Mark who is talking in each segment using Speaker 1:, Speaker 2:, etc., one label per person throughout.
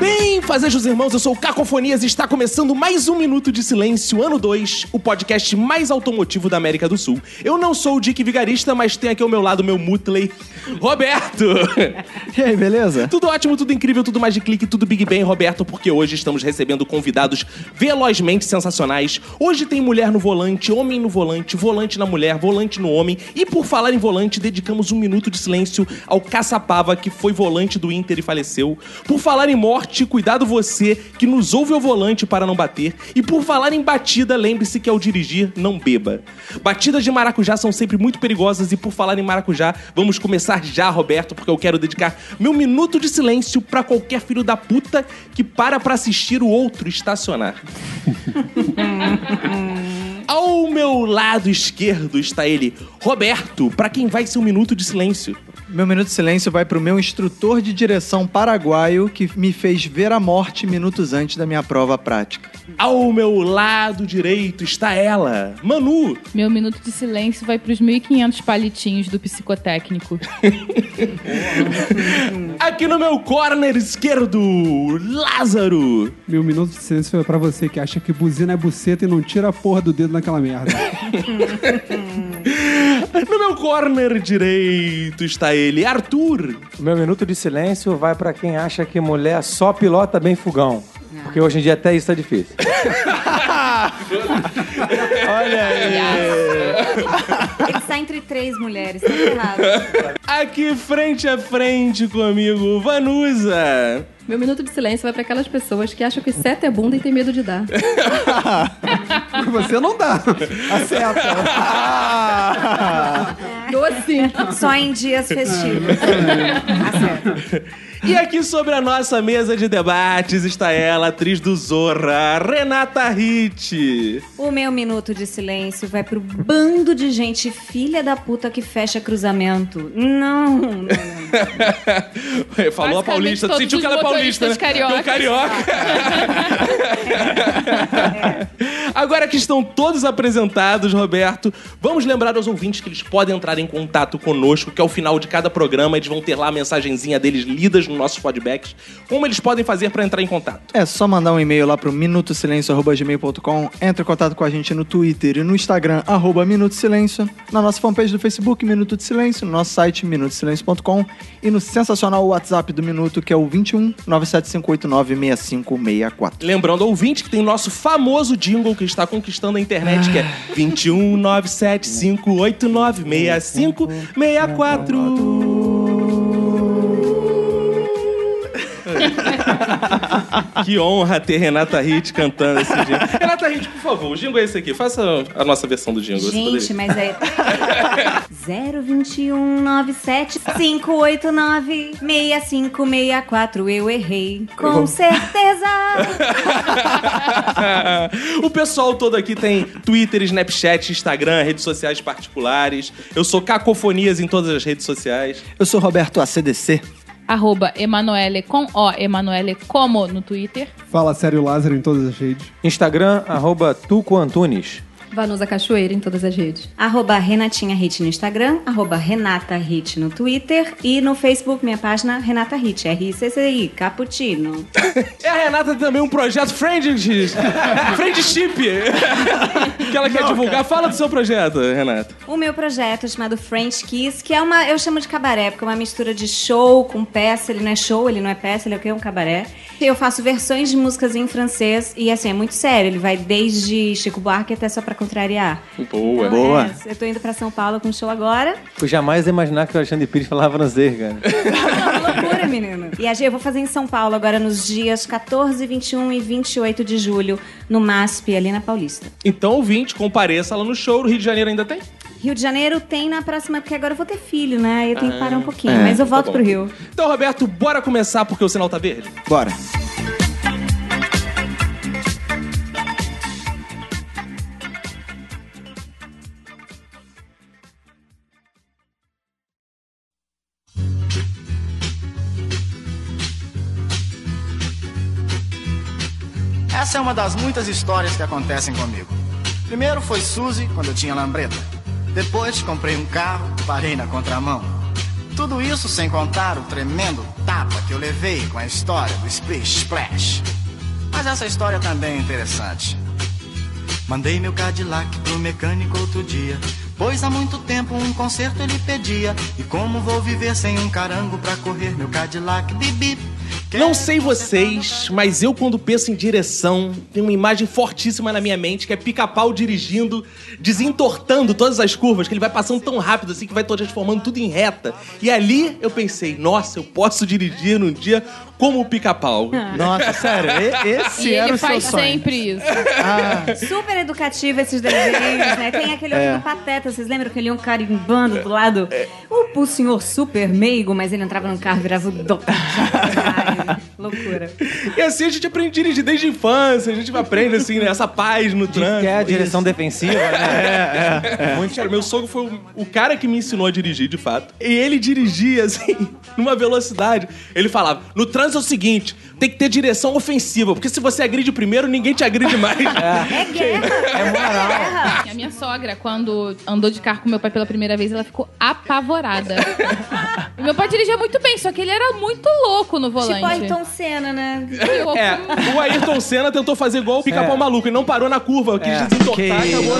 Speaker 1: Bem, fazejos irmãos, eu sou o Cacofonias e está começando mais um Minuto de Silêncio, ano 2, o podcast mais automotivo da América do Sul. Eu não sou o Dick Vigarista, mas tenho aqui ao meu lado o meu Mutley, Roberto!
Speaker 2: E aí, beleza?
Speaker 1: tudo ótimo, tudo incrível, tudo mais de clique, tudo Big Bang, Roberto, porque hoje estamos recebendo convidados velozmente sensacionais. Hoje tem mulher no volante, homem no volante, volante na mulher, volante no homem. E por falar em volante, dedicamos um minuto de silêncio ao Caçapava, que foi volante do Inter e faleceu. Por falar em morte, cuidado você que nos ouve ao volante para não bater. E por falar em batida, lembre-se que ao dirigir, não beba. Batidas de maracujá são sempre muito perigosas e por falar em maracujá, vamos começar já, Roberto, porque eu quero dedicar meu minuto de silêncio pra qualquer filho da puta que para pra assistir o outro estacionar. Ao meu lado esquerdo está ele, Roberto, pra quem vai ser um minuto de silêncio.
Speaker 2: Meu minuto de silêncio vai pro meu instrutor de direção paraguaio que me fez ver a morte minutos antes da minha prova prática.
Speaker 1: Ao meu lado direito está ela, Manu.
Speaker 3: Meu minuto de silêncio vai pros 1.500 palitinhos do psicotécnico.
Speaker 1: Aqui no meu corner esquerdo, Lázaro.
Speaker 4: Meu minuto de silêncio foi pra você que acha que buzina é buceta e não tira a porra do dedo naquela merda.
Speaker 1: No meu corner direito está ele, Arthur.
Speaker 5: Meu minuto de silêncio vai pra quem acha que mulher só pilota bem fogão.
Speaker 6: Ah.
Speaker 5: Porque hoje em dia até isso tá difícil.
Speaker 6: Ele está entre três mulheres, tá errado.
Speaker 1: Aqui frente a frente comigo, Vanusa.
Speaker 7: Meu minuto de silêncio vai para aquelas pessoas que acham que seta é bunda e tem medo de dar.
Speaker 4: você não dá.
Speaker 7: Doce!
Speaker 6: Só em dias festivos. Tá certo.
Speaker 1: E aqui sobre a nossa mesa de debates está ela, atriz do Zorra, Renata Hit.
Speaker 6: O meu minuto de silêncio vai pro bando de gente filha da puta que fecha cruzamento. Não, não, não.
Speaker 1: Falou a
Speaker 3: Basicamente,
Speaker 1: paulista,
Speaker 3: todos
Speaker 1: sentiu
Speaker 3: os
Speaker 1: que ela é paulista.
Speaker 3: motoristas cariocas.
Speaker 1: Deu carioca. Agora que estão todos apresentados, Roberto, vamos lembrar aos ouvintes que eles podem entrar em contato conosco, que ao final de cada programa eles vão ter lá a mensagenzinha deles lidas nos nossos feedbacks. Como eles podem fazer para entrar em contato?
Speaker 2: É só mandar um e-mail lá pro minutosilencio.gmail.com, entra em contato com a gente no Twitter e no Instagram, arroba Minuto Silêncio, na nossa fanpage do Facebook, Minuto de Silêncio, no nosso site, minutosilencio.com e no sensacional WhatsApp do Minuto, que é o 21 975896564.
Speaker 1: Lembrando ao ouvinte que tem nosso famoso jingle que está conquistando a internet, que é 21975896564. que honra ter Renata Hit cantando esse jingle. Renata Hit, por favor, o jingle é esse aqui. Faça a nossa versão do jingle. você
Speaker 6: Gente,
Speaker 1: poderia.
Speaker 6: mas é. um 0219758965664. Eu errei. Com certeza.
Speaker 1: o pessoal todo aqui tem Twitter, Snapchat, Instagram, redes sociais particulares. Eu sou Cacofonias em todas as redes sociais.
Speaker 2: Eu sou Roberto ACDC.
Speaker 3: Arroba Emanuele com O, Emanuele como no Twitter.
Speaker 4: Fala sério, Lázaro, em todas as redes.
Speaker 5: Instagram, arroba Tuco Antunes.
Speaker 7: Vanusa Cachoeira em todas as redes.
Speaker 6: Arroba Renatinha Hit no Instagram, arroba Renata Hit no Twitter e no Facebook, minha página Renata Hit, R-I-C-C-I, Caputino.
Speaker 1: E a Renata tem também um projeto Friendship. Friendship. que ela quer divulgar. Fala do seu projeto, Renata.
Speaker 6: O meu projeto é chamado French Kiss, que é uma, eu chamo de cabaré, porque é uma mistura de show com peça, ele não é show, ele não é peça, ele é o quê? Um cabaré. Eu faço versões de músicas em francês e assim, é muito sério, ele vai desde Chico Buarque até só pra contrariar.
Speaker 1: Boa.
Speaker 2: Boa.
Speaker 6: É, eu tô indo pra São Paulo com um show agora.
Speaker 5: Eu jamais ia imaginar que o Alexandre Pires falava francês, cara.
Speaker 6: loucura, menina. E a G, eu vou fazer em São Paulo agora nos dias 14, 21 e 28 de julho, no MASP, ali na Paulista.
Speaker 1: Então, ouvinte, compareça lá no show. No Rio de Janeiro ainda tem?
Speaker 6: Rio de Janeiro tem na próxima, porque agora eu vou ter filho, né? Eu tenho que parar um pouquinho, mas eu volto
Speaker 1: bom.
Speaker 6: pro Rio.
Speaker 1: Então, Roberto, bora começar porque o sinal tá verde.
Speaker 2: Bora.
Speaker 8: Essa é uma das muitas histórias que acontecem comigo. Primeiro foi Suzy, quando eu tinha lambreta. Depois comprei um carro, parei na contramão. Tudo isso sem contar o tremendo tapa que eu levei com a história do Splish Splash. Mas essa história também é interessante. Mandei meu Cadillac pro mecânico outro dia. Pois há muito tempo um concerto ele pedia. E como vou viver sem um carango pra correr meu Cadillac? Bip, bip.
Speaker 1: Não sei vocês, mas eu quando penso em direção, tem uma imagem fortíssima na minha mente que é pica-pau dirigindo, desentortando todas as curvas, que ele vai passando tão rápido assim que vai transformando tudo em reta. E ali eu pensei, nossa, eu posso dirigir num dia como o pica-pau.
Speaker 2: Nossa, sério, e- esse
Speaker 3: e
Speaker 2: era
Speaker 3: ele
Speaker 2: o seu
Speaker 3: faz
Speaker 2: sonho. Ah.
Speaker 3: sempre isso.
Speaker 6: Super educativo esses desenhos, né? Tem aquele
Speaker 2: É.
Speaker 6: olhinho pateta, vocês lembram que ele ia um carimbando do lado? O, o senhor super meigo, mas ele entrava no carro e virava o dope. Ai, Loucura.
Speaker 1: E assim a gente aprende a dirigir desde a infância, a gente aprende assim, né, essa paz no trânsito. É,
Speaker 5: Que é a direção defensiva, né?
Speaker 1: Muito sério, meu sogro foi o- o cara que me ensinou a dirigir, de fato. E ele dirigia, assim, numa velocidade. Ele falava: no trânsito é o seguinte, tem que ter direção ofensiva, porque se você agride primeiro, ninguém te agride mais.
Speaker 6: É guerra. É moral.
Speaker 3: A minha sogra, quando andou de carro com meu pai pela primeira vez, ela ficou apavorada. E meu pai dirigia muito bem, só que ele era muito louco no volante.
Speaker 6: Tipo Ayrton Senna, né?
Speaker 3: Louco.
Speaker 1: É, o Ayrton Senna tentou fazer igual o pica-pau maluco e não parou na curva,
Speaker 5: É.
Speaker 1: quis desentortar e acabou.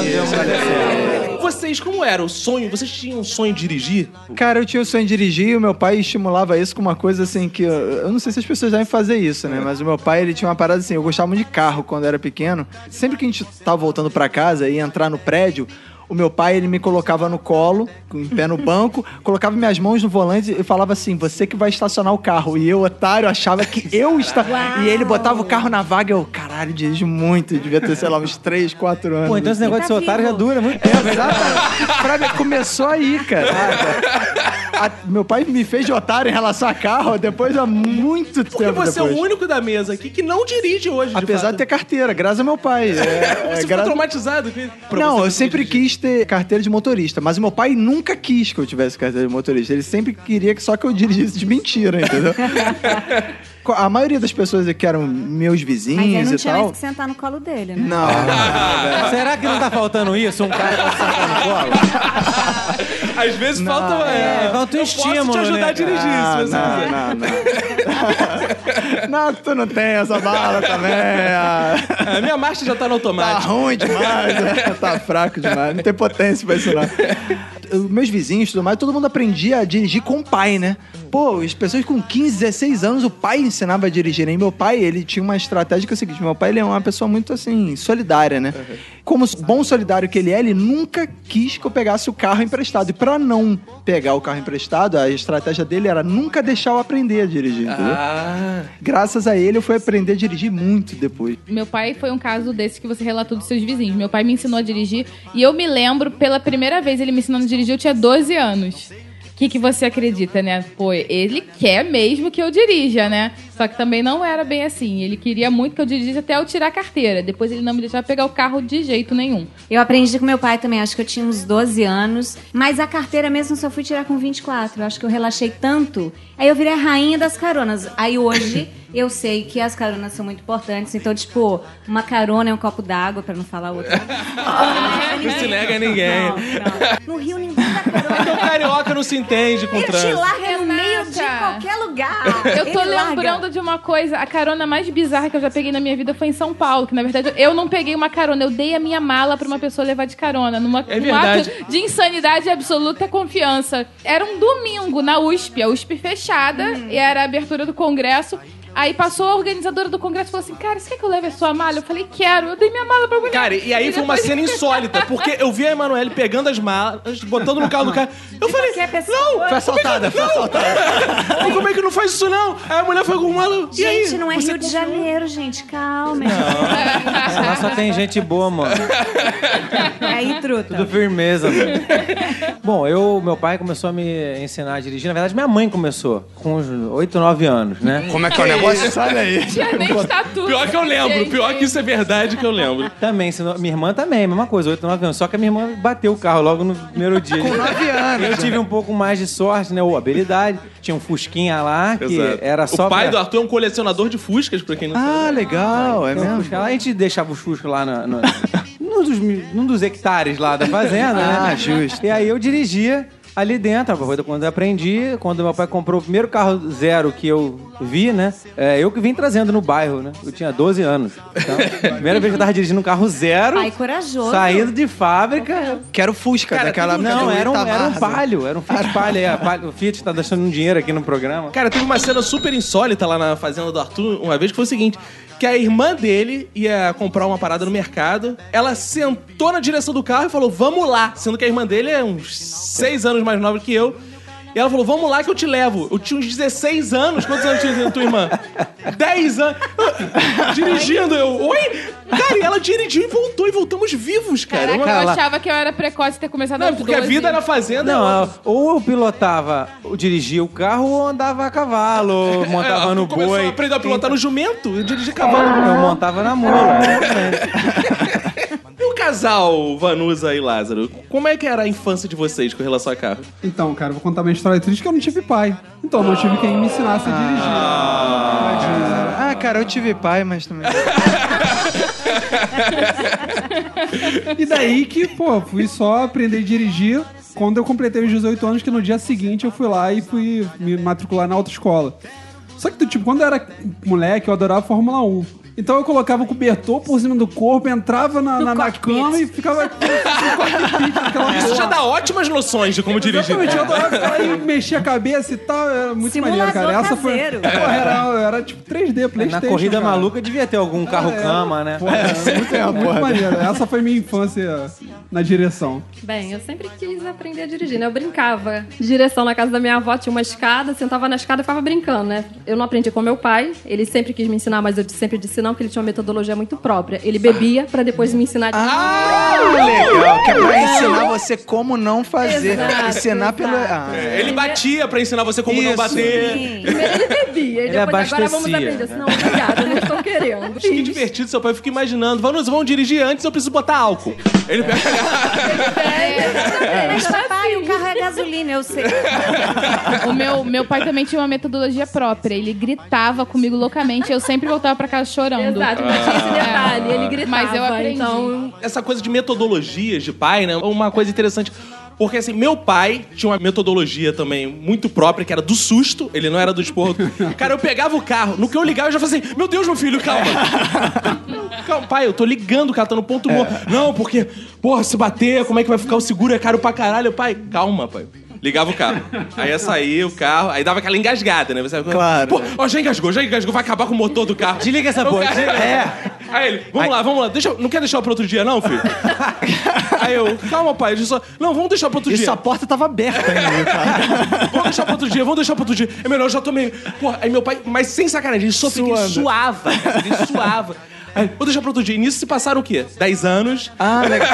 Speaker 1: Vocês, como era o sonho? Vocês tinham um sonho de dirigir?
Speaker 2: Cara, eu tinha o sonho de dirigir e o meu pai estimulava isso com uma coisa assim que. Eu, eu não sei se as pessoas devem fazer isso, né? Mas o meu pai, ele tinha uma parada assim. Eu gostava muito de carro quando eu era pequeno. Sempre que a gente tava voltando pra casa e ia entrar no prédio. O meu pai, ele me colocava no colo, com o pé no banco, colocava minhas mãos no volante e falava assim: você que vai estacionar o carro. E eu, otário, achava que eu estava. E ele botava o carro na vaga e eu, caralho, dirijo muito. Eu devia ter, sei lá, uns 3, 4 anos.
Speaker 5: Pô, então esse negócio de
Speaker 6: Tá
Speaker 5: ser otário já
Speaker 6: vivo.
Speaker 5: dura muito tempo.
Speaker 2: Exatamente. pra mim, começou aí, cara. A- meu pai me fez de otário em relação a carro depois há muito
Speaker 1: Porque
Speaker 2: tempo
Speaker 1: você
Speaker 2: depois.
Speaker 1: é o único da mesa aqui que não dirige hoje.
Speaker 2: Apesar de
Speaker 1: de fato.
Speaker 2: ter carteira, graças ao meu pai. É, é,
Speaker 1: Você ficou
Speaker 2: graças-
Speaker 1: traumatizado? com isso? Pra
Speaker 2: Não,
Speaker 1: você
Speaker 2: eu sempre
Speaker 1: dirigir.
Speaker 2: quis ter carteira de motorista, mas o meu pai nunca quis que eu tivesse carteira de motorista. Ele sempre queria que só que eu dirigisse de mentira, entendeu? a maioria das pessoas que eram meus
Speaker 6: Mas aí
Speaker 2: vizinhos
Speaker 6: não
Speaker 2: e
Speaker 6: tinha mais
Speaker 2: tal.
Speaker 6: que sentar no colo dele, né?
Speaker 2: Não,
Speaker 5: Será que não tá faltando isso? Um cara pra sentar no colo?
Speaker 1: Às vezes falta.
Speaker 5: é, falta um
Speaker 1: eu Posso
Speaker 5: estímulo,
Speaker 1: te
Speaker 5: né,
Speaker 1: ajudar a
Speaker 5: cara?
Speaker 1: dirigir
Speaker 2: Ah,
Speaker 1: se você quiser.
Speaker 2: não, não, não. não, tu não tem essa bala também. ah.
Speaker 1: A minha marcha já tá no
Speaker 2: Tá
Speaker 1: automático.
Speaker 2: ruim demais, né? tá fraco demais, não tem potência pra isso não. Os meus vizinhos e tudo mais, todo mundo aprendia a dirigir com o pai, né? Pô, as pessoas com 15, 16 anos, o pai ensinava a dirigir, né? E meu pai, ele tinha uma estratégia que é o seguinte, meu pai, ele é uma pessoa muito, assim, solidária, né? Como bom solidário que ele é, ele nunca quis que eu pegasse o carro emprestado. E pra não pegar o carro emprestado, a estratégia dele era nunca deixar eu aprender a dirigir, entendeu?
Speaker 1: Ah,
Speaker 2: Graças a ele, eu fui aprender a dirigir muito depois.
Speaker 3: Meu pai foi um caso desse que você relatou dos seus vizinhos. Meu pai me ensinou a dirigir e eu me lembro, pela primeira vez ele me ensinando a dirigir, eu tinha 12 anos. O que, que você acredita, né? Pô, ele quer mesmo que eu dirija, né? Só que também não era bem assim. Ele queria muito que eu dirigisse até eu tirar a carteira. Depois ele não me deixava pegar o carro de jeito nenhum.
Speaker 6: Eu aprendi com meu pai também, acho que eu tinha uns 12 anos. Mas a carteira mesmo só fui tirar com 24. Eu acho que eu relaxei tanto. Aí eu virei a rainha das caronas. Aí hoje eu sei que as caronas são muito importantes. Então, tipo, uma carona é um copo d'água, pra não falar outra.
Speaker 1: não se nega a ninguém.
Speaker 6: Não, não. No Rio ninguém dá carona.
Speaker 1: Então carioca não se entende com
Speaker 6: Ele é te
Speaker 1: trânsito.
Speaker 6: larga no meio de
Speaker 3: Renata.
Speaker 6: qualquer lugar.
Speaker 3: Eu tô
Speaker 6: Ele larga.
Speaker 3: lembrando de uma coisa, a carona mais bizarra que eu já peguei na minha vida foi em São Paulo, que na verdade eu não peguei uma carona, eu dei a minha mala pra uma pessoa levar de carona, numa,
Speaker 1: É
Speaker 3: num ato
Speaker 1: verdade.
Speaker 3: de insanidade e absoluta confiança. Era um domingo na USP, a USP fechada,
Speaker 6: Uhum.
Speaker 3: e era a abertura do congresso. Aí passou a organizadora do congresso e falou assim: Cara, você quer que eu leve a sua mala? Eu falei: Quero, eu dei minha mala pra mulher.
Speaker 1: Cara, e aí foi uma cena insólita, porque eu vi a Emanuele pegando as malas, botando no carro do cara. Eu falei,
Speaker 6: qualquer Tipo, pessoa.
Speaker 1: não!
Speaker 2: Foi assaltada, foi assaltada.
Speaker 1: Ou como é que não faz isso não? Aí a mulher foi com o mala. e aí?
Speaker 6: Gente, não é
Speaker 1: Você
Speaker 6: Rio de
Speaker 1: confia?
Speaker 6: Janeiro, gente. Calma.
Speaker 5: Lá só tem gente boa, mano.
Speaker 6: Aí, truta.
Speaker 5: Tudo firmeza, mano. Bom, eu, meu pai começou a me ensinar a dirigir. Na verdade, minha mãe começou com uns 8, 9 anos, né?
Speaker 9: Como é que é o
Speaker 1: isso.
Speaker 2: Olha aí.
Speaker 3: Tinha nem estatuto.
Speaker 1: Pior que eu lembro,
Speaker 3: Gente.
Speaker 1: pior que isso é verdade que eu lembro.
Speaker 5: Também, senão, minha irmã também, mesma coisa, 8, 9 anos. Só que a minha irmã bateu o carro logo no primeiro dia. Com 9 anos. Eu tive um pouco mais de sorte, né? Ou habilidade. Tinha um Fusquinha lá, que
Speaker 1: Exato.
Speaker 5: era só.
Speaker 1: O pai
Speaker 5: pra-
Speaker 1: do Arthur é um colecionador de fuscas, pra quem não
Speaker 2: Ah,
Speaker 1: sabe.
Speaker 2: legal, é
Speaker 5: Tem um
Speaker 2: mesmo?
Speaker 5: Fusca lá, a gente deixava os Fusca lá na, na- num, dos, mi- num dos hectares lá da fazenda, né?
Speaker 2: Ah, justo.
Speaker 5: E aí eu dirigia ali dentro, a coisa quando eu aprendi, quando meu pai comprou o primeiro carro zero que eu vi, né? É, eu que vim trazendo no bairro, né? Eu tinha 12 anos. Então, primeira vez que eu tava dirigindo um carro zero,
Speaker 6: Pai corajoso.
Speaker 5: saindo de fábrica.
Speaker 2: Quero Fusca, daquela
Speaker 5: Não,
Speaker 2: do
Speaker 5: era um, era um
Speaker 2: Itamarsa.
Speaker 5: palho, era um Fiat palha. é, a Palio- O Fiat tá deixando um dinheiro aqui no programa.
Speaker 1: Cara, teve uma cena super insólita lá na fazenda do Arthur uma vez que foi o seguinte: que a irmã dele ia comprar uma parada no mercado, ela sentou na direção do carro e falou: Vamos lá! Sendo que a irmã dele é uns seis anos mais nova que eu. E ela falou: Vamos lá que eu te levo. Eu tinha uns 16 anos. Quantos anos tinha tua irmã? 10 anos. Dirigindo, eu. Oi? Cara, e ela dirigiu e voltou, e voltamos vivos, cara.
Speaker 3: Caraca,
Speaker 1: Uma-
Speaker 3: eu
Speaker 5: lá.
Speaker 3: achava que eu era precoce ter começado
Speaker 1: Não,
Speaker 3: aos
Speaker 1: porque a
Speaker 3: 12.
Speaker 1: vida na fazenda.
Speaker 5: Não,
Speaker 1: é outra.
Speaker 5: ela- ou eu pilotava, ou dirigia o carro, ou andava a cavalo, ou montava
Speaker 1: É,
Speaker 5: no
Speaker 1: tu começou
Speaker 5: boi.
Speaker 1: a aprender a pilotar no jumento, eu dirigi cavalo.
Speaker 5: Eu montava na
Speaker 4: É,
Speaker 5: mula.
Speaker 1: E o casal Vanusa e Lázaro? Como é que era a infância de vocês com relação a carro?
Speaker 4: Então, cara, eu vou contar minha história triste que eu não tive pai. Então, não tive quem me ensinasse a dirigir. Tadinho.
Speaker 2: Ah, cara, eu tive pai, mas também.
Speaker 4: E daí que, pô, fui só aprender a dirigir quando eu completei os 18 anos, que no dia seguinte eu fui lá e fui me matricular na autoescola. Só que, tipo, quando eu era moleque, eu adorava Fórmula 1. Então eu colocava o cobertor por cima do corpo, entrava na, na, na cama e ficava no cockpit naquela
Speaker 1: Isso já dá ótimas noções de como dirigir. É.
Speaker 4: Exatamente, eu adorava ficar lá e mexer a cabeça e tal. Era muito
Speaker 6: Simulador
Speaker 4: maneiro, cara. Essa foi.
Speaker 6: caseiro.
Speaker 4: Pô, era, era tipo 3D, Playstation.
Speaker 5: Na corrida
Speaker 4: cara. É,
Speaker 5: maluca devia ter algum carro-cama, né?
Speaker 4: Porra,
Speaker 1: É,
Speaker 4: era muito, muito maneiro. né? Essa foi minha infância na direção.
Speaker 7: Bem, eu sempre quis aprender a dirigir, né? Eu brincava. De direção na casa da minha avó tinha uma escada, sentava na escada e ficava brincando, né? Eu não aprendi com meu pai, ele sempre quis me ensinar, mas eu sempre disse não, porque ele tinha uma metodologia muito própria. Ele bebia pra depois me ensinar.
Speaker 2: Ah, legal. Que é pra ensinar você como não fazer.
Speaker 7: Exato,
Speaker 2: ensinar pelo.
Speaker 7: exato.
Speaker 2: Ah, é.
Speaker 1: Ele batia pra ensinar você como não
Speaker 2: Isso.
Speaker 1: bater.
Speaker 6: Sim.
Speaker 7: Primeiro ele bebia, e
Speaker 5: Ele
Speaker 7: depois agora vamos
Speaker 5: abastecia,
Speaker 7: aprender. Eu
Speaker 2: né?
Speaker 7: disse, Não, obrigada, não estou querendo.
Speaker 1: Que divertido, seu pai fica imaginando. Vanusa, vamos dirigir antes, eu preciso botar álcool. Ele pega.
Speaker 6: Mas papai, o carro é gasolina, eu sei.
Speaker 3: O meu, meu pai também tinha uma metodologia própria. Ele gritava comigo loucamente. Eu sempre voltava pra casa chorando. É.
Speaker 7: Exato, não tinha esse detalhe,
Speaker 1: Ah.
Speaker 7: ele gritava.
Speaker 3: Mas eu aprendi.
Speaker 7: Então,
Speaker 1: Essa coisa de metodologias de pai, né? É uma coisa interessante. Porque assim, meu pai tinha uma metodologia também muito própria, que era do susto, ele não era do esporro. Cara, eu pegava o carro, no que eu ligava, eu já fazia assim: Meu Deus, meu filho, calma. calma, pai, eu tô ligando o carro, tá no ponto morto.
Speaker 5: É.
Speaker 1: Não, porque, porra, se bater, como é que vai ficar o seguro? É caro pra caralho. Pai, calma, pai. Ligava o carro. Aí ia sair o carro, aí dava aquela engasgada, né? Você-
Speaker 2: Claro.
Speaker 1: Pô, ó, já engasgou, já engasgou, vai acabar com o motor do carro.
Speaker 5: Desliga essa
Speaker 1: Aí o
Speaker 5: porra,
Speaker 1: cara-
Speaker 5: desliga. É.
Speaker 1: Aí ele, vamos lá, vamos lá. Deixa, não quer deixar pra outro dia, não, filho? Aí eu, calma, pai. Deixa eu só... Não, vamos deixar pra outro
Speaker 2: Isso,
Speaker 1: dia.
Speaker 2: a porta tava aberta
Speaker 1: né,
Speaker 2: ainda, cara.
Speaker 1: Vamos deixar pra outro dia, vamos deixar pra outro dia. É melhor, eu já tomei. Porra, aí meu pai, mas sem sacanagem, ele só fica, ele suava. cara, Ele suava. Aí, vou deixar pra outro dia. E nisso se passaram o quê? 10 anos.
Speaker 2: Ah, legal.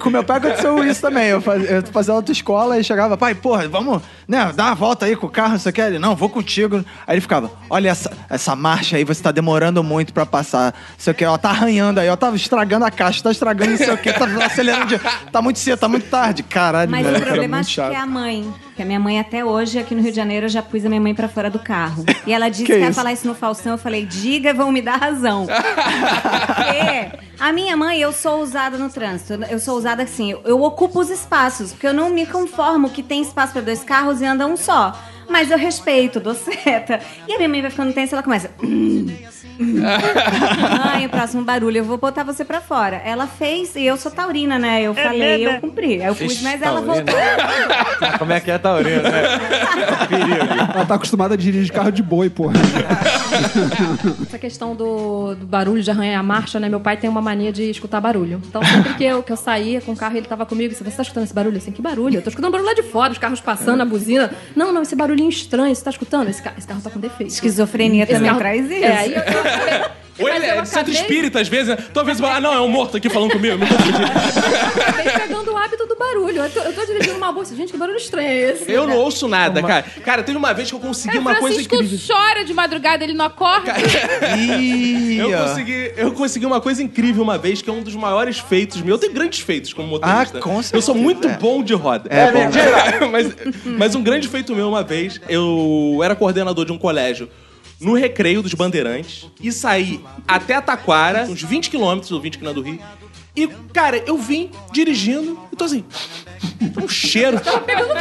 Speaker 2: Com meu pai aconteceu isso também. Eu fazia, eu fazia autoescola e chegava, pai, porra, vamos, né, dar uma volta aí com o carro, não sei o que. Ele, não, vou contigo. Aí ele ficava, olha essa, essa marcha aí, você tá demorando muito pra passar, não sei o que, ó, tá arranhando aí, ó, tá estragando a caixa, tá estragando não sei o que, tá acelerando, de... tá muito cedo, tá muito tarde. Caralho,
Speaker 6: Mas
Speaker 2: moleque,
Speaker 6: o
Speaker 2: Né? era
Speaker 6: problema
Speaker 2: muito
Speaker 6: acho que
Speaker 2: chato.
Speaker 6: é a mãe. Porque a minha mãe até hoje, aqui no Rio de Janeiro, eu já pus a minha mãe pra fora do carro. E ela disse que,
Speaker 2: Que
Speaker 6: ia
Speaker 2: isso?
Speaker 6: falar isso no Faustão. Eu falei, diga, vão me dar razão. Porque a minha mãe, eu sou ousada no trânsito. Eu sou ousada assim, eu, eu ocupo os espaços. Porque eu não me conformo que tem espaço pra dois carros e anda um só. Mas eu respeito, dou seta. E a minha mãe vai ficando tensa, ela começa... "Hum, Mãe, o próximo barulho, eu vou botar você pra fora. Ela fez, e eu sou taurina, né? Eu falei, eu cumpri. Aí eu pus,
Speaker 5: Ixi,
Speaker 6: mas ela
Speaker 5: taurina.
Speaker 6: voltou.
Speaker 5: Como é que é taurino, né?
Speaker 4: Ela tá acostumada a dirigir carro de boi, porra.
Speaker 7: Essa questão do, do barulho de arranhar a marcha, né? Meu pai tem uma mania de escutar barulho. Então, sempre que eu, que eu saía com o carro, ele tava comigo. Você tá escutando esse barulho? Eu, Assim, que barulho? Eu tô escutando barulho lá de fora, os carros passando, a buzina. Não, não, esse barulhinho estranho, você tá escutando? Esse, ca- esse carro tá com defeito.
Speaker 6: Esquizofrenia
Speaker 7: Esse
Speaker 6: também
Speaker 7: carro-
Speaker 6: traz isso.
Speaker 7: É, aí eu, eu,
Speaker 1: Ou ele
Speaker 7: Mas eu
Speaker 1: é de centro
Speaker 7: acabei-
Speaker 1: espírita, às vezes, né? Talvez, ah, não, é um morto aqui falando comigo. não tô fudido.
Speaker 7: Acabei pegando o hábito do barulho. Eu tô, eu tô dirigindo uma bolsa. Gente, que barulho estranho é esse?
Speaker 1: Eu não ouço nada, cara. Cara, teve uma vez que eu consegui
Speaker 3: Cara,
Speaker 1: uma coisa
Speaker 3: Francisco
Speaker 1: incrível.
Speaker 3: chora de madrugada, ele não acorda.
Speaker 2: Ih,
Speaker 1: Eu
Speaker 2: ó.
Speaker 1: consegui, eu consegui uma coisa incrível uma vez, que é um dos maiores feitos meus. Eu tenho grandes feitos como motorista.
Speaker 2: Ah, com
Speaker 1: eu sou
Speaker 2: certeza,
Speaker 1: muito
Speaker 2: é.
Speaker 1: bom de roda.
Speaker 2: É bom.
Speaker 1: mas, mas um grande feito meu uma vez, eu era coordenador de um colégio no recreio dos Bandeirantes e saí até Taquara, uns 20 quilômetros ou 20 quilômetros do Rio. E, cara, eu vim dirigindo e tô assim. Um cheiro.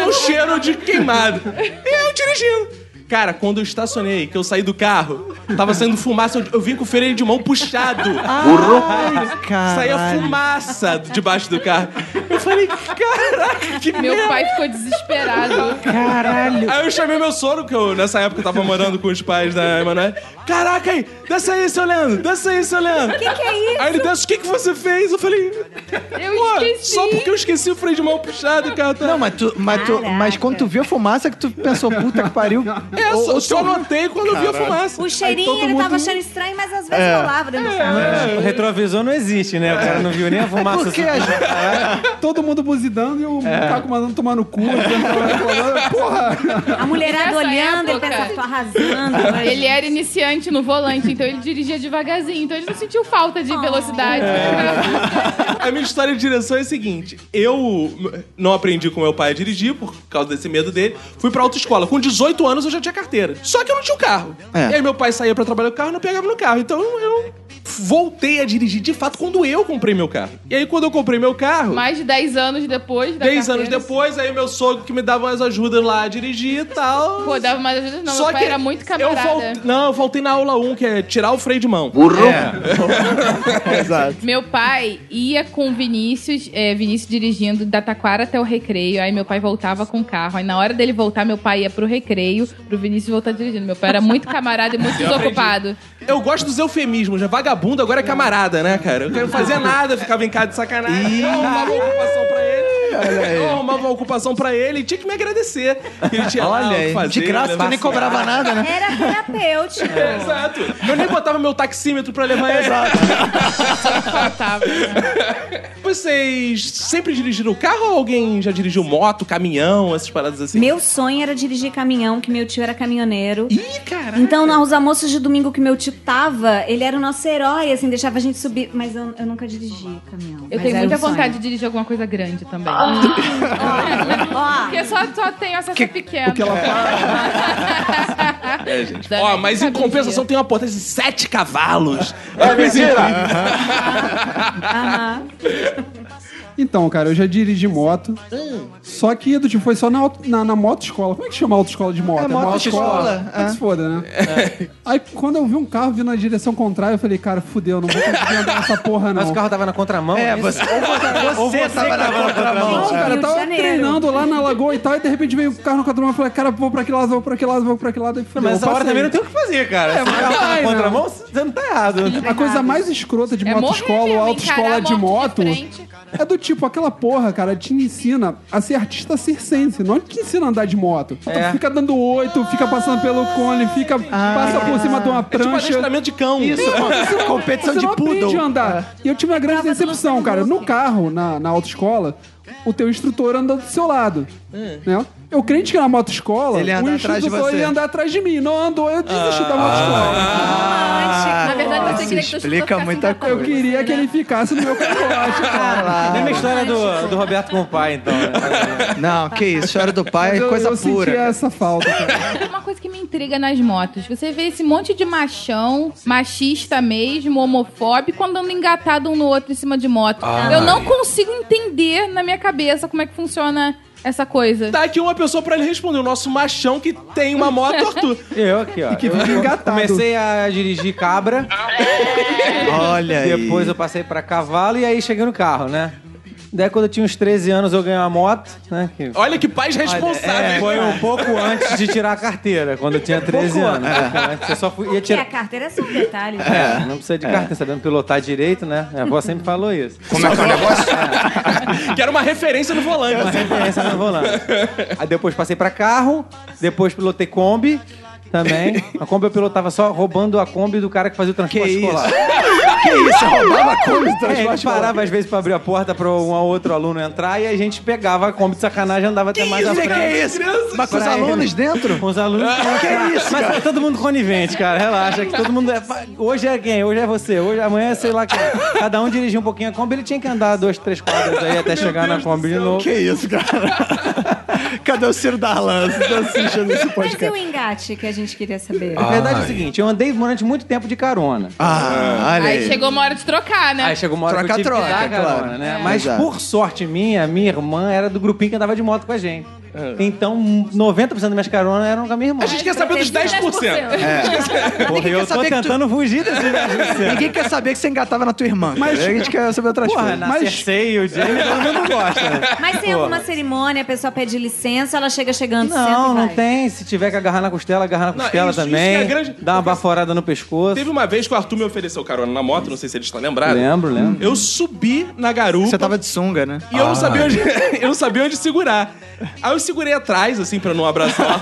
Speaker 1: Um cheiro de queimado. E eu dirigindo. Cara, quando eu estacionei, que eu saí do carro, tava saindo fumaça, eu- eu vim com o freio de mão puxado.
Speaker 2: Ai,
Speaker 1: Saía
Speaker 2: Ah, caralho.
Speaker 1: fumaça debaixo do carro. Eu falei, caraca, que merda.
Speaker 3: Meu pai ficou desesperado.
Speaker 2: Caralho.
Speaker 1: Aí eu chamei meu sogro, que eu, nessa época eu tava morando com os pais da Emanuele. Caraca, aí, desce aí, seu Leandro, desce aí, seu Leandro. O que, é isso? Aí ele desce, o que, que você fez? Eu falei,
Speaker 3: Eu
Speaker 1: pô,
Speaker 3: esqueci.
Speaker 1: só porque eu esqueci o freio de mão puxado, cara. Tá...
Speaker 2: Não, mas, tu, mas, tu, mas quando tu viu a fumaça que tu pensou, puta que pariu.
Speaker 1: É, só, só notei quando eu vi a fumaça.
Speaker 6: O cheirinho ele tava achando estranho, mas às vezes
Speaker 1: É.
Speaker 6: rolava né, dentro do carro.
Speaker 4: É.
Speaker 5: O retrovisor não existe, né? O cara não viu nem a fumaça.
Speaker 2: Porque a gente...
Speaker 4: Todo mundo buzidando e o
Speaker 5: É.
Speaker 4: Caco mandando tomar no cu. dizendo, Porra!
Speaker 6: A mulherada
Speaker 3: Nessa
Speaker 6: olhando, ele
Speaker 3: época-
Speaker 6: pensa, tô arrasando. mas-
Speaker 3: Ele era iniciante no volante, então ele dirigia devagarzinho. Então ele não sentiu falta de velocidade.
Speaker 1: É. A minha história de direção é a seguinte: eu não aprendi com meu pai a dirigir por causa desse medo dele. Fui pra autoescola. Com 18 anos eu já tinha carteira. Só que eu não tinha o carro.
Speaker 2: É.
Speaker 1: E aí meu pai saía pra trabalhar com o carro e não pegava no carro. Então eu, eu voltei a dirigir de fato quando eu comprei meu carro. E aí quando eu comprei meu carro.
Speaker 3: Mais de 10 anos depois da
Speaker 1: 10
Speaker 3: carteira.
Speaker 1: anos depois, aí meu sogro que me dava as ajudas lá a dirigir e tal.
Speaker 3: Pô, dava mais ajuda não. meu pai era muito
Speaker 1: eu
Speaker 3: camarada.
Speaker 1: voltei, Não, eu voltei na aula 1, que é tirar o freio de mão. É.
Speaker 2: Exato.
Speaker 3: Meu pai ia com o Vinícius, é, Vinícius dirigindo da Taquara até o recreio. Aí meu pai voltava com o carro. Aí na hora dele voltar, meu pai ia pro recreio, pro Vinícius voltar dirigindo. Meu pai era muito camarada e muito desocupado.
Speaker 1: Eu gosto dos eufemismos, né? Vagabundo agora é camarada, né, cara? Eu não fazia nada, ficava em casa de sacanagem. Eu arrumava uma ocupação pra ele. Eu arrumava uma ocupação pra ele e tinha que me agradecer. Ele tinha lá o
Speaker 2: Olha
Speaker 1: que
Speaker 2: aí,
Speaker 1: fazer. né?
Speaker 2: de graça,
Speaker 1: levar
Speaker 2: tu nem cobrava nada, né?
Speaker 6: Era terapêutico.
Speaker 1: Exato. Eu nem botava meu taxímetro pra levar ele.
Speaker 5: Ah, tá.
Speaker 3: Faltava.
Speaker 1: Vocês sempre dirigiram carro ou alguém já dirigiu moto, caminhão, essas paradas assim?
Speaker 6: Meu sonho era dirigir caminhão, que meu tio era caminhoneiro. Ih, caralho! Então, nos almoços de domingo que meu tio tava, ele era o nosso herói, assim, deixava a gente subir. Mas eu, eu nunca dirigi caminhão.
Speaker 3: Eu
Speaker 6: Mas
Speaker 3: tenho
Speaker 6: era
Speaker 3: muita
Speaker 6: um sonho.
Speaker 3: vontade de dirigir alguma coisa grande também.
Speaker 6: Ó,
Speaker 3: Porque só, só tenho acesso a pequeno.
Speaker 4: que ela fala.
Speaker 1: É, gente.
Speaker 3: Da
Speaker 1: Ó,
Speaker 3: minha
Speaker 1: mas em
Speaker 3: cabeça.
Speaker 1: compensação tem uma potência de sete cavalos. É mentira!
Speaker 6: aham.
Speaker 4: Então, cara, eu já dirigi moto.
Speaker 2: Hum.
Speaker 4: Só que do tipo, foi só na, auto- na, na motoescola. Como é que chama a autoescola de moto?
Speaker 2: É motoescola,
Speaker 4: É. Que se foda, né?
Speaker 6: É.
Speaker 4: Aí quando eu vi um carro vindo na direção contrária, eu falei, cara, fudeu, não vou conseguir andar nessa porra, não.
Speaker 5: Mas o carro tava na contramão.
Speaker 2: É,
Speaker 5: isso?
Speaker 2: você, ou você, ou você tava na
Speaker 6: Gente,
Speaker 2: contramão.
Speaker 4: Cara,
Speaker 6: Rio
Speaker 4: eu
Speaker 6: de
Speaker 4: tava
Speaker 6: Janeiro.
Speaker 4: treinando lá na lagoa e tal, e de repente veio o carro no quadrão e eu falei, cara, vou pra que lado, vou pra que lado, vou pra que lado. E fudeu,
Speaker 5: Mas
Speaker 4: eu
Speaker 5: a hora
Speaker 4: passei.
Speaker 5: também não tem o que fazer, cara.
Speaker 2: É,
Speaker 5: Se o carro tá
Speaker 4: vai,
Speaker 5: na
Speaker 4: né?
Speaker 5: contramão, você não tá errado.
Speaker 4: A coisa mais escrota de
Speaker 3: É
Speaker 4: motoescola
Speaker 3: morrer
Speaker 4: ou
Speaker 3: mesmo,
Speaker 4: autoescola
Speaker 3: encarar
Speaker 4: de
Speaker 3: a
Speaker 4: moto
Speaker 3: moto de frente.
Speaker 4: é do tipo, aquela porra, cara, te ensina a ser artista circense, não é te ensina a andar de moto.
Speaker 2: É.
Speaker 4: Tu fica dando oito, fica passando pelo cone, fica, passa por cima de uma
Speaker 1: É tipo
Speaker 4: prancha.
Speaker 1: adestramento de cão.
Speaker 2: Ah, Isso, competição
Speaker 4: Você
Speaker 2: de
Speaker 4: não aprende a
Speaker 2: poodle.
Speaker 4: andar.
Speaker 5: É.
Speaker 4: E eu tive
Speaker 3: É
Speaker 4: uma grande decepção, cara. No carro, na, na autoescola, o teu instrutor anda do seu lado. Né? Eu crente que na motoescola,
Speaker 2: Hum. Ele
Speaker 4: o
Speaker 2: ia andar atrás de
Speaker 4: instrutor
Speaker 2: você.
Speaker 4: ia andar atrás de mim. Não andou, eu
Speaker 1: Ah.
Speaker 4: desisti da motoescola.
Speaker 7: Na verdade, você
Speaker 2: Isso
Speaker 7: queria que o
Speaker 2: explica
Speaker 7: instrutor
Speaker 2: Ah, muita
Speaker 7: ficasse engatando
Speaker 4: Eu
Speaker 2: coisa.
Speaker 4: queria que ele ficasse no meu camarote, cara.
Speaker 5: Mesma história do, do Roberto com o pai, então. Né?
Speaker 2: Não, que isso, história do pai
Speaker 4: Mas
Speaker 2: é
Speaker 4: eu,
Speaker 2: coisa
Speaker 4: eu
Speaker 2: pura.
Speaker 4: senti essa falta, cara.
Speaker 3: Tem uma coisa que me intriga nas motos. Você vê esse monte de machão, machista mesmo, homofóbico, andando engatado um no outro em cima de moto.
Speaker 5: Ah.
Speaker 3: Eu não consigo entender na minha cabeça como é que funciona essa coisa.
Speaker 1: Tá aqui uma pessoa pra ele responder. O nosso machão que tem uma moto, Arthur.
Speaker 5: Eu aqui, ó.
Speaker 4: que
Speaker 5: Eu
Speaker 4: vive engatado.
Speaker 5: Comecei a dirigir cabra,
Speaker 2: Olha aí.
Speaker 5: depois eu passei pra cavalo e aí cheguei no carro, né? Daí quando eu tinha uns 13 anos eu ganhei uma moto, né? Que...
Speaker 1: Olha que pais
Speaker 5: É,
Speaker 1: responsáveis.
Speaker 5: foi um pouco antes de tirar a carteira, quando eu tinha 13 anos.
Speaker 2: É.
Speaker 5: Né? Eu só fui, ia
Speaker 6: Porque a
Speaker 5: tirar...
Speaker 6: carteira é só um detalhe.
Speaker 5: É, não precisa de carteira, sabendo pilotar direito, né? Minha avó sempre falou isso.
Speaker 1: que era uma referência no volante.
Speaker 5: Uma referência no volante. Aí depois passei pra carro, depois pilotei Kombi, também. A Kombi eu pilotava só roubando a Kombi do cara que fazia o transporte
Speaker 2: Que
Speaker 5: escolar.
Speaker 2: Que isso? Roubava a Kombi do
Speaker 5: É, ele
Speaker 2: transporte escolar?
Speaker 5: parava às vezes pra abrir a porta pra um ou outro aluno entrar e a gente pegava a Kombi de sacanagem e andava até mais à
Speaker 2: Que
Speaker 5: frente.
Speaker 2: é isso? Mas com os
Speaker 5: Pra ele.
Speaker 2: alunos dentro?
Speaker 5: Com os alunos.
Speaker 2: Que isso,
Speaker 5: Mas
Speaker 2: cara?
Speaker 5: tá todo mundo conivente, cara. Relaxa, que todo mundo é. Hoje é quem? Hoje é você. Hoje, amanhã é sei lá quem. Cada um dirigia um pouquinho a Kombi, ele tinha que andar duas, três quadras aí até chegar na Kombi de novo.
Speaker 2: Que isso, cara? Cadê o Ciro Darlan? Você tá assistindo
Speaker 6: Mas
Speaker 2: esse
Speaker 6: e o
Speaker 2: podcast?
Speaker 6: engate que a gente queria saber?
Speaker 5: A verdade é o seguinte, eu andei durante muito tempo de carona.
Speaker 2: Ah, olha
Speaker 3: Aí chegou uma hora de trocar, né?
Speaker 5: Aí chegou uma hora que eu tive que dar
Speaker 2: Troca-troca,
Speaker 5: carona,
Speaker 2: claro.
Speaker 5: né?
Speaker 2: É.
Speaker 5: Mas
Speaker 2: Exato.
Speaker 5: por sorte minha, minha irmã era do grupinho que andava de moto com a gente. Então, 90% das minhas caronas eram com a minha irmã.
Speaker 1: É. A gente quer saber dos 10%.
Speaker 2: É.
Speaker 5: É. Porra, eu tô
Speaker 2: saber que tu-
Speaker 5: tentando fugir desse
Speaker 2: Ninguém quer saber que você engatava na tua irmã. Mas a gente quer saber outras
Speaker 5: Porra,
Speaker 2: coisas.
Speaker 5: na
Speaker 4: Mas-
Speaker 5: Cersei, o Jamie, todo mundo gosta. né?
Speaker 6: Mas tem alguma cerimônia, a pessoa pede licença, ela chega chegando
Speaker 5: Não,
Speaker 6: senta e
Speaker 5: não
Speaker 6: vai.
Speaker 5: tem. Se tiver que agarrar na costela, agarrar na
Speaker 1: Não,
Speaker 5: costela
Speaker 1: isso- isso
Speaker 5: também.
Speaker 1: que é grande-
Speaker 5: Dá uma baforada no pescoço.
Speaker 1: Teve uma vez que o Arthur me ofereceu carona na moto, não sei se ele está lembrado.
Speaker 5: Lembro, lembro.
Speaker 1: Eu subi na garupa.
Speaker 2: Você tava de sunga, né?
Speaker 1: E eu
Speaker 5: Ah.
Speaker 1: não, sabia onde, eu não sabia onde segurar. Aí eu segurei atrás, assim, pra não abraçar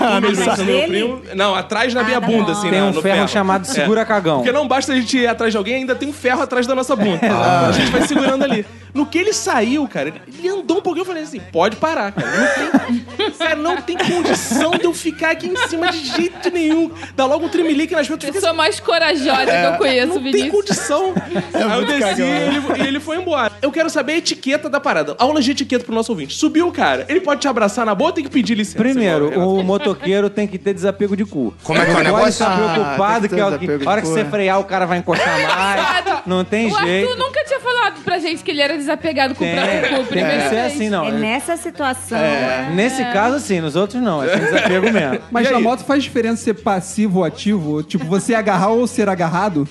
Speaker 1: o Arthur, mesmo
Speaker 6: atrás
Speaker 1: sendo meu
Speaker 6: dele?
Speaker 1: primo. Não, atrás na
Speaker 6: Ah,
Speaker 1: minha
Speaker 6: tá
Speaker 1: bunda,
Speaker 6: bom.
Speaker 1: assim,
Speaker 5: Tem
Speaker 1: na-
Speaker 5: um
Speaker 1: no
Speaker 5: ferro chamado segura cagão.
Speaker 1: Porque não basta a gente ir atrás de alguém, ainda tem um ferro atrás da nossa bunda.
Speaker 5: Ah.
Speaker 1: Então A gente vai segurando ali. No que ele saiu, cara, ele- ele andou um pouquinho, eu falei assim, pode parar, cara. Não tem, cara, não tem condição de eu ficar aqui em cima de jeito nenhum. Dá logo um tremelique nas
Speaker 3: A
Speaker 1: minhas É.
Speaker 3: pessoa mais corajosa que eu conheço,
Speaker 1: não tem
Speaker 3: Vinícius.
Speaker 1: condição.
Speaker 5: É
Speaker 1: Aí eu
Speaker 5: né?
Speaker 1: desci e ele, e ele foi embora. Eu quero saber a etiqueta da parada. Aulas de etiqueta pro nosso ouvinte. Subiu o cara. Ele pode te abraçar na boa ou tem que pedir licença?
Speaker 5: Primeiro, um
Speaker 1: igual,
Speaker 5: o motoqueiro tem que ter desapego de cu.
Speaker 9: Como é que é o
Speaker 5: Não
Speaker 9: negócio?
Speaker 5: Pode estar
Speaker 2: Ah,
Speaker 5: preocupado
Speaker 2: tem que ter
Speaker 5: que,
Speaker 2: desapego
Speaker 5: que
Speaker 2: de
Speaker 5: a hora que
Speaker 2: cu,
Speaker 5: você
Speaker 2: né?
Speaker 5: frear, o cara vai encostar mais. Não tem
Speaker 3: o
Speaker 5: jeito.
Speaker 3: Arthur nunca tinha falado pra gente que ele era desapegado com
Speaker 5: tem,
Speaker 3: o próprio cu.
Speaker 5: tem
Speaker 3: primeira
Speaker 5: que ser
Speaker 3: vez.
Speaker 5: assim, não. É.
Speaker 6: É nessa situação.
Speaker 5: Nesse caso, sim. Nos outros, não. É sem desapego mesmo.
Speaker 4: Mas na moto faz diferença ser passivo ou ativo? Tipo, você agarrar ou ser agarrado?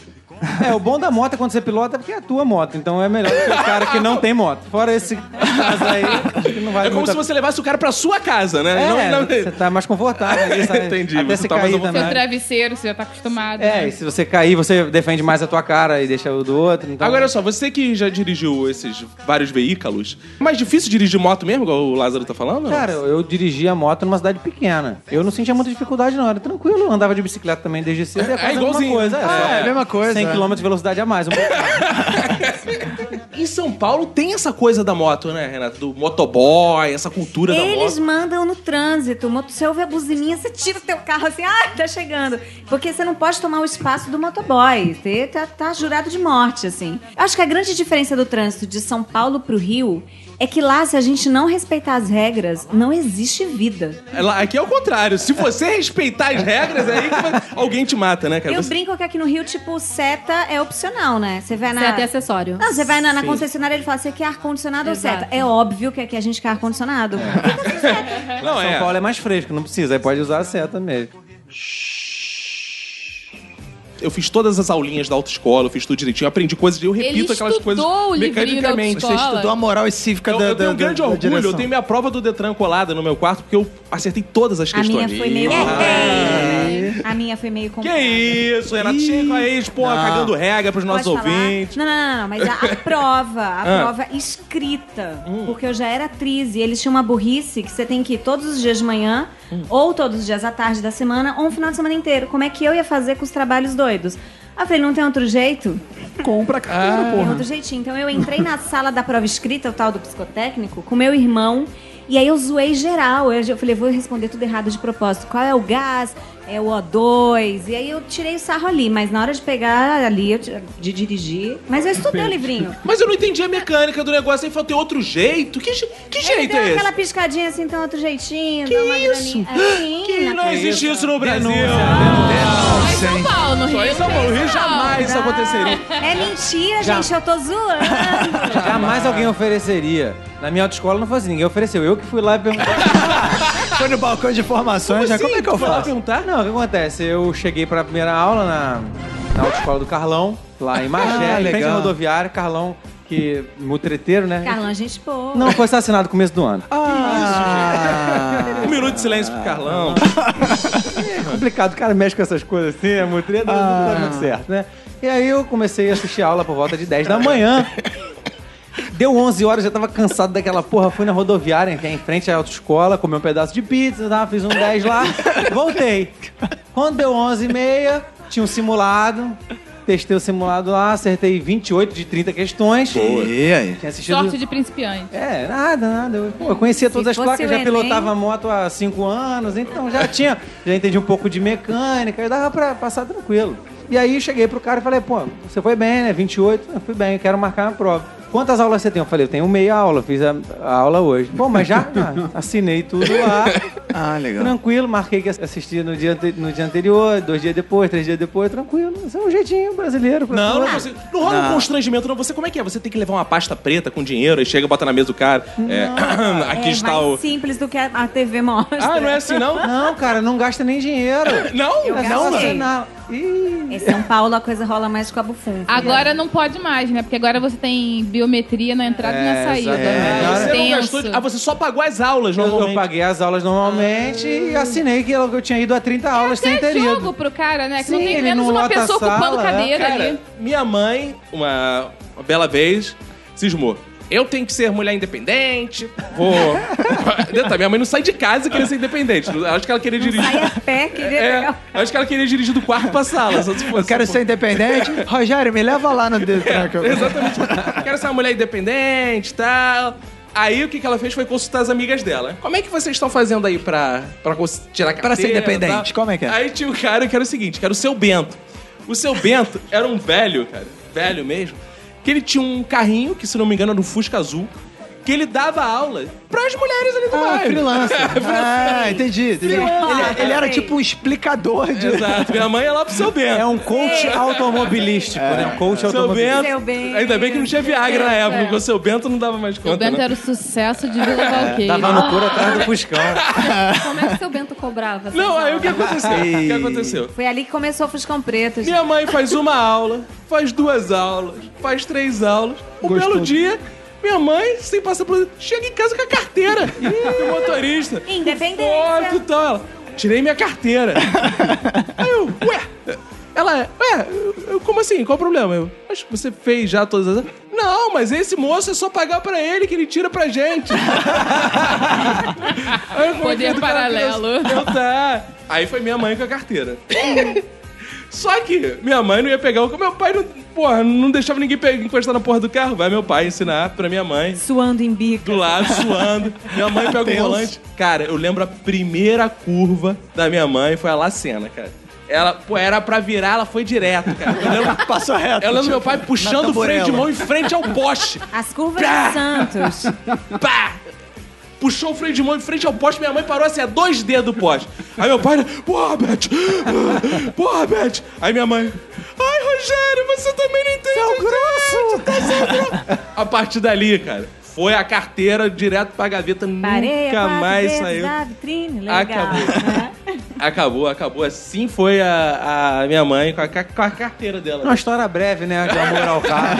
Speaker 5: É, o bom da moto é quando você pilota é porque é a tua moto. Então é melhor do que o cara que não tem moto. Fora esse caso aí, acho que não
Speaker 1: É
Speaker 5: vale
Speaker 1: como
Speaker 5: muito a
Speaker 1: se você levasse o cara pra sua casa, né?
Speaker 5: É,
Speaker 1: Não- não-
Speaker 5: você tá mais confortável ali, sabe?
Speaker 1: Entendi,
Speaker 5: Até
Speaker 1: você
Speaker 5: você
Speaker 1: tá mais
Speaker 5: cair
Speaker 1: à vontade.
Speaker 3: Seu
Speaker 5: também.
Speaker 3: travesseiro, você já tá acostumado.
Speaker 5: É, e se você cair, você defende mais a tua cara e deixa o do outro. Então...
Speaker 1: Agora olha só, você que já dirigiu esses vários veículos, é mais difícil dirigir moto mesmo, igual o Lázaro tá falando?
Speaker 5: Cara, eu eu dirigia moto numa cidade pequena. Eu não sentia muita dificuldade, não. Era tranquilo. Andava de bicicleta também desde cedo. e ia
Speaker 1: É
Speaker 5: fazendo
Speaker 1: igualzinho.
Speaker 5: uma coisa.
Speaker 1: Ah,
Speaker 5: só
Speaker 2: é a mesma coisa,
Speaker 5: 100
Speaker 2: é.
Speaker 5: km de velocidade a mais. Um pouquinho.
Speaker 1: em São Paulo tem essa coisa da moto, né, Renato? Do motoboy, essa cultura
Speaker 6: Eles
Speaker 1: da moto.
Speaker 6: mandam no trânsito. moto- Você ouve a buzininha, você tira o teu carro assim, ah, tá chegando. Porque você não pode tomar o espaço do motoboy. Você tá, tá jurado de morte, assim. Eu acho que a grande diferença do trânsito de São Paulo pro Rio é que lá, se a gente não respeitar as regras, não existe vida.
Speaker 1: Lá- Aqui é o contrário. Se você respeitar as regras, é aí que vai- alguém te mata, né, cara?
Speaker 6: Eu
Speaker 1: Você-
Speaker 6: brinco que aqui no Rio, tipo, seta é opcional, né? Você vai na.
Speaker 7: Você é até acessório.
Speaker 6: Não, você vai na, na concessionária e ele fala, você quer ar-condicionado ou
Speaker 7: Exato.
Speaker 6: seta? É óbvio que aqui a gente quer ar-condicionado.
Speaker 1: É. Não,
Speaker 5: São
Speaker 1: é.
Speaker 5: Paulo é mais fresco, não precisa. Aí pode usar a seta mesmo.
Speaker 1: Eu fiz todas as aulinhas da autoescola, eu fiz tudo direitinho, eu aprendi coisas e eu
Speaker 3: Ele
Speaker 1: repito aquelas coisas
Speaker 3: estudou o livrinho da
Speaker 1: mecanicamente.
Speaker 3: autoescola. Fala.
Speaker 2: Estudou a moral e cívica
Speaker 1: Eu,
Speaker 2: da,
Speaker 1: eu tenho
Speaker 2: da-
Speaker 1: um grande
Speaker 2: da- da
Speaker 1: orgulho,
Speaker 2: direção.
Speaker 1: eu tenho minha prova do Detran colada no meu quarto, porque eu acertei todas as
Speaker 6: A
Speaker 1: questões.
Speaker 6: minha foi meio. É. A minha foi meio
Speaker 1: Que
Speaker 6: complicada.
Speaker 1: isso, Renato? Chega aí, pô, cagando regra pros
Speaker 6: Pode
Speaker 1: nossos
Speaker 6: falar?
Speaker 1: ouvintes. Ah.
Speaker 6: Não, não, não, não, mas a, a prova, a prova escrita.
Speaker 1: Hum.
Speaker 6: Porque eu já era atriz e eles tinham uma burrice que você tem que ir todos os dias de manhã,
Speaker 1: Hum.
Speaker 6: ou todos os dias à tarde da semana, ou um final de semana inteiro. Como é que eu ia fazer com os trabalhos doidos? Aí eu falei, não tem outro jeito?
Speaker 4: Compra a
Speaker 1: Ah.
Speaker 4: carteira,
Speaker 6: Tem
Speaker 4: porra.
Speaker 6: outro jeitinho. Então eu entrei na sala da prova escrita, o tal do psicotécnico, com meu irmão. E aí eu zoei geral. Eu eu falei, vou responder tudo errado de propósito. Qual é o gás? É o O2. E aí eu tirei o sarro ali, mas na hora de pegar ali, eu ti- de dirigir. Mas eu estudei o livrinho.
Speaker 1: Mas eu não entendi a mecânica do negócio, aí falou, tem outro jeito? Que, je- que
Speaker 6: Ele
Speaker 1: jeito
Speaker 6: deu
Speaker 1: é esse?
Speaker 6: aquela piscadinha assim, então outro jeitinho. Que uma isso? Assim,
Speaker 1: Que não
Speaker 6: na-
Speaker 1: existe isso no Brasil.
Speaker 3: Só em São Paulo, no Rio.
Speaker 1: Só em São Paulo, no Rio jamais isso aconteceria.
Speaker 6: É mentira, gente. Eu tô zoando.
Speaker 5: Jamais alguém ofereceria. Na minha autoescola não foi assim, ninguém ofereceu. Eu que fui lá e perguntei.
Speaker 2: Foi no balcão de informações,
Speaker 1: né?
Speaker 2: já. Como é que eu
Speaker 5: assim? Foi lá
Speaker 2: faço?
Speaker 5: perguntar? Não, o que acontece? Eu cheguei pra primeira aula na, na autoescola do Carlão, lá em Magé,
Speaker 2: Ah,
Speaker 5: em frente à
Speaker 2: legal.
Speaker 5: rodoviária. Carlão, que... mutreteiro, né?
Speaker 6: Carlão, gente boa.
Speaker 5: Não, foi assassinado no começo do ano.
Speaker 2: Ah,
Speaker 1: Um minuto de silêncio pro Carlão.
Speaker 5: Ah, É complicado, o cara mexe com essas coisas assim, é muito treta, não
Speaker 1: Ah.
Speaker 5: dá muito certo, né? E aí eu comecei a assistir aula por volta de 10 da manhã. Deu 11 horas, já tava cansado daquela porra. Fui na rodoviária, que é em frente à autoescola, comi um pedaço de pizza, tá? fiz um 10 lá, voltei. Quando deu 11 e meia, tinha um simulado. Testei o simulado lá, acertei 28 de 30 questões.
Speaker 2: E aí?
Speaker 5: Tinha assistido...
Speaker 3: Sorte de principiante.
Speaker 5: É, nada, nada. Eu, pô, eu conhecia todas as
Speaker 6: fosse
Speaker 5: placas,
Speaker 6: o
Speaker 5: já
Speaker 6: Enem-
Speaker 5: pilotava moto há cinco anos, então já tinha, já entendi um pouco de mecânica, e dava pra passar tranquilo. E aí cheguei pro cara e falei, pô, você foi bem, né? 28, eu fui bem, quero marcar uma prova. Quantas aulas você tem? Eu falei, eu tenho meia aula, fiz a, a aula hoje. Bom, mas já ah, assinei tudo lá.
Speaker 2: Ah, legal.
Speaker 5: Tranquilo, marquei que assisti no dia, ante- no dia anterior, dois dias depois, três dias depois, tranquilo. Isso é um jeitinho brasileiro. "Ah, pra
Speaker 1: Não,
Speaker 5: tudo.
Speaker 1: não, você- não rola um constrangimento, não. Você como é que é? Você tem que levar uma pasta preta com dinheiro e chega, bota na mesa do cara. é, aqui
Speaker 6: é
Speaker 1: está
Speaker 6: mais
Speaker 1: o.
Speaker 6: simples do que a, a TV mostra.
Speaker 1: Ah, não é assim, não?
Speaker 5: Não, cara, não gasta nem dinheiro.
Speaker 1: Não?
Speaker 6: Eu
Speaker 5: não,
Speaker 6: gastei.
Speaker 5: não. Ih.
Speaker 6: Em São Paulo a coisa rola mais com a bufunfa.
Speaker 3: Agora não pode mais, né? Porque agora você tem biometria na entrada e na saída.
Speaker 5: É, exatamente.
Speaker 3: né?
Speaker 1: Você não
Speaker 3: Tenso.
Speaker 1: gastou. de- Ah, você só pagou as aulas,
Speaker 5: Eu,
Speaker 1: normalmente.
Speaker 5: eu paguei as aulas
Speaker 3: Ah.
Speaker 5: normalmente e assinei que eu, que eu tinha ido a 30 aulas sem
Speaker 3: Até
Speaker 5: ter
Speaker 3: É, jogo
Speaker 5: ido.
Speaker 3: pro cara, né? Que
Speaker 5: Sim,
Speaker 3: não tem
Speaker 5: ele
Speaker 3: menos
Speaker 5: não
Speaker 3: uma
Speaker 5: lota a
Speaker 3: pessoa ocupando
Speaker 5: sala,
Speaker 3: cadeira
Speaker 5: é,
Speaker 3: ali.
Speaker 1: Cara, minha mãe, uma, uma bela vez, cismou. Eu tenho que ser mulher independente. Vou. Detalhe, minha mãe não sai de casa e queria ser independente. Acho que ela queria dirigir.
Speaker 6: Sai a pé, queria
Speaker 1: É,
Speaker 6: pegar
Speaker 1: acho que ela queria dirigir do quarto pra sala. Só se fosse,
Speaker 2: Eu quero
Speaker 1: pô.
Speaker 2: ser independente. Rogério, me leva lá no Detran. que eu-
Speaker 1: Exatamente. Quero ser uma mulher independente e tal. Aí o que, que ela fez foi consultar as amigas dela. Como é que vocês estão fazendo aí pra, pra cons- tirar a carteira?
Speaker 2: Pra ser independente,
Speaker 1: e tal?
Speaker 2: como é que é?
Speaker 1: Aí tinha um cara que era o seguinte, que era o seu Bento. O seu Bento era um velho, cara, velho mesmo, que ele tinha um carrinho, que se não me engano era um Fusca Azul, que ele dava aula pras mulheres ali do
Speaker 2: Ah,
Speaker 1: bairro.
Speaker 2: freelancer.
Speaker 1: assim.
Speaker 2: Ah, entendi. entendi. Ele, ele era tipo um explicador de...
Speaker 1: Exato. Minha mãe ia lá pro seu Bento.
Speaker 5: É um coach automobilístico, né? Um coach
Speaker 1: Seu
Speaker 5: automobilístico.
Speaker 1: Bento,
Speaker 6: Seu Bento.
Speaker 1: ainda bem que não tinha Viagra na época,
Speaker 3: É.
Speaker 1: porque o seu Bento não dava mais conta.
Speaker 3: O Bento
Speaker 1: né?
Speaker 3: era o sucesso de Vila Valqueira.
Speaker 5: Tava no couro atrás do Fuscão.
Speaker 7: Como é que seu Bento cobrava? essas
Speaker 1: Não, aí o
Speaker 7: aulas?
Speaker 1: que aconteceu? O que aconteceu?
Speaker 6: Foi ali que começou o Fuscão Preto. gente.
Speaker 3: é.
Speaker 1: Minha mãe faz uma aula, faz duas aulas, faz três aulas. Um
Speaker 4: Gostou.
Speaker 1: belo dia, minha mãe, sem passar por. Chega em casa com a carteira. e o motorista.
Speaker 6: Independência.
Speaker 1: Foto e tal. Ela, Tirei minha carteira. Aí eu, ué. Ela, ué, eu- eu, como assim? Qual o problema? Eu, mas você fez já todas as. Não, mas esse moço é só pagar pra ele que ele tira pra gente. Aí eu
Speaker 3: Poder
Speaker 1: comentei do cara que eu-
Speaker 3: paralelo.
Speaker 1: eu, tá. Aí foi minha mãe com a carteira. Só que minha mãe não ia pegar o meu pai não, porra, não deixava ninguém pe- encostar na porra do carro. Vai meu pai ensinar pra minha mãe.
Speaker 6: Suando em bico.
Speaker 1: Do lado, suando. Minha mãe pega o volante. Cara, eu lembro a primeira curva da minha mãe, foi a Lacena, cara. Ela, pô, era pra virar, ela foi direto, cara. Eu lembro,
Speaker 2: Passou reto.
Speaker 1: eu lembro meu
Speaker 2: tipo,
Speaker 1: pai puxando o freio de
Speaker 2: tamborela.
Speaker 1: mão em frente ao poste.
Speaker 6: As curvas
Speaker 1: Pá!
Speaker 6: de Santos.
Speaker 1: Pá! Puxou o freio de mão em frente ao poste, minha mãe parou assim, a dois dedos do poste. Aí meu pai, porra, Beth! Porra, Beth! Aí minha mãe, ai, Rogério, você também não entende! Seu grosso! Tá seu grosso! A partir dali, cara, foi a carteira direto pra gaveta,
Speaker 6: Parei
Speaker 1: nunca
Speaker 6: quatro
Speaker 1: mais
Speaker 6: vezes né?
Speaker 1: saiu.
Speaker 6: da vitrine. Legal.
Speaker 1: Acabou.
Speaker 6: né?
Speaker 1: Acabou, acabou. Assim foi a, a minha mãe com a, ca- com a carteira dela.
Speaker 5: Uma história breve, né? De amor ao carro.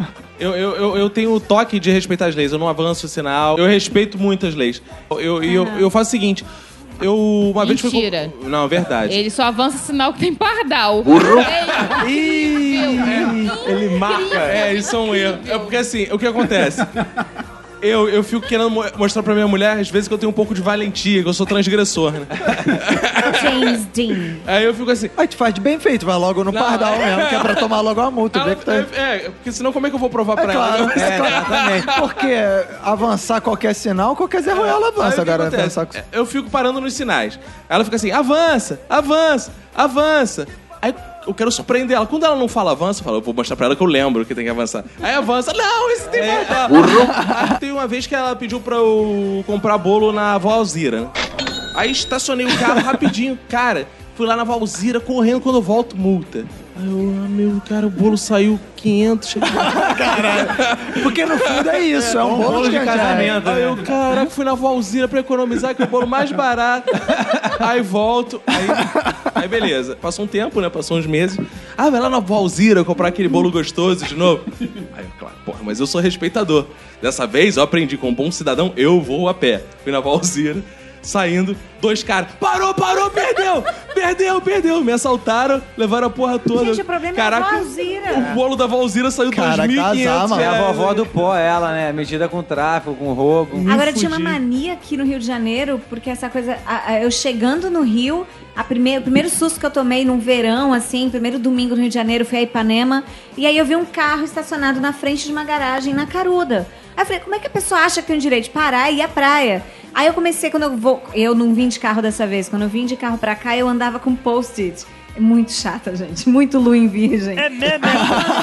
Speaker 5: É.
Speaker 1: Eu, eu, eu, eu tenho o toque de respeitar as leis, eu não avanço o sinal, eu respeito muito as leis. Eu, eu, eu, eu faço o seguinte, eu uma vez fui...
Speaker 3: Mentira.
Speaker 1: com- Não, verdade.
Speaker 3: Ele só avança sinal que tem pardal. Burro.
Speaker 5: Ele marca.
Speaker 1: É, isso é um erro. É porque assim, o que acontece? Eu, eu fico querendo mo- mostrar pra minha mulher, às vezes, que eu tenho um pouco de valentia, que eu sou transgressor, né?
Speaker 6: James Dean.
Speaker 1: Aí eu fico assim...
Speaker 2: Aí tu faz de bem feito, vai logo no
Speaker 1: Não,
Speaker 2: pardal
Speaker 1: é.
Speaker 2: mesmo, que é pra tomar logo a multa.
Speaker 1: ela-
Speaker 2: vê que tá... é,
Speaker 1: é, é, porque senão como é que eu vou provar pra
Speaker 2: claro,
Speaker 1: ela?
Speaker 2: é, exatamente. Porque avançar qualquer sinal, qualquer Zé
Speaker 1: É,
Speaker 2: Ruela
Speaker 1: Aí o
Speaker 2: avança.
Speaker 1: que
Speaker 2: Agora
Speaker 1: acontece? É,
Speaker 2: avançar com...
Speaker 1: Eu fico parando nos sinais. Ela fica assim, avança, avança, avança. Aí eu quero surpreender ela. Quando ela não fala avança, eu falo, eu vou mostrar pra ela que eu lembro que tem que avançar. Aí avança, não, esse tem que
Speaker 4: É.
Speaker 1: voltar. Aí Ah, Tem uma vez que ela pediu pra eu comprar bolo na avó Alzira. né? Aí estacionei o carro rapidinho. Cara, fui lá na Valzira correndo quando eu volto, multa. Aí eu, ah, meu, cara, o bolo saiu 500.
Speaker 2: Porque no fundo é isso, é, um bolo, né? de, casamento.
Speaker 1: né? Aí eu, caraca, fui na Valzira pra economizar, que é o bolo mais barato. aí volto, aí, aí beleza. Passou um tempo, né? Passou uns meses. Ah, vai lá na Valzira comprar aquele bolo gostoso de novo. Aí, eu, claro, porra, mas eu sou respeitador. Dessa vez eu aprendi com um bom cidadão, eu vou a pé. Fui na Valzira. Saindo, dois caras. Parou, parou, perdeu! Perdeu, perdeu. Me assaltaram, levaram a porra toda.
Speaker 6: Gente, o problema é a
Speaker 1: Caraca,
Speaker 6: Valzira.
Speaker 1: O bolo da Valzira saiu
Speaker 2: Cara,
Speaker 1: 2.500
Speaker 2: casar, mano.
Speaker 5: É a
Speaker 1: reais.
Speaker 5: vovó do pó, ela, né? Metida com tráfico, com roubo.
Speaker 6: Agora tinha uma mania aqui no Rio de Janeiro, porque essa coisa. a- a- eu chegando no Rio, a primeira, o primeiro susto que eu tomei num verão, assim, primeiro domingo no Rio de Janeiro, foi a Ipanema. E aí eu vi um carro estacionado na frente de uma garagem na Caruda. Aí eu falei, como é que a pessoa acha que tem o direito de parar e ir à praia? Aí eu comecei, quando eu vou. Eu não vim de carro dessa vez. Quando eu vim de carro pra cá, eu andava com post-it. É Muito chata, gente. Muito lua em virgem. É mesmo?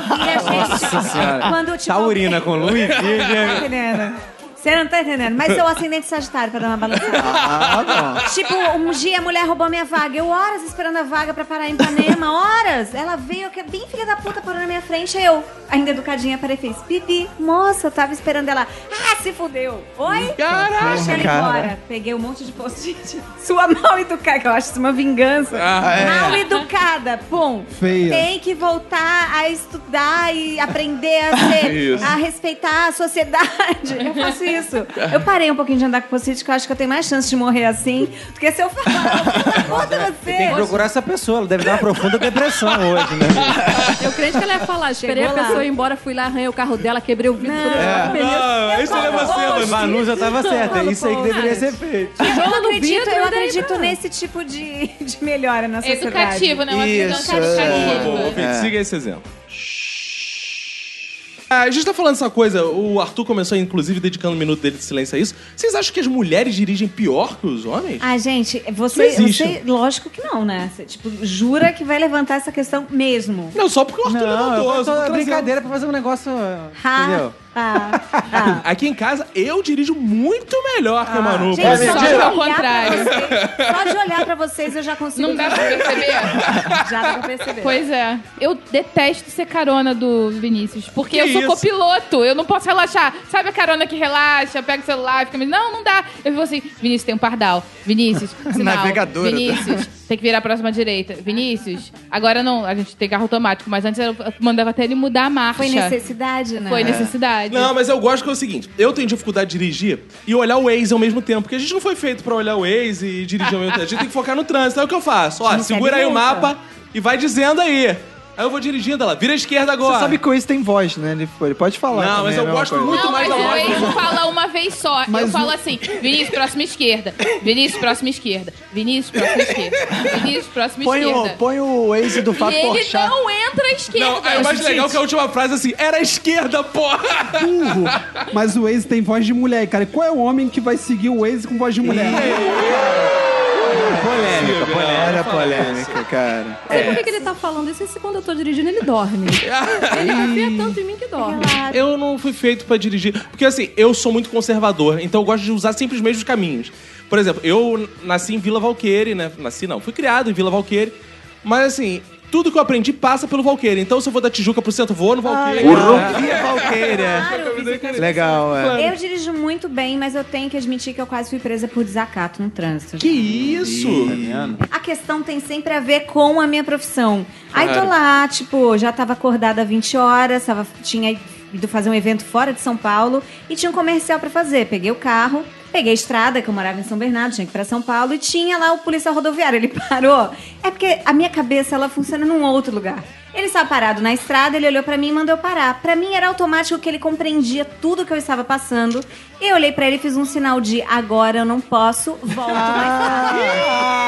Speaker 5: Nossa senhora.
Speaker 6: Quando, tipo,
Speaker 5: Taurina com Luiz
Speaker 6: Você não tá entendendo. Você não tá entendendo. Mas sou ascendente sagitário pra dar uma balançada.
Speaker 2: Ah,
Speaker 6: tipo, um dia a mulher roubou minha vaga. Eu horas esperando a vaga pra parar em Ipanema. Horas. Ela veio, que é bem filha da puta, parou na minha frente. Aí eu, ainda educadinha, parei e fez pipi. Moça, eu tava esperando ela. Ah, se fudeu. Oi? Caraca. Deixa ela
Speaker 2: cara.
Speaker 6: embora. Peguei um monte de post-it. Sua mal educada, que eu acho isso uma vingança.
Speaker 1: Ah,
Speaker 6: Mal
Speaker 1: é.
Speaker 6: educada. Pum.
Speaker 4: Feia.
Speaker 6: Tem que voltar a estudar e aprender a ser, a respeitar a sociedade. Eu faço isso. Eu parei um pouquinho de andar com post-it, porque eu acho que eu tenho mais chance de morrer assim do que se eu falar. Conta
Speaker 5: Tem que
Speaker 6: você.
Speaker 5: procurar essa pessoa, ela deve dar uma profunda depressão hoje, né?
Speaker 7: Eu creio que ela ia falar. Esperei
Speaker 6: Chegou
Speaker 7: a
Speaker 6: lá.
Speaker 7: pessoa ir embora, fui lá, arranhei o carro dela, quebrei o vidro. todo o pneu.
Speaker 1: Ah, isso leva cedo.
Speaker 5: Vanusa tava certa, é isso aí que deveria ser feito.
Speaker 6: Eu
Speaker 7: Joga no
Speaker 6: acredito,
Speaker 7: vidro e
Speaker 6: eu
Speaker 7: daí
Speaker 6: acredito
Speaker 7: pra-
Speaker 6: nesse tipo de, de melhora na sociedade.
Speaker 3: Educativo, né? Uma
Speaker 1: é.
Speaker 3: visão
Speaker 2: Isso,
Speaker 1: Boa,
Speaker 3: educativa.
Speaker 1: boa, ouvinte, siga esse exemplo. Ah, a gente tá falando essa coisa, o Arthur começou, inclusive, dedicando um minuto dele de silêncio a isso. Vocês acham que as mulheres dirigem pior que os homens?
Speaker 6: Ah, gente, você,
Speaker 1: Isso não existe.
Speaker 6: você- Lógico que não, né? Você, tipo, jura que vai levantar essa questão mesmo.
Speaker 1: Não, só porque o Arthur levantou.
Speaker 5: Não,
Speaker 1: eu tô
Speaker 5: é
Speaker 1: trazendo.
Speaker 5: brincadeira pra fazer um negócio.
Speaker 6: Ha,
Speaker 5: Entendeu?
Speaker 6: ha, ha.
Speaker 1: Aqui em casa, eu dirijo muito melhor que a Manu.
Speaker 6: Ah. Gente, só de,
Speaker 3: mentira.
Speaker 6: olhar
Speaker 3: Ao contrário.
Speaker 6: pra vocês, só de olhar pra vocês eu já consigo.
Speaker 3: Não dá pra perceber?
Speaker 6: Já dá pra perceber.
Speaker 3: Pois é. Eu detesto ser carona do Vinícius, porque eu
Speaker 1: isso?
Speaker 3: sou copiloto, eu não posso relaxar. Sabe a carona que relaxa, pega o celular, fica... me- Não, não dá. Eu vou assim, Vinícius, tem um pardal. Vinícius, sinal.
Speaker 2: Navegadora.
Speaker 3: Vinícius, tem que virar a próxima direita. Vinícius, agora não, a gente tem carro automático, mas antes eu mandava até ele mudar a marcha.
Speaker 6: Foi necessidade, né?
Speaker 3: Foi necessidade.
Speaker 1: Não, mas eu gosto que é o seguinte: eu tenho dificuldade de dirigir e olhar o Waze ao mesmo tempo, porque a gente não foi feito pra olhar o Waze e dirigir ao mesmo tempo. A gente tem que focar no trânsito. Aí o que eu faço? Ó,
Speaker 6: Não
Speaker 1: segura
Speaker 6: segue
Speaker 1: aí o
Speaker 6: nunca.
Speaker 1: mapa e vai dizendo aí. Aí eu vou dirigindo ela, vira à esquerda agora.
Speaker 2: Você sabe que o Waze tem voz, né? Ele, ele pode falar.
Speaker 1: Não,
Speaker 2: também,
Speaker 1: mas
Speaker 2: é a
Speaker 1: eu
Speaker 2: mesma
Speaker 1: gosto
Speaker 2: coisa.
Speaker 1: muito
Speaker 3: não,
Speaker 1: mais da
Speaker 3: mas o
Speaker 1: voz do
Speaker 3: Waze fala uma vez só. eu
Speaker 2: Mas
Speaker 3: falo
Speaker 2: o-
Speaker 3: assim, Vinícius, próxima esquerda. Vinícius, próxima esquerda. Vinícius, próxima esquerda. Vinícius, próxima
Speaker 2: Põe
Speaker 3: esquerda.
Speaker 2: o, põe o Waze do Fábio
Speaker 3: e ele
Speaker 2: Porchat.
Speaker 3: não entra à esquerda.
Speaker 1: Não,
Speaker 6: né,
Speaker 1: é mais legal que a última frase assim, era a esquerda, porra!
Speaker 4: burro. Mas o Waze tem voz de mulher, cara. E qual é o homem que vai seguir o Waze com voz de mulher?
Speaker 2: Polêmica, polêmica. Olha a polêmica, cara. É.
Speaker 8: É.
Speaker 7: Sabe por que, que ele tá falando isso? Esse quando eu tô dirigindo, ele dorme. ele confia tanto em mim que dorme.
Speaker 1: Eu não fui feito pra dirigir. Porque assim, eu sou muito conservador, então eu gosto de usar sempre os mesmos caminhos. Por exemplo, eu nasci em Vila Valqueire, né? Nasci não, fui criado em Vila Valqueire. Mas assim, tudo que eu aprendi passa pelo Valqueire. Então se eu vou da Tijuca pro centro, eu vou no Valqueire.
Speaker 2: Via Valqueira.
Speaker 6: Claro,
Speaker 2: Legal, é.
Speaker 6: eu dirijo muito bem, mas eu tenho que admitir que eu quase fui presa por desacato no trânsito.
Speaker 1: que isso?
Speaker 6: Tá
Speaker 10: É
Speaker 6: A questão tem sempre a ver com a minha profissão. Aí tô lá, tipo, já tava acordada há 20 horas, tava, tinha ido fazer um evento fora de São Paulo e tinha um comercial pra fazer. Peguei o carro, peguei a estrada, que eu morava em São Bernardo, tinha que ir pra São Paulo, e tinha lá o policial rodoviário. Ele parou. É porque a minha cabeça, ela funciona num outro lugar. Ele estava parado na estrada, ele olhou pra mim e mandou eu parar. Pra mim era automático que ele compreendia tudo que eu estava passando. Eu olhei pra ele e fiz um sinal de agora eu não posso, volto mais
Speaker 2: Ah.
Speaker 8: Ah.
Speaker 6: tarde.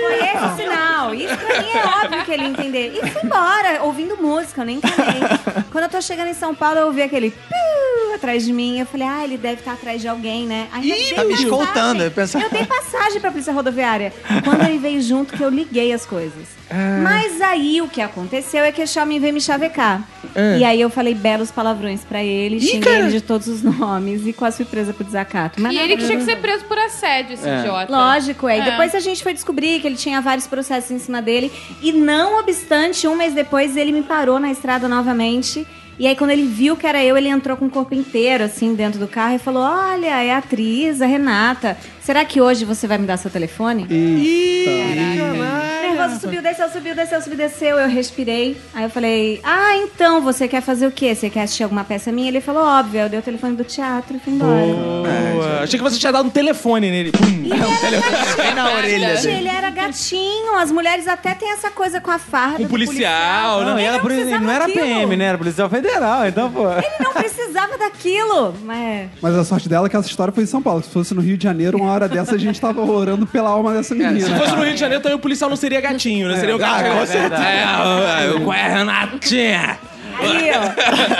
Speaker 6: Foi esse sinal. Isso pra mim é óbvio que ele ia entender. E fui embora, ouvindo música, eu nem encanei. Quando eu tô chegando em São Paulo, eu ouvi aquele piu atrás de mim. Eu falei, ah, ele deve estar atrás de alguém, né? Aí eu dei
Speaker 2: tá me
Speaker 6: passagem.
Speaker 2: escoltando, eu pensava-
Speaker 6: Eu dei passagem pra polícia rodoviária. Quando ele veio junto, que eu liguei as coisas.
Speaker 2: Ah.
Speaker 6: Mas aí o que aconteceu é que a Xiaomi veio me chavecar.
Speaker 2: Ah.
Speaker 6: E aí eu falei belos palavrões pra ele, xinguei ele de todos os nomes e quase fui presa por desacato. Mas
Speaker 3: E
Speaker 6: nada
Speaker 3: ele que tinha que
Speaker 6: resolveu.
Speaker 3: ser preso por assédio, esse idiota.
Speaker 6: Lógico, é. E
Speaker 3: É.
Speaker 6: depois a gente foi descobrir que ele tinha vários processos em cima dele. E não obstante, um mês depois, ele me parou na estrada novamente. E aí, quando ele viu que era eu, ele entrou com o corpo inteiro, assim, dentro do carro e falou: Olha, é a atriz, a Renata. Será que hoje você vai me dar seu telefone?
Speaker 4: E...
Speaker 3: Caraca.
Speaker 6: Nervosa moço subiu, desceu, subiu, desceu, subiu, desceu. Eu respirei. Aí eu falei, ah, então você quer fazer o quê? Você quer assistir alguma peça minha? Ele falou, óbvio. Eu dei o telefone do teatro e fui embora.
Speaker 1: Boa. Achei que você tinha dado um telefone nele. Pum.
Speaker 6: Bem
Speaker 3: na orelha
Speaker 6: Gente,
Speaker 3: dele.
Speaker 6: é ele é era gatinho. As mulheres até têm essa coisa com a farda.
Speaker 1: Com
Speaker 6: do
Speaker 1: policial,
Speaker 6: policial.
Speaker 1: não,
Speaker 5: Não, e
Speaker 6: Ele
Speaker 5: ela pro-
Speaker 6: precisava
Speaker 5: não era
Speaker 6: daquilo.
Speaker 5: PM, né? Era Policial Federal, então, pô.
Speaker 6: Ele não precisava daquilo. Mas...
Speaker 4: Mas a sorte dela é que essa história foi em São Paulo. Se fosse no Rio de Janeiro, uma hora dessa a gente tava orando pela alma dessa menina.
Speaker 1: É, Se fosse no Rio de Janeiro, também o policial não seria gatinho,
Speaker 6: É.
Speaker 1: né? Seria o gato.
Speaker 5: com certeza.
Speaker 1: É, o- é, o- qual é, Renatinha?
Speaker 6: Aí, ó.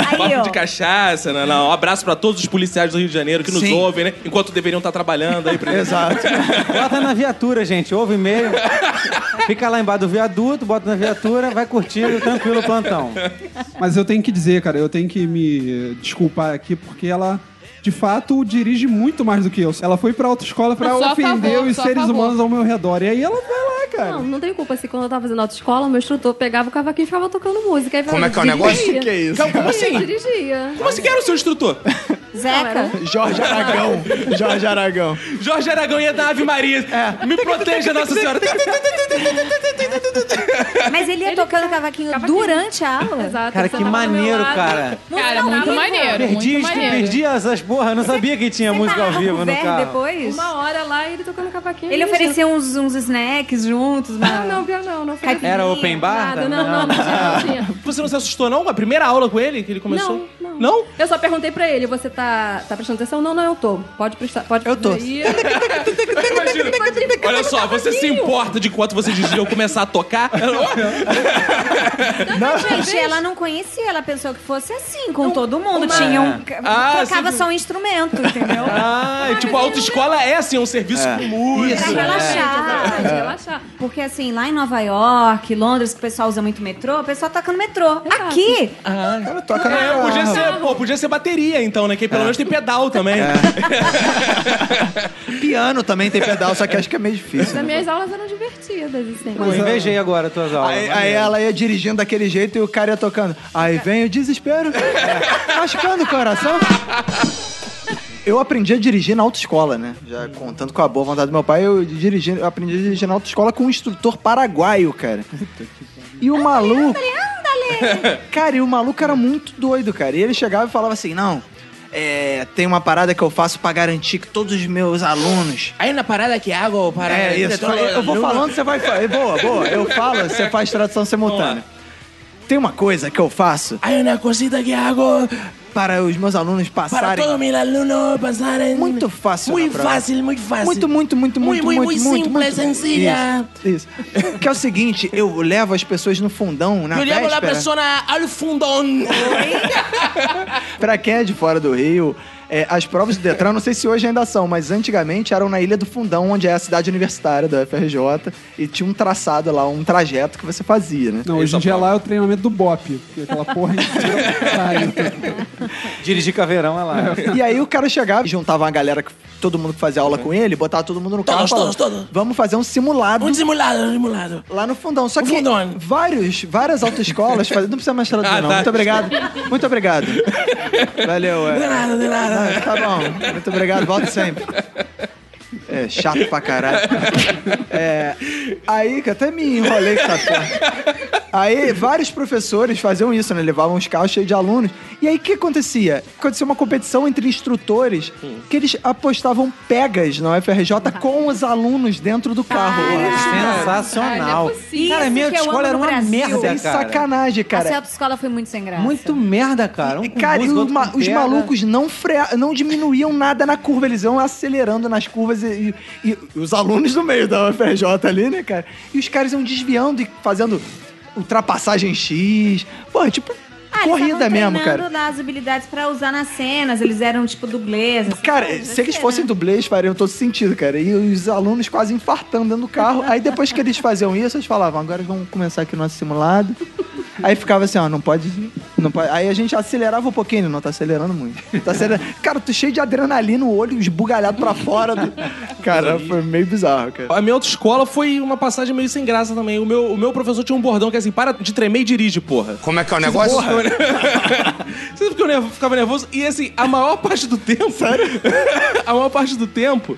Speaker 6: Aí,
Speaker 1: Papo de
Speaker 6: ó.
Speaker 1: cachaça, não, não. Um abraço pra todos os policiais do Rio de Janeiro que nos
Speaker 2: Sim.
Speaker 1: ouvem, né? Enquanto deveriam estar trabalhando aí. Pra...
Speaker 2: Exato.
Speaker 5: Bota na viatura, gente. Ouve e-mail. Fica lá embaixo do viaduto, bota na viatura, vai curtindo, tranquilo o plantão.
Speaker 4: Mas eu tenho que dizer, cara, eu tenho que me eh, desculpar aqui, porque ela, de fato, dirige muito mais do que eu. Ela foi pra autoescola pra
Speaker 3: Só a
Speaker 4: ofender
Speaker 3: favor,
Speaker 4: os
Speaker 3: só a
Speaker 4: seres
Speaker 3: favor.
Speaker 4: humanos ao meu redor. E aí ela vai lá, cara.
Speaker 7: Não, não tem culpa. Assim, quando eu tava fazendo autoescola, meu instrutor pegava o cavaquinho e ficava tocando música. Aí,
Speaker 8: Como é que é o negócio? O que é isso?
Speaker 1: Como
Speaker 7: Eu
Speaker 1: assim?
Speaker 7: dirigia.
Speaker 1: Como assim que era o seu instrutor?
Speaker 6: Zeca.
Speaker 7: um-
Speaker 2: Jorge Aragão. Jorge Aragão.
Speaker 1: Jorge Aragão ia da Ave Maria. Me proteja, Nossa Senhora.
Speaker 6: Mas ele ia
Speaker 7: Ele
Speaker 6: tocando
Speaker 7: ficava-
Speaker 6: cavaquinho,
Speaker 7: cavaquinho.
Speaker 6: durante a aula.
Speaker 7: Exato.
Speaker 5: Cara,
Speaker 7: você
Speaker 5: que
Speaker 7: tava do meu
Speaker 5: maneiro,
Speaker 7: lado.
Speaker 5: cara.
Speaker 3: Cara, muito maneiro.
Speaker 5: Perdi,
Speaker 3: muito
Speaker 5: isso,
Speaker 3: maneiro.
Speaker 5: perdi essas porra, não sabia que tinha
Speaker 6: Você
Speaker 5: música ao
Speaker 6: parava tá com
Speaker 5: vivo
Speaker 6: o
Speaker 5: no
Speaker 6: Ver
Speaker 5: carro.
Speaker 6: depois?
Speaker 7: Uma hora lá, ele tocando cavaquinho.
Speaker 6: Ele
Speaker 7: dirigindo.
Speaker 6: oferecia
Speaker 7: Ah,
Speaker 6: uns, uns snacks juntos, mas...
Speaker 7: Não, não, pior não. Não oferecia
Speaker 5: Era open bar?
Speaker 7: nada. Não, assim. não, não tinha. Não tinha.
Speaker 1: Você não se assustou, não? A primeira aula com ele que ele começou?
Speaker 7: Não, não.
Speaker 1: Não?
Speaker 7: Eu só perguntei pra ele, você tá, tá prestando atenção? Não, não, eu tô. Pode prestar, pode
Speaker 2: Eu tô.
Speaker 7: Aí-
Speaker 1: Imagina.
Speaker 7: Mas ele ficava
Speaker 1: Olha só, você se
Speaker 7: cavaquinho.
Speaker 1: importa de quanto você diz de eu começar a tocar?
Speaker 6: Gente, ela não conhecia, ela pensou que fosse assim, com todo mundo.
Speaker 7: uma-
Speaker 6: Tinha um.
Speaker 1: Ah,
Speaker 6: tocava
Speaker 1: sim.
Speaker 6: só um instrumento, entendeu?
Speaker 1: Ah, e tipo, a autoescola é assim, é um serviço com né? É.
Speaker 6: pra
Speaker 1: música.
Speaker 6: relaxar.
Speaker 7: Pode relaxar.
Speaker 6: Porque assim, lá em Nova York, Londres, que o pessoal usa muito metrô, o pessoal toca no metrô. Aqui,
Speaker 2: Ela toca na É.
Speaker 1: É, podia ser, pô, podia ser bateria então, né? Que pelo menos tem pedal também.
Speaker 2: Piano também tem pedal, só que acho que é meio
Speaker 1: né?
Speaker 2: difícil.
Speaker 7: As minhas aulas eram divertidas, assim.
Speaker 5: Pô, invejei agora as tuas aulas.
Speaker 2: é. Aí, aí ela ia dirigindo daquele jeito e o cara ia tocando. Aí vem o desespero, É. machucando o coração. Eu aprendi a dirigir na autoescola, né? Já contando com a boa vontade do meu pai, eu, dirigi, eu aprendi a dirigir na autoescola com um instrutor paraguaio, cara. E o maluco. Cara, e o maluco era muito doido, cara. E ele chegava e falava assim: não, é, tem uma parada que eu faço pra garantir que todos os meus alunos
Speaker 1: Aí na parada tá que hago para...
Speaker 2: é isso. Eu vou falando, você vai falar. Boa, boa. Eu falo, você faz tradução simultânea. Tem uma coisa que eu faço
Speaker 1: Aí na cosita que hago
Speaker 2: para os meus alunos passarem
Speaker 1: meus alunos passarem...
Speaker 2: muito fácil. na prova.
Speaker 1: muito fácil.
Speaker 2: Muito, muito, muito,
Speaker 1: Muito,
Speaker 2: muito,
Speaker 1: muito,
Speaker 2: muito,
Speaker 1: muito simples, sencilla.
Speaker 2: Isso, isso. Que é o seguinte, eu levo as pessoas no fundão, na véspera.
Speaker 1: ao fundão.
Speaker 2: Pra quem é de fora do Rio, é, as provas do Detran, não sei se hoje ainda são, mas antigamente eram na Ilha do Fundão, onde é a cidade universitária da FRJ, e tinha um traçado lá, um trajeto que você fazia, né?
Speaker 4: Não, hoje em dia lá é o treinamento do BOP. porque Aquela porra inteira. Caralho.
Speaker 5: Dirigir caveirão, olha lá.
Speaker 2: E aí o cara chegava, juntava uma galera, que- todo mundo que fazia aula com ele, botava todo mundo no carro.
Speaker 1: Todos,
Speaker 2: e falava,
Speaker 1: todos, todos.
Speaker 2: Vamos fazer um simulado
Speaker 1: simulado, um simulado. Um
Speaker 2: lá no fundão. Só que
Speaker 1: fundão.
Speaker 2: vários, várias autoescolas fazem. Não precisa mais traduzir,
Speaker 1: Ah,
Speaker 2: não.
Speaker 1: tá.
Speaker 2: Muito obrigado. Muito obrigado. Valeu. É.
Speaker 1: nada, de nada.
Speaker 2: Ah, Tá bom. Muito obrigado. Volta sempre. É, chato pra caralho. É, aí que até me enrolei com essa porra. Aí vários professores faziam isso, né? Levavam os carros cheios de alunos. E aí o que acontecia? Acontecia uma competição entre instrutores que eles apostavam pegas na UFRJ com os alunos dentro do carro.
Speaker 5: Ah,
Speaker 6: Ah,
Speaker 5: Sensacional.
Speaker 3: Cara, não é possível.
Speaker 5: cara, minha
Speaker 6: Isso que eu
Speaker 5: escola
Speaker 6: amo
Speaker 5: era
Speaker 6: no
Speaker 5: uma
Speaker 6: Brasil.
Speaker 5: merda,
Speaker 2: Sem
Speaker 5: cara.
Speaker 2: é sacanagem,
Speaker 6: a
Speaker 1: é
Speaker 2: cara.
Speaker 6: autoescola foi muito sem graça.
Speaker 5: Muito merda, cara. Um
Speaker 2: E,
Speaker 5: com
Speaker 2: cara, e
Speaker 5: música,
Speaker 2: o
Speaker 5: outro
Speaker 2: ma-
Speaker 5: com
Speaker 2: os
Speaker 5: pedra.
Speaker 2: malucos não, frea, não diminuíam nada na curva, eles iam acelerando nas curvas e, e- e os alunos no meio da UFRJ ali, né, cara? E os caras iam desviando e fazendo ultrapassagem X. Pô, tipo,
Speaker 6: Ah, eles
Speaker 2: corrida
Speaker 6: estavam
Speaker 2: mesmo,
Speaker 6: treinando
Speaker 2: cara.
Speaker 6: As habilidades pra usar nas cenas, eles eram tipo dublês. assim,
Speaker 2: Cara,
Speaker 6: coisas
Speaker 2: se eles
Speaker 6: assim,
Speaker 2: fossem dublês, fariam todo sentido, cara. E os alunos quase infartando dentro do carro. Aí depois que eles faziam isso, eles falavam, agora vamos começar aqui o nosso simulado. Aí ficava assim, ó, não pode, não pode. Aí a gente acelerava um pouquinho, não tá acelerando muito. Tá acelerando. Cara, tu cheio de adrenalina no olho, esbugalhado pra fora. do- Cara, foi meio bizarro, cara.
Speaker 1: A minha autoescola foi uma passagem meio sem graça também. O meu, o meu professor tinha um bordão que é assim, para de tremer e dirige, porra.
Speaker 8: Como é que é o negócio?
Speaker 1: Sabe por que eu nervo- ficava nervoso? E assim, a maior parte do tempo. a maior parte do tempo.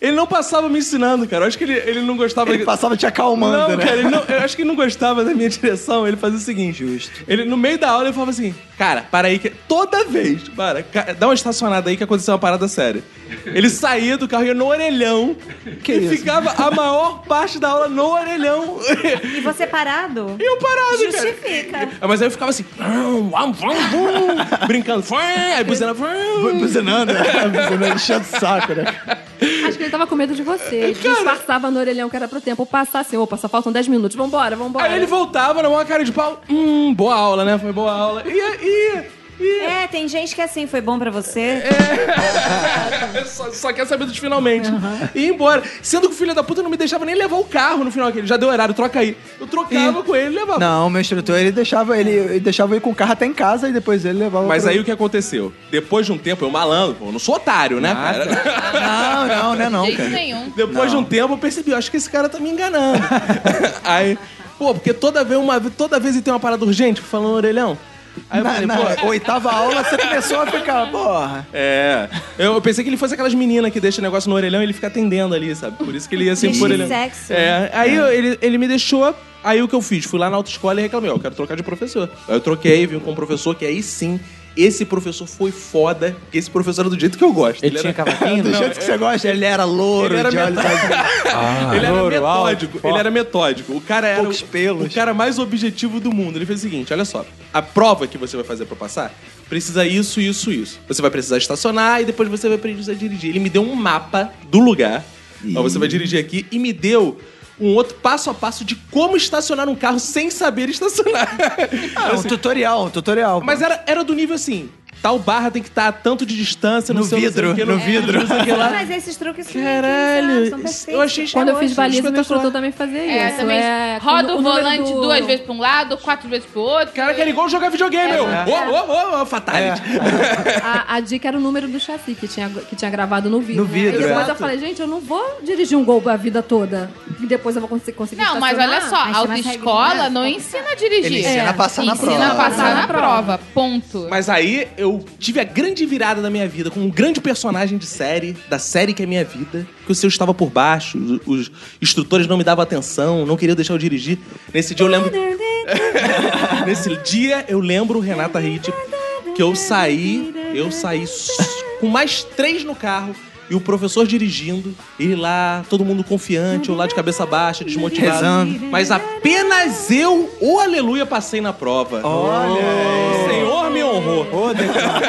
Speaker 1: Ele não passava me ensinando, cara. Eu acho que ele, ele não gostava.
Speaker 2: Ele passava te acalmando,
Speaker 1: não,
Speaker 2: né?
Speaker 1: cara, ele não- eu acho que ele não gostava da minha direção. Ele fazia o seguinte: ele no meio da aula ele falava assim, cara, para aí que. Toda vez, para, ca- dá uma estacionada aí que aconteceu uma parada séria. Ele saía do carro e ia no orelhão, que ele ficava a maior parte da aula no orelhão.
Speaker 6: E você é parado?
Speaker 1: E eu parado,
Speaker 6: Justifica.
Speaker 1: cara. Mas aí eu ficava assim, "Vrum, vrum, vrum, vrum", brincando, "Vrum", aí buzina,
Speaker 2: Foi
Speaker 1: "Vrum".
Speaker 2: buzinando, né? buzinando, enchendo o saco, né?
Speaker 7: Acho que ele tava com medo de você. Ele disfarçava no orelhão que era pro tempo passar assim. Opa, só faltam 10 minutos. Vambora, vambora.
Speaker 1: Aí ele voltava na maior cara de pau, hum, boa aula, né? Foi boa aula. E É, aí.
Speaker 6: É, tem gente que é assim, foi bom pra você.
Speaker 1: só, só quer saber dos finalmente. E ia embora. Sendo que o filho da puta não me deixava nem levar o carro no final, que ele já deu horário, troca aí. Eu trocava com ele e levava.
Speaker 2: Não, meu instrutor, ele deixava ele, ele deixava eu ir com o carro até em casa e depois ele levava
Speaker 1: Mas
Speaker 2: pra-
Speaker 1: aí o que aconteceu? Depois de um tempo, eu malandro, pô, eu não sou otário, né, cara?
Speaker 2: Não, não, né, não,
Speaker 3: De jeito
Speaker 2: cara.
Speaker 3: nenhum.
Speaker 1: Depois de um tempo, eu percebi, eu acho que esse cara tá me enganando. aí, pô, porque toda vez, uma, toda vez ele tem uma parada urgente, falando orelhão. Aí eu
Speaker 2: Na,
Speaker 1: falei,
Speaker 2: na
Speaker 1: pô,
Speaker 2: oitava aula você começou a ficar, porra.
Speaker 1: É. Eu eu pensei que ele fosse aquelas meninas que deixam o negócio no orelhão e ele fica atendendo ali, sabe? Por isso que ele ia sempre por
Speaker 6: Vestir
Speaker 1: orelhão.
Speaker 6: sexy.
Speaker 1: É. Aí eu- ele, ele me deixou. Aí o que eu fiz? Fui lá na autoescola e reclamei, ó, eu quero trocar de professor. Aí eu troquei, vim com um professor que aí sim, esse professor foi foda, porque esse professor era do jeito que eu gosto.
Speaker 5: Ele tinha
Speaker 1: era...
Speaker 5: cavaquinho?
Speaker 2: Do jeito que você gosta, ele era louro,
Speaker 1: Ele era Ah.
Speaker 2: de olhos azuis.
Speaker 1: ele era
Speaker 5: Louro, alto,
Speaker 1: metódico.
Speaker 5: forte.
Speaker 1: ele era metódico. O cara era
Speaker 2: Poucos
Speaker 1: o,
Speaker 2: pelos.
Speaker 1: o cara mais objetivo do mundo. Ele fez o seguinte: olha só, a prova que você vai fazer pra passar precisa isso, isso, isso. Você vai precisar estacionar e depois você vai precisar dirigir. Ele me deu um mapa do lugar. Ó, você vai dirigir aqui e me deu um outro passo a passo de como estacionar um carro sem saber estacionar. Assim.
Speaker 2: Ah, um tutorial, um tutorial.
Speaker 1: Mas era, era do nível assim. Tal barra tem que estar a tanto de distância no,
Speaker 2: No
Speaker 1: seu não sei o
Speaker 2: vidro,
Speaker 1: quê,
Speaker 2: no vidro.
Speaker 1: não sei o que lá.
Speaker 6: Mas esses truques sim,
Speaker 1: Caralho,
Speaker 6: são perfeitos.
Speaker 1: eu achei
Speaker 7: Quando eu fiz
Speaker 1: hoje,
Speaker 7: baliza, meu
Speaker 1: espetacular.
Speaker 7: instrutor também fazia
Speaker 3: É,
Speaker 7: isso.
Speaker 3: também
Speaker 7: É, quando
Speaker 3: roda o
Speaker 7: número
Speaker 3: volante
Speaker 7: do-
Speaker 3: duas vezes pra um lado, quatro vezes pro outro.
Speaker 1: Cara, que era igual jogar videogame, meu. Ô, ô, ô, ô,
Speaker 2: É.
Speaker 1: fatality.
Speaker 7: É, A, a dica era o número do chassi que tinha, que tinha gravado no vidro.
Speaker 2: No
Speaker 7: né?
Speaker 2: vidro,
Speaker 7: E depois
Speaker 2: é.
Speaker 7: eu falei, gente, eu não vou dirigir um gol a vida toda. E depois eu vou conseguir conseguir
Speaker 3: Não, mas olha só,
Speaker 7: estacionar.
Speaker 3: a autoescola
Speaker 7: né?
Speaker 3: não ensina a dirigir.
Speaker 2: Ele ensina a passar na prova.
Speaker 3: É. Ensina a passar na prova, ponto.
Speaker 1: Mas aí eu tive a grande virada da minha vida com um grande personagem de série, da série que é minha vida, que o seu estava por baixo, os, os instrutores não me davam atenção, não queriam deixar eu dirigir. Nesse dia eu lembro. Nesse dia eu lembro, Renata Hit, que eu saí, eu saí s- com mais três no carro. E o professor dirigindo, ele lá, todo mundo confiante, eu lá de cabeça baixa, desmotivado.
Speaker 2: Rezando.
Speaker 1: Mas apenas eu, o aleluia, passei na prova.
Speaker 2: É.
Speaker 1: O Senhor me honrou.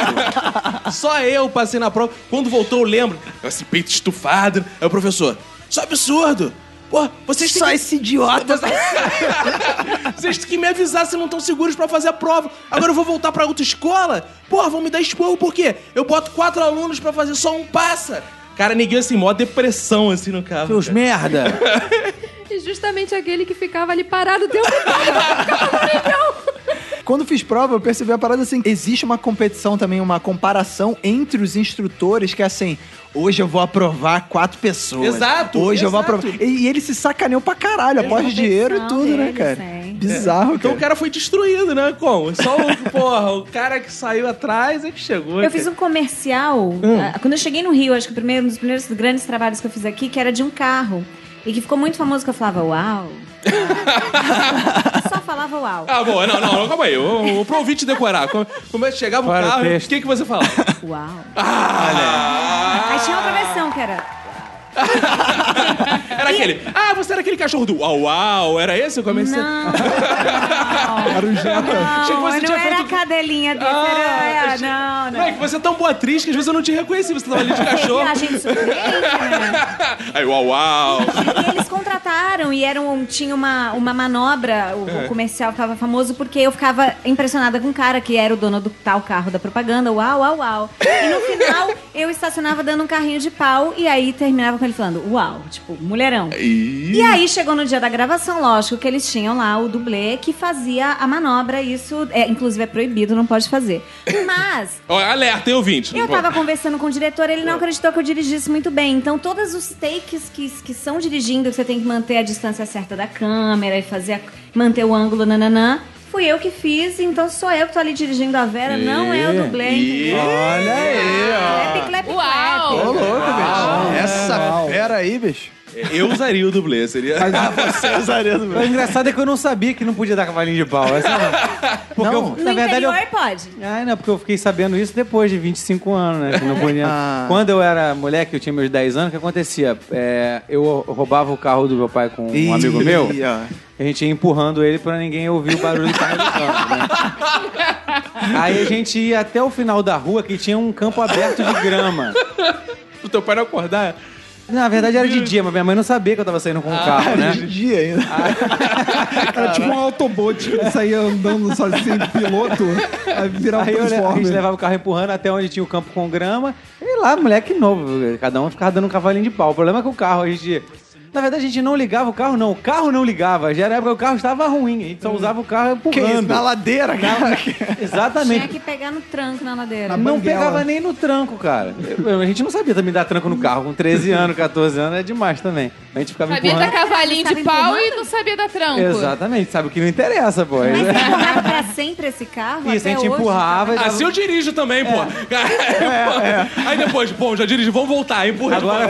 Speaker 1: Só eu passei na prova. Quando voltou, eu lembro. Eu, Esse peito estufado. Aí o professor, isso é absurdo. Pô, vocês têm
Speaker 2: Só
Speaker 1: que-
Speaker 2: esse idiota.
Speaker 1: vocês têm que me avisar se não estão seguros pra fazer a prova. Agora eu vou voltar pra outra escola? Porra, vão me dar expor, por quê? Eu boto quatro alunos pra fazer só um passa. Cara, ninguém assim, mó depressão assim no carro.
Speaker 5: Seus
Speaker 1: cara.
Speaker 5: merda!
Speaker 7: E justamente aquele que ficava ali parado o tempo todo.
Speaker 2: Quando fiz prova, eu percebi a parada assim: existe uma competição também, uma comparação entre os instrutores que é assim. Hoje eu vou aprovar quatro pessoas.
Speaker 1: Exato,
Speaker 2: Hoje eu vou
Speaker 1: exato.
Speaker 2: aprovar. E, e ele se sacaneou pra caralho, após dinheiro e tudo, né,
Speaker 6: deles,
Speaker 2: cara?
Speaker 6: é.
Speaker 2: Bizarro,
Speaker 1: Então o
Speaker 2: cara.
Speaker 1: cara foi destruído, né? Como? Só o, porra, o cara que saiu atrás é que chegou.
Speaker 6: Eu fiz um comercial. ah, Quando eu cheguei no Rio, acho que o primeiro, um dos primeiros grandes trabalhos que eu fiz aqui, que era de um carro. E que ficou muito famoso, que eu falava, uau. Só falava uau.
Speaker 1: Ah, boa, não, não, não, calma aí. O, o pro ouvinte decorar. Como, como é que chegava
Speaker 5: Para o
Speaker 1: o carro, o
Speaker 5: texto.
Speaker 1: que, que você falava?
Speaker 6: Uau.
Speaker 1: Ah,
Speaker 6: Aí tinha outra versão, que era.
Speaker 1: Era aquele. Ah, você era aquele cachorro do uau, uau. Era esse o comercial?
Speaker 4: Era o Jetta.
Speaker 1: Achei que
Speaker 6: Não,
Speaker 1: você
Speaker 6: não
Speaker 1: tinha
Speaker 6: era a
Speaker 1: feito-
Speaker 6: cadelinha dele.
Speaker 1: Ah,
Speaker 6: era-
Speaker 1: achei-
Speaker 6: Não,
Speaker 1: Não, é que você é tão boa atriz que às vezes eu não te reconheci. Você tava ali de
Speaker 6: não.
Speaker 1: cachorro.
Speaker 6: A gente surpreende, né?
Speaker 1: Aí, uau, uau.
Speaker 6: E eles contrataram e era um- tinha uma, uma manobra, o,
Speaker 1: É.
Speaker 6: o comercial ficava famoso porque eu ficava impressionada com um cara que era o dono do tal carro da propaganda, uau, uau, uau. E no final eu estacionava dando um carrinho de pau e aí terminava com ele falando, uau, tipo, mulherão. E aí chegou no dia da gravação, lógico, que eles tinham lá o dublê que fazia a manobra, isso é, inclusive é proibido, não pode fazer. Mas
Speaker 1: Ó, alerta, hein, ouvinte.
Speaker 6: eu tava conversando com o diretor, ele
Speaker 5: É.
Speaker 6: não acreditou que eu dirigisse muito bem. Então, todos os takes que, que são dirigindo, que você tem que manter a distância certa da câmera e fazer a- manter o ângulo, nananã, fui eu que fiz, então sou eu que tô ali dirigindo a Vera, não é o dublê. entendeu?
Speaker 5: Olha aí,
Speaker 6: Clap, clap, clap.
Speaker 3: Uau!
Speaker 2: louco, bicho. Essa fera aí, bicho.
Speaker 1: Eu usaria o dublê, seria.
Speaker 2: Ah, Você usaria do
Speaker 5: ó. O engraçado é que eu não sabia que não podia dar cavalinho de pau. Essa é não. Porque
Speaker 2: Não?
Speaker 5: eu,
Speaker 6: No
Speaker 5: na verdade, eu...
Speaker 6: interior pode.
Speaker 5: Ah, não, porque eu fiquei sabendo isso depois de 25 anos, né? que não podia.
Speaker 2: Ah.
Speaker 5: Quando eu era moleque, eu tinha meus 10 anos, o que acontecia? É, eu roubava o carro do meu pai com um amigo meu. A gente ia empurrando ele pra ninguém ouvir o barulho do carro do campo, né? Aí a gente ia até o final da rua que tinha um campo aberto de grama.
Speaker 1: O teu pai não acordar?
Speaker 5: Na verdade era de dia, mas minha mãe não sabia que eu tava saindo com o
Speaker 1: Ah,
Speaker 5: carro, né?
Speaker 2: De dia ainda.
Speaker 4: Era
Speaker 1: É
Speaker 4: tipo um autobot que saía é andando sozinho de piloto, aí virava
Speaker 5: Aí
Speaker 4: um
Speaker 5: eu, le- a gente
Speaker 4: transformer.
Speaker 5: levava o carro empurrando até onde tinha o campo com grama. E lá, moleque novo, cada um ficava dando um cavalinho de pau. O problema é que o carro a gente. Na verdade, a gente não ligava o carro, não. O carro não ligava. Já era época que o carro estava ruim. A gente só usava o carro
Speaker 2: Que isso,
Speaker 5: empurrando.
Speaker 2: na ladeira, cara.
Speaker 5: Exatamente.
Speaker 6: Tinha que pegar no tranco na
Speaker 4: Na
Speaker 6: ladeira.
Speaker 5: Não
Speaker 4: banguela.
Speaker 5: pegava nem no tranco, cara. Eu- A gente não sabia também dar tranco no carro. Com 13 anos, 14 anos é demais também. A gente ficava
Speaker 3: Sabia dar
Speaker 5: empurrando.
Speaker 3: cavalinho de
Speaker 6: Estava
Speaker 3: pau e
Speaker 6: empurrando?
Speaker 3: não sabia dar tranco.
Speaker 5: Exatamente, sabe o que não interessa, pô.
Speaker 6: Mas você empurrava pra sempre esse carro?
Speaker 5: Isso, a
Speaker 6: até
Speaker 5: gente
Speaker 6: hoje?
Speaker 5: empurrava. e dava-
Speaker 1: Assim eu É. dirijo também, pô. Aí depois, bom, já dirijo, vamos voltar, empurra.
Speaker 5: Agora,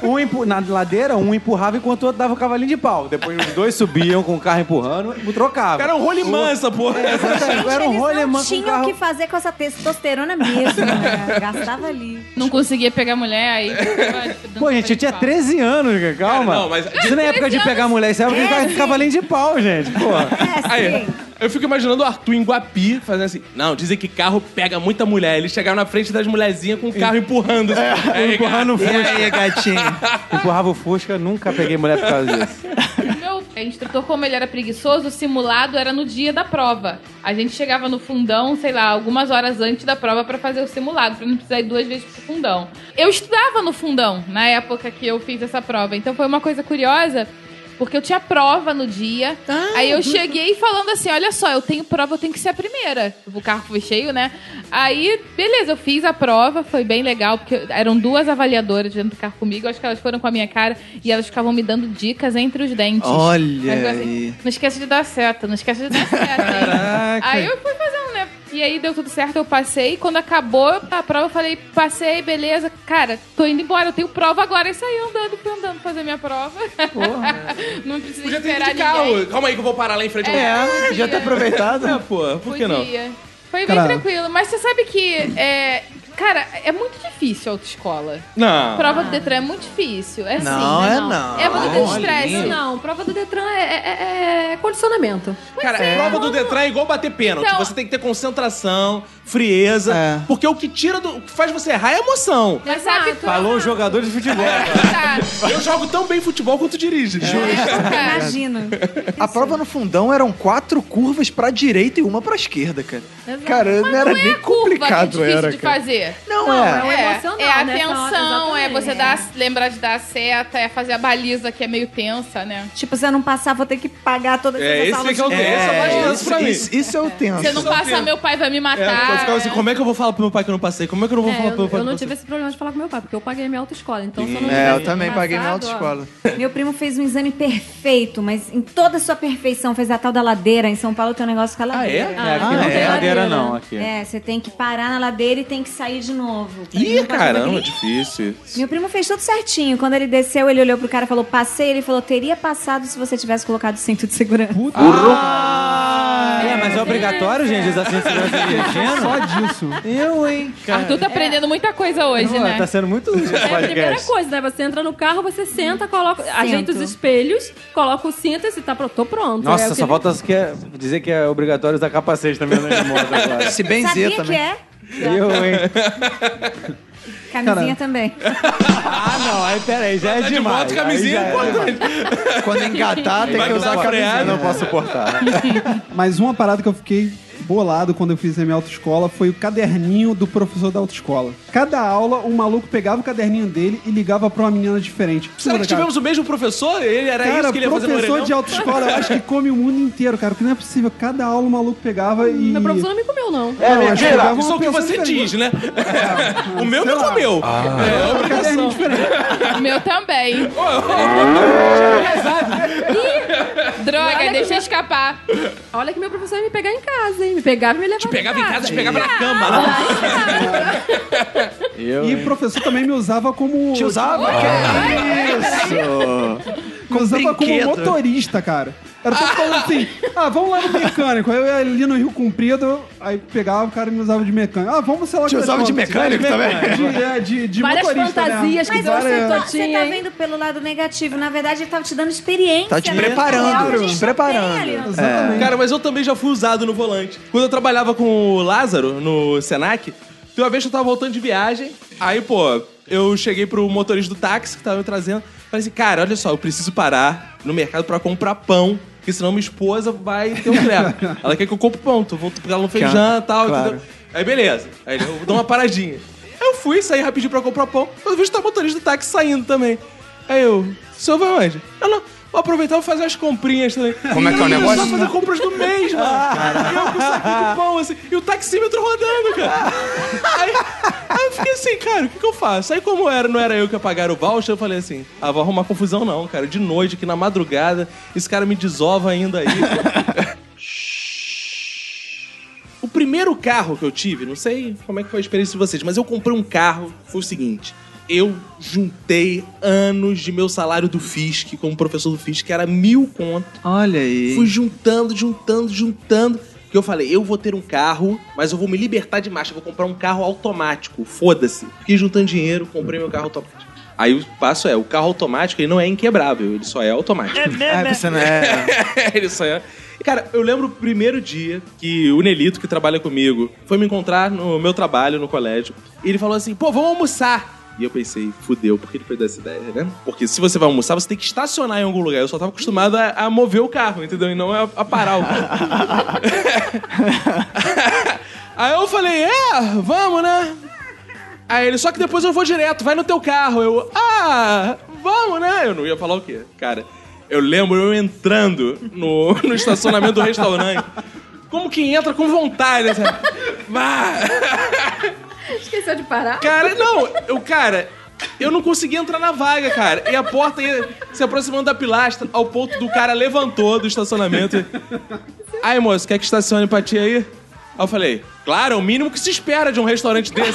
Speaker 5: não, um empu- na ladeira, um empurrava enquanto o outro dava o cavalinho de pau. Depois os dois subiam com o carro empurrando e trocava.
Speaker 1: O cara é um rolimã essa porra.
Speaker 5: Exatamente, era um
Speaker 6: Eles não
Speaker 5: rolemã com o
Speaker 6: tinham o
Speaker 5: carro.
Speaker 6: que fazer com essa testosterona mesmo, né? Gastava ali.
Speaker 3: Não conseguia pegar mulher, aí...
Speaker 5: É,
Speaker 3: ficava
Speaker 5: Pô, gente, eu tinha 13 anos, cara, calma.
Speaker 1: Cara, não, mas-
Speaker 5: Isso não é época de pegar mulher, isso é época de ficar com cavalinho de pau, gente, pô.
Speaker 6: É, sim.
Speaker 1: Aí, eu fico imaginando o Arthur em Guapi fazendo assim. Não, dizem que carro pega muita mulher. Eles chegaram na frente das mulherzinhas com o carro empurrando. É,
Speaker 5: Empurrando o
Speaker 2: E
Speaker 5: Fusca.
Speaker 2: aí, gatinho?
Speaker 5: Empurrava o Fusca, nunca peguei mulher por causa disso.
Speaker 3: Meu instrutor, como ele era preguiçoso, o simulado era no dia da prova. A gente chegava no fundão, sei lá, algumas horas antes da prova pra fazer o simulado, pra não precisar ir duas vezes pro fundão. Eu estudava no fundão na época que eu fiz essa prova, então foi uma coisa curiosa. Porque eu tinha prova no dia. aí eu cheguei falando assim: olha só, eu tenho prova, eu tenho que ser a primeira. O carro foi cheio, né? Aí, beleza, eu fiz a prova, foi bem legal, porque eram duas avaliadoras dentro do carro comigo. Eu acho que elas foram com a minha cara e elas ficavam me dando dicas entre os dentes.
Speaker 2: Olha
Speaker 11: É,
Speaker 3: Aí eu falei assim,
Speaker 2: aí.
Speaker 3: Não esquece de dar seta, não esquece de dar seta. hein?"
Speaker 5: Caraca.
Speaker 3: aí eu fui fazendo, né? E aí deu tudo certo, eu passei. Quando acabou a prova, eu falei, passei, beleza. Cara, tô indo embora, eu tenho prova agora. E saí andando, fui andando fazer minha prova. não precisa
Speaker 1: Podia ter ido
Speaker 3: esperar
Speaker 1: um de carro.
Speaker 3: ninguém.
Speaker 1: Calma aí que eu vou parar lá em frente.
Speaker 2: É, já tá aproveitado.
Speaker 1: É, pô, por que não?
Speaker 3: Podia. Foi
Speaker 4: Cara.
Speaker 3: bem tranquilo. Mas você sabe que, é, cara, é muito difícil a autoescola.
Speaker 1: Não.
Speaker 3: Prova do Detran é muito difícil. É assim,
Speaker 2: Não,
Speaker 3: né?
Speaker 2: é não.
Speaker 3: É muito
Speaker 2: Olha
Speaker 3: estresse. Não.
Speaker 7: Não, prova do Detran é, é- é condicionamento.
Speaker 1: Cara, prova do Detran é igual bater pênalti.
Speaker 3: Então-
Speaker 1: Você tem que ter concentração, frieza.
Speaker 2: É.
Speaker 1: Porque o que tira do. O que faz você errar é a emoção.
Speaker 3: Mas sabe que
Speaker 5: Falou o jogador de futebol.
Speaker 3: Tá.
Speaker 1: Eu jogo tão bem futebol quanto dirige. Juro.
Speaker 3: Cara,
Speaker 6: Imagina.
Speaker 2: A prova no fundão eram quatro curvas pra direita e uma pra esquerda, cara. Cara, não era
Speaker 3: não é
Speaker 2: nem
Speaker 3: a curva que é
Speaker 2: complicado,
Speaker 3: difícil
Speaker 2: era.
Speaker 3: de
Speaker 2: cara.
Speaker 3: fazer.
Speaker 2: Não, é.
Speaker 7: é o emocional,
Speaker 3: é a
Speaker 7: né? Essa hora,
Speaker 3: atenção, é
Speaker 7: exatamente.
Speaker 3: você dar, lembrar de dar a seta, é fazer a baliza que é meio tensa, né?
Speaker 6: Tipo, se eu não passar, vou ter que pagar todas essas
Speaker 1: É, esse
Speaker 6: aulas.
Speaker 1: que é o
Speaker 6: de-
Speaker 1: tempo. Essa é mais
Speaker 2: É,
Speaker 1: tenso
Speaker 2: isso,
Speaker 1: pra mim.
Speaker 2: isso- isso é o tenso.
Speaker 3: Se eu não passar, meu pai
Speaker 5: É,
Speaker 3: vai me matar.
Speaker 5: então
Speaker 1: eu ficava assim, como é que eu vou falar pro meu pai que eu não passei? Como é que eu não vou
Speaker 7: É,
Speaker 1: falar pro
Speaker 7: eu,
Speaker 1: meu pai
Speaker 7: eu
Speaker 1: que
Speaker 7: não
Speaker 1: passei?
Speaker 7: tive esse problema de falar com meu pai, porque eu paguei minha autoescola. Então, se eu não
Speaker 2: É, eu
Speaker 7: tivesse
Speaker 2: também paguei minha
Speaker 7: passado, ó,
Speaker 2: autoescola.
Speaker 6: Meu primo fez um exame perfeito, mas em toda a sua perfeição, fez a tal da ladeira. Em São Paulo tem um negócio com a ladeira.
Speaker 5: É, aqui não
Speaker 7: é?
Speaker 5: tem ladeira,
Speaker 7: Ladeira.
Speaker 5: não, aqui.
Speaker 6: É, você tem que parar na ladeira e tem que sair de novo.
Speaker 1: Ih,
Speaker 6: Não pode fazer
Speaker 1: caramba, é
Speaker 6: aquele-
Speaker 1: difícil.
Speaker 6: Meu primo fez tudo certinho. Quando ele desceu, ele olhou pro cara e falou: passei. Ele falou: teria passado se você tivesse colocado o cinto de segurança.
Speaker 5: Ah, é, mas é obrigatório, gente, os assentos de segurança dirigindo?
Speaker 4: Só disso.
Speaker 5: Eu, assim, hein?
Speaker 3: Arthur tá aprendendo muita coisa hoje,
Speaker 5: Pô,
Speaker 3: né?
Speaker 5: Tá sendo muito útil esse
Speaker 7: É a primeira
Speaker 5: podcast.
Speaker 7: coisa, né? Você entra no carro, você senta, coloca, ajeita os espelhos, coloca o cinto e você tá pronto. Tô pronto. é o
Speaker 5: Nossa,
Speaker 7: que
Speaker 5: só
Speaker 7: ele-
Speaker 5: falta que é- dizer que é obrigatório usar capacete também andando de moto agora.
Speaker 2: Se né? benzer
Speaker 6: Sabia que
Speaker 2: também.
Speaker 6: é?
Speaker 5: Eu, hein?
Speaker 1: né,
Speaker 6: Camisinha também.
Speaker 5: Ah, não, aí peraí, já é
Speaker 1: Tá de
Speaker 5: demais.
Speaker 1: moto, camisinha,
Speaker 5: Aí já é
Speaker 1: importante.
Speaker 2: Quando engatar, tem
Speaker 1: Vai
Speaker 2: que
Speaker 1: que
Speaker 2: usar
Speaker 4: Tá
Speaker 1: dá
Speaker 2: a
Speaker 5: Eu
Speaker 1: freada.
Speaker 2: camisinha.
Speaker 5: não posso suportar.
Speaker 4: Mas uma parada que eu fiquei bolado quando eu fiz a minha autoescola foi o caderninho do professor da autoescola. Cada aula, um maluco pegava o caderninho dele e ligava pra uma menina diferente.
Speaker 1: Será
Speaker 4: Absurdo,
Speaker 1: que
Speaker 4: cara.
Speaker 1: tivemos o mesmo professor? Ele era
Speaker 4: Cara,
Speaker 1: isso que ele ia fazer no
Speaker 4: professor
Speaker 1: orelhão?
Speaker 4: de autoescola, eu acho que come o mundo inteiro, cara. Porque não é possível. Cada aula o maluco pegava e.
Speaker 7: Hum, Meu professor não me comeu, não.
Speaker 4: é, mentira.
Speaker 1: Isso é o que você diz, né? o meu não comeu.
Speaker 4: Ah.
Speaker 1: É, obrigação.
Speaker 3: O meu também.
Speaker 7: Ih,
Speaker 3: Droga,
Speaker 7: Olha que-
Speaker 3: deixa eu escapar.
Speaker 7: Olha que meu professor ia me pegar em casa, hein? Me pegava e me levava
Speaker 1: Te pegava em casa, te
Speaker 7: pegava
Speaker 1: pegava na cama. né?
Speaker 5: Eu,
Speaker 4: E
Speaker 5: hein?
Speaker 4: o professor também me usava como.
Speaker 2: Te usava? Que É isso? é
Speaker 4: me usava como
Speaker 2: brinquedo.
Speaker 4: motorista, cara. Era só falando assim: ah, vamos lá no mecânico. Aí eu ia ali no Rio Comprido, aí pegava o cara e me usava de mecânico. Ah, vamos, sei lá
Speaker 2: Te usava de mecânico também?
Speaker 4: De, é, de, de
Speaker 7: Várias
Speaker 4: motorista, né?
Speaker 7: fantasias que
Speaker 6: Mas você,
Speaker 7: você
Speaker 6: tá,
Speaker 7: só
Speaker 6: você
Speaker 7: tinha,
Speaker 6: tá
Speaker 7: hein?
Speaker 6: vendo pelo lado negativo. Na verdade, ele tava te dando experiência.
Speaker 2: Tá te
Speaker 6: né?
Speaker 2: preparando,
Speaker 6: Algo que a gente
Speaker 2: te
Speaker 6: não é
Speaker 2: preparando. É.
Speaker 6: tem ali, ó.
Speaker 4: Exatamente.
Speaker 1: Cara, mas eu também já fui usado no volante. Quando eu trabalhava com o Lázaro no Senac, tem uma vez que eu tava voltando de viagem, aí, pô, eu cheguei pro motorista do táxi que tava me trazendo, falei assim, cara, olha só, eu preciso parar no mercado pra comprar pão. Porque senão minha esposa vai ter um treco. Ela quer que eu compre pão, tô, voltando porque ela não fez
Speaker 2: Claro,
Speaker 1: janta e tal.
Speaker 2: claro.
Speaker 1: entendeu? Aí beleza. Aí eu dou uma paradinha. Eu fui, saí rapidinho pra comprar pão. Quando eu vejo tá o motorista do táxi saindo também. Aí eu, o senhor vai onde? Eu não, vou aproveitar e vou fazer umas comprinhas também.
Speaker 9: Como é que é o
Speaker 1: Ih,
Speaker 9: negócio?
Speaker 1: Só fazer compras do mês, mano. E eu com o saquinho de pão, assim. E o taxímetro rodando, cara. Aí, aí eu fiquei assim, cara, o que, que eu faço? Aí como era, não era eu que ia pagar o voucher, eu falei assim, ah, vou arrumar confusão não, cara. De noite, aqui na madrugada, esse cara me desova ainda aí. O primeiro carro que eu tive, não sei como é que foi a experiência de vocês, mas eu comprei um carro, foi o seguinte. Eu juntei anos de meu salário do FISC, como professor do FISC, que era mil conto.
Speaker 2: Olha aí.
Speaker 1: Fui juntando, juntando, juntando. Que eu falei, eu vou ter um carro, mas eu vou me libertar de marcha. eu Vou comprar um carro automático. Foda-se. Fiquei juntando dinheiro, comprei meu carro automático. Aí o passo é, o carro automático ele não é inquebrável, ele só é automático.
Speaker 5: Né,
Speaker 2: Ah, você não é.
Speaker 1: ele só é. Cara, eu lembro o primeiro dia que o Nelito, que trabalha comigo, foi me encontrar no meu trabalho no colégio. E ele falou assim: pô, vamos almoçar. E eu pensei, fudeu, por que ele foi dar essa ideia, né? Porque se você vai almoçar, você tem que estacionar em algum lugar. Eu só tava acostumado a, a mover o carro, entendeu? E não a, a parar o carro. Aí eu falei, é, vamos, né? Aí ele, só que depois eu vou direto, vai no teu carro. Eu, ah, vamos, né? Eu não ia falar o quê, cara. Eu lembro eu entrando no, no estacionamento do restaurante. Como que entra com vontade, né? sabe? Vá.
Speaker 7: Esqueceu de parar?
Speaker 1: Cara, não, eu, cara, eu não conseguia entrar na vaga, cara. E a porta ia se aproximando da pilastra, ao ponto do cara levantou do estacionamento. e, Aí, moço, quer que estacione pra ti aí? Aí eu falei, claro, é o mínimo que se espera de um restaurante desse.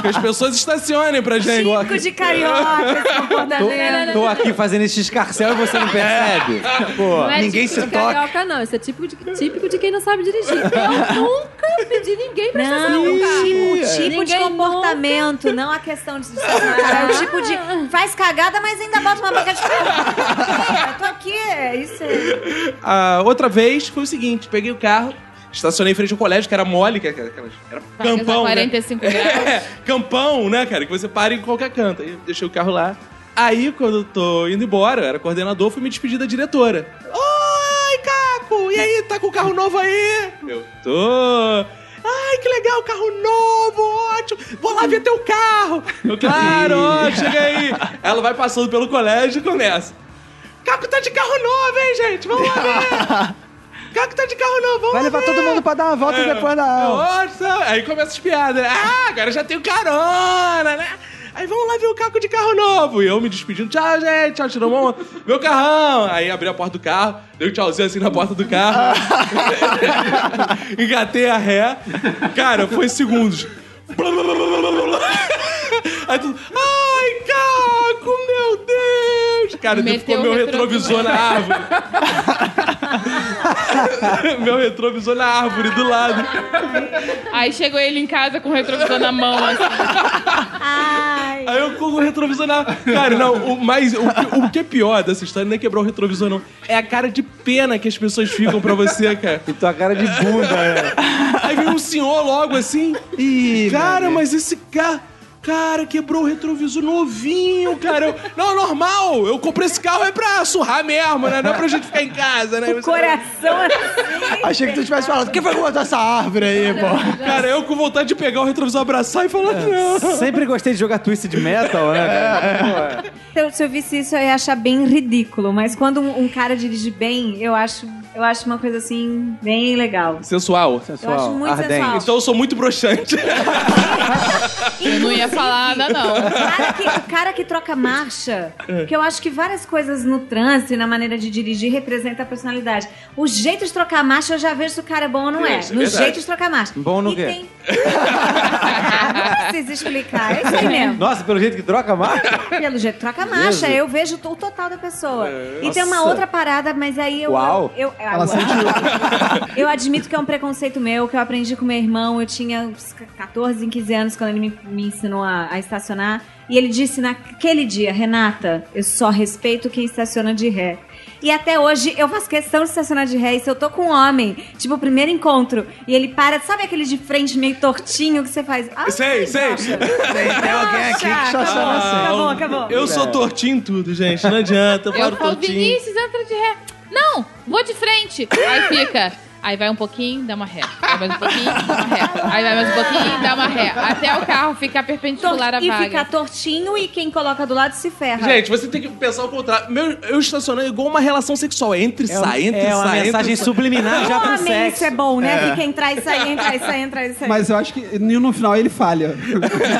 Speaker 1: que as pessoas estacionem pra gente.
Speaker 6: Chico de carioca, esse comportamento.
Speaker 5: Tô aqui fazendo esse escarcel e você não
Speaker 1: né,
Speaker 5: percebe? Pô.
Speaker 7: Não é
Speaker 2: Ninguém
Speaker 7: típico
Speaker 2: se
Speaker 7: de
Speaker 2: toca.
Speaker 7: carioca, não. Isso é típico de, típico de quem não sabe dirigir. Eu nunca pedi ninguém pra estacionar
Speaker 6: Não,
Speaker 7: no
Speaker 6: o
Speaker 7: carro.
Speaker 5: um
Speaker 6: tipo, o tipo de
Speaker 7: Ninguém
Speaker 6: comportamento, um não a questão de estacionar. É o tipo de faz cagada, mas ainda bota uma boca de cara. Eu tô aqui, é isso aí.
Speaker 1: A outra vez foi o seguinte: peguei o carro, estacionei em frente ao colégio, que era mole, que era, aquelas- era
Speaker 3: Vagas a
Speaker 1: campão.
Speaker 3: 45
Speaker 1: né?
Speaker 3: graus.
Speaker 1: É, campão, né, cara? Que você para em qualquer canto. Aí eu deixei o carro lá. Aí, quando eu tô indo embora, eu era coordenador, fui me despedir da diretora. Oi, Caco! E aí, tá com o carro novo aí? Eu tô. Ai, que legal, carro novo, ótimo. Vou lá ver teu carro. Eu, claro, ó, chega aí. Ela vai passando pelo colégio e começa. Caco tá de carro novo, hein, gente? Vamos lá ver. Caco tá de carro novo, vamos
Speaker 2: Vai
Speaker 1: lá
Speaker 2: levar
Speaker 1: ver.
Speaker 2: todo mundo pra dar uma volta depois da aula.
Speaker 1: É. Nossa! Aí começa as piadas. né? Ah, agora já tenho carona, né? Aí vamos lá ver o Caco de carro novo. E eu me despedindo. Tchau, gente. Tchau, tirou mão. Meu carrão. Aí abri a porta do carro. Dei um tchauzinho assim na porta do carro. Engatei a ré. Cara, foi segundos. Aí tudo. Ai, Caco, meu Deus! Cara,
Speaker 3: Meteu
Speaker 1: ficou meu
Speaker 3: o
Speaker 1: retrovisor
Speaker 3: retrovisor.
Speaker 1: na árvore. meu retrovisor na árvore do lado.
Speaker 3: Aí chegou ele em casa com o retrovisor na mão, assim.
Speaker 6: Ai.
Speaker 1: Aí eu com o retrovisor na. Cara, não, o, mais, o, o que é pior dessa história não é quebrar o retrovisor, não. É a cara de pena que as pessoas ficam pra você, cara.
Speaker 2: Então,
Speaker 5: E tua cara de bunda, né?
Speaker 1: Aí vem um senhor logo assim.
Speaker 2: é. Ih,
Speaker 1: Cara, mas esse carro. Cara, quebrou o retrovisor novinho, cara. Eu- não, normal. Eu comprei esse carro é pra surrar mesmo, né? Não é pra gente ficar em casa, né? Você-
Speaker 6: Coração assim.
Speaker 2: Achei que tu tivesse falado. Quem foi que botou essa árvore aí, pô? É,
Speaker 1: Cara, eu com vontade de pegar o retrovisor, abraçar e falar, não.
Speaker 5: Sempre gostei de jogar Twisted Metal, né? cara? Pô,
Speaker 6: Então, se eu visse isso, eu ia achar bem ridículo. Mas quando um, um cara dirige bem, eu acho Eu acho uma coisa assim, bem legal.
Speaker 1: Sensual.
Speaker 6: Eu acho muito sensual.
Speaker 1: Então eu sou muito broxante.
Speaker 3: Eu não ia falar nada, não.
Speaker 6: O cara, que, o cara que troca marcha, que eu acho que várias coisas no trânsito e na maneira de dirigir representa a personalidade. O jeito de trocar marcha, eu já vejo se o cara é bom ou não é.
Speaker 1: Isso, é
Speaker 6: no
Speaker 1: verdade.
Speaker 6: jeito de trocar marcha.
Speaker 5: Bom no
Speaker 6: E
Speaker 5: quê?
Speaker 6: tem- não precisa explicar, é isso aí mesmo.
Speaker 5: Nossa, pelo jeito que troca a marca?
Speaker 6: Pelo jeito, troca marcha. Eu vejo to- o total da pessoa. E tem uma
Speaker 5: É, Nossa.
Speaker 6: outra parada, mas aí eu.
Speaker 5: Uau.
Speaker 6: Eu, eu, uau. Eu admito que é um preconceito meu, que eu aprendi com meu irmão. Eu tinha uns 14, 15 anos quando ele me, me ensinou a, a estacionar. E ele disse naquele dia: Renata, eu só respeito quem estaciona de ré. E até hoje eu faço questão de estacionar de ré. E se eu tô com um homem, tipo, o primeiro encontro, e ele para, sabe aquele de frente meio tortinho que você faz? Ah,
Speaker 1: Sei, sei.
Speaker 6: relaxa.
Speaker 2: Tem alguém aqui que
Speaker 6: Relaxa,
Speaker 2: estaciona assim.
Speaker 6: Acabou, acabou.
Speaker 1: Eu sou tortinho em tudo, gente. Não adianta, eu
Speaker 3: Eu
Speaker 1: falo
Speaker 3: falo,
Speaker 1: tortinho.
Speaker 3: Vinícius, entra de ré. Não, vou de frente. Aí fica. Aí vai um pouquinho, dá uma ré. Aí mais um pouquinho, dá uma ré. Aí vai mais um pouquinho, dá uma ré. Até o carro ficar perpendicular à
Speaker 6: e
Speaker 3: vaga.
Speaker 6: ficar tortinho e quem coloca do lado se ferra.
Speaker 1: Gente, você tem que pensar o contrário. Meu, eu estacionei igual uma relação sexual. É Entra e sai, entra e
Speaker 5: É uma
Speaker 1: sai. entra
Speaker 5: mensagem
Speaker 1: e sai.
Speaker 5: subliminar já pro
Speaker 6: Homem,
Speaker 5: sexo.
Speaker 6: isso é bom, né? Que quem entrar e sair, entrar e sair, entrar e sair.
Speaker 4: Mas eu acho que no final ele falha.
Speaker 1: É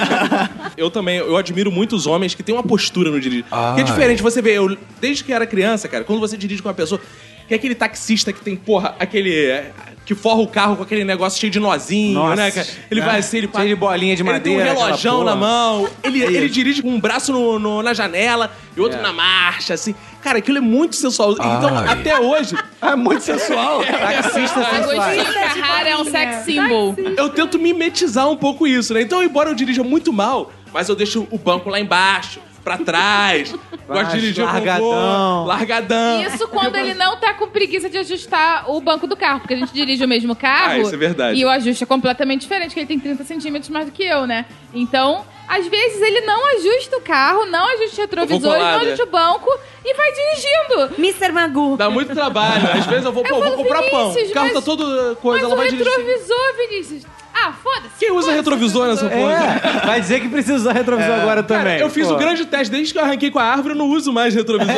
Speaker 1: Eu também, eu admiro muito os homens que têm uma postura no dirigir. Que é diferente, você vê, eu, desde que eu era criança, cara, quando você dirige com uma pessoa, que é aquele taxista que tem, porra, aquele. é, que forra o carro com aquele negócio cheio de nozinho,
Speaker 5: Nossa.
Speaker 1: né, cara? Ele vai assim, ele
Speaker 5: Cheio de bolinha de madeira,
Speaker 1: Ele tem um
Speaker 5: aquela
Speaker 1: relojão
Speaker 5: porra.
Speaker 1: na mão, ele, ele dirige com um braço no- no- na janela e outro na marcha, assim. Cara, aquilo é muito sensual. Então,
Speaker 9: Ai.
Speaker 1: até hoje,
Speaker 5: É muito sensual. Taxista sensual.
Speaker 3: Agostinho Carrara é um sex symbol.
Speaker 1: eu tento mimetizar um pouco isso, né? Então, embora eu dirija muito mal, mas eu deixo o banco lá embaixo, pra trás. gosto
Speaker 5: Baixo,
Speaker 1: de dirigir com
Speaker 5: largadão.
Speaker 1: boa, largadão.
Speaker 3: Isso quando ele não tá com preguiça de ajustar o banco do carro, porque a gente dirige o mesmo carro.
Speaker 1: Ah, isso é verdade.
Speaker 3: E o ajuste é completamente diferente, porque ele tem 30 centímetros mais do que eu, né? Então, às vezes ele não ajusta o carro, não ajusta o retrovisor,
Speaker 1: colado,
Speaker 3: não ajusta
Speaker 1: é.
Speaker 3: o banco e vai dirigindo.
Speaker 6: Mr. Magoo.
Speaker 1: Dá muito trabalho. Às vezes eu vou, pô,
Speaker 3: Eu
Speaker 1: vou
Speaker 3: falo,
Speaker 1: comprar pão.
Speaker 3: Vinícius,
Speaker 1: O carro tá
Speaker 3: mas-
Speaker 1: todo coisa,
Speaker 3: Mas
Speaker 1: ela
Speaker 3: o
Speaker 1: vai dirigir.
Speaker 3: retrovisor, Vinícius. Ah, foda-se.
Speaker 1: Quem usa
Speaker 3: foda-se o
Speaker 1: retrovisor nessa porra?
Speaker 5: É, vai dizer que precisa usar retrovisor
Speaker 2: É.
Speaker 5: agora também.
Speaker 1: Cara, eu fiz
Speaker 5: pô.
Speaker 1: o grande teste. Desde que eu arranquei com a árvore, eu não uso mais retrovisor.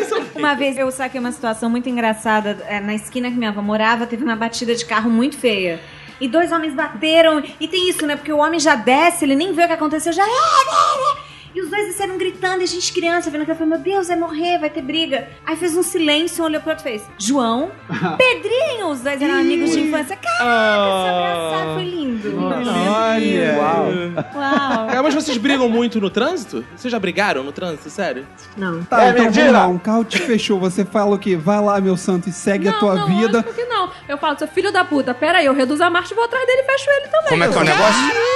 Speaker 1: Isso é
Speaker 6: Uma vez eu saquei uma situação muito engraçada. é, na esquina que minha avó morava, teve uma batida de carro muito feia. E dois homens bateram. E tem isso, né? Porque o homem já desce, ele nem vê o que aconteceu, já. é, E os dois desceram gritando, e a gente criança vendo que eu falei, meu Deus, vai morrer, vai ter briga. Aí fez um silêncio, um olhou pro outro e fez, João, Pedrinho, os dois eram amigos de infância. Caraca, se abraçaram, foi lindo.
Speaker 5: Olha. Uau.
Speaker 6: Uau.
Speaker 4: É
Speaker 1: Cara, É, mas vocês brigam muito no trânsito? Vocês já brigaram no trânsito, sério?
Speaker 6: Não.
Speaker 4: Tá, então vamos lá. Um carro te fechou, você fala o quê? Vai lá, meu santo, e segue a tua
Speaker 7: não,
Speaker 4: vida.
Speaker 7: lógico que não. Eu falo, seu filho da puta, pera aí, eu reduzo a marcha e vou atrás dele e fecho ele também.
Speaker 9: Como é que é o negócio?
Speaker 4: Não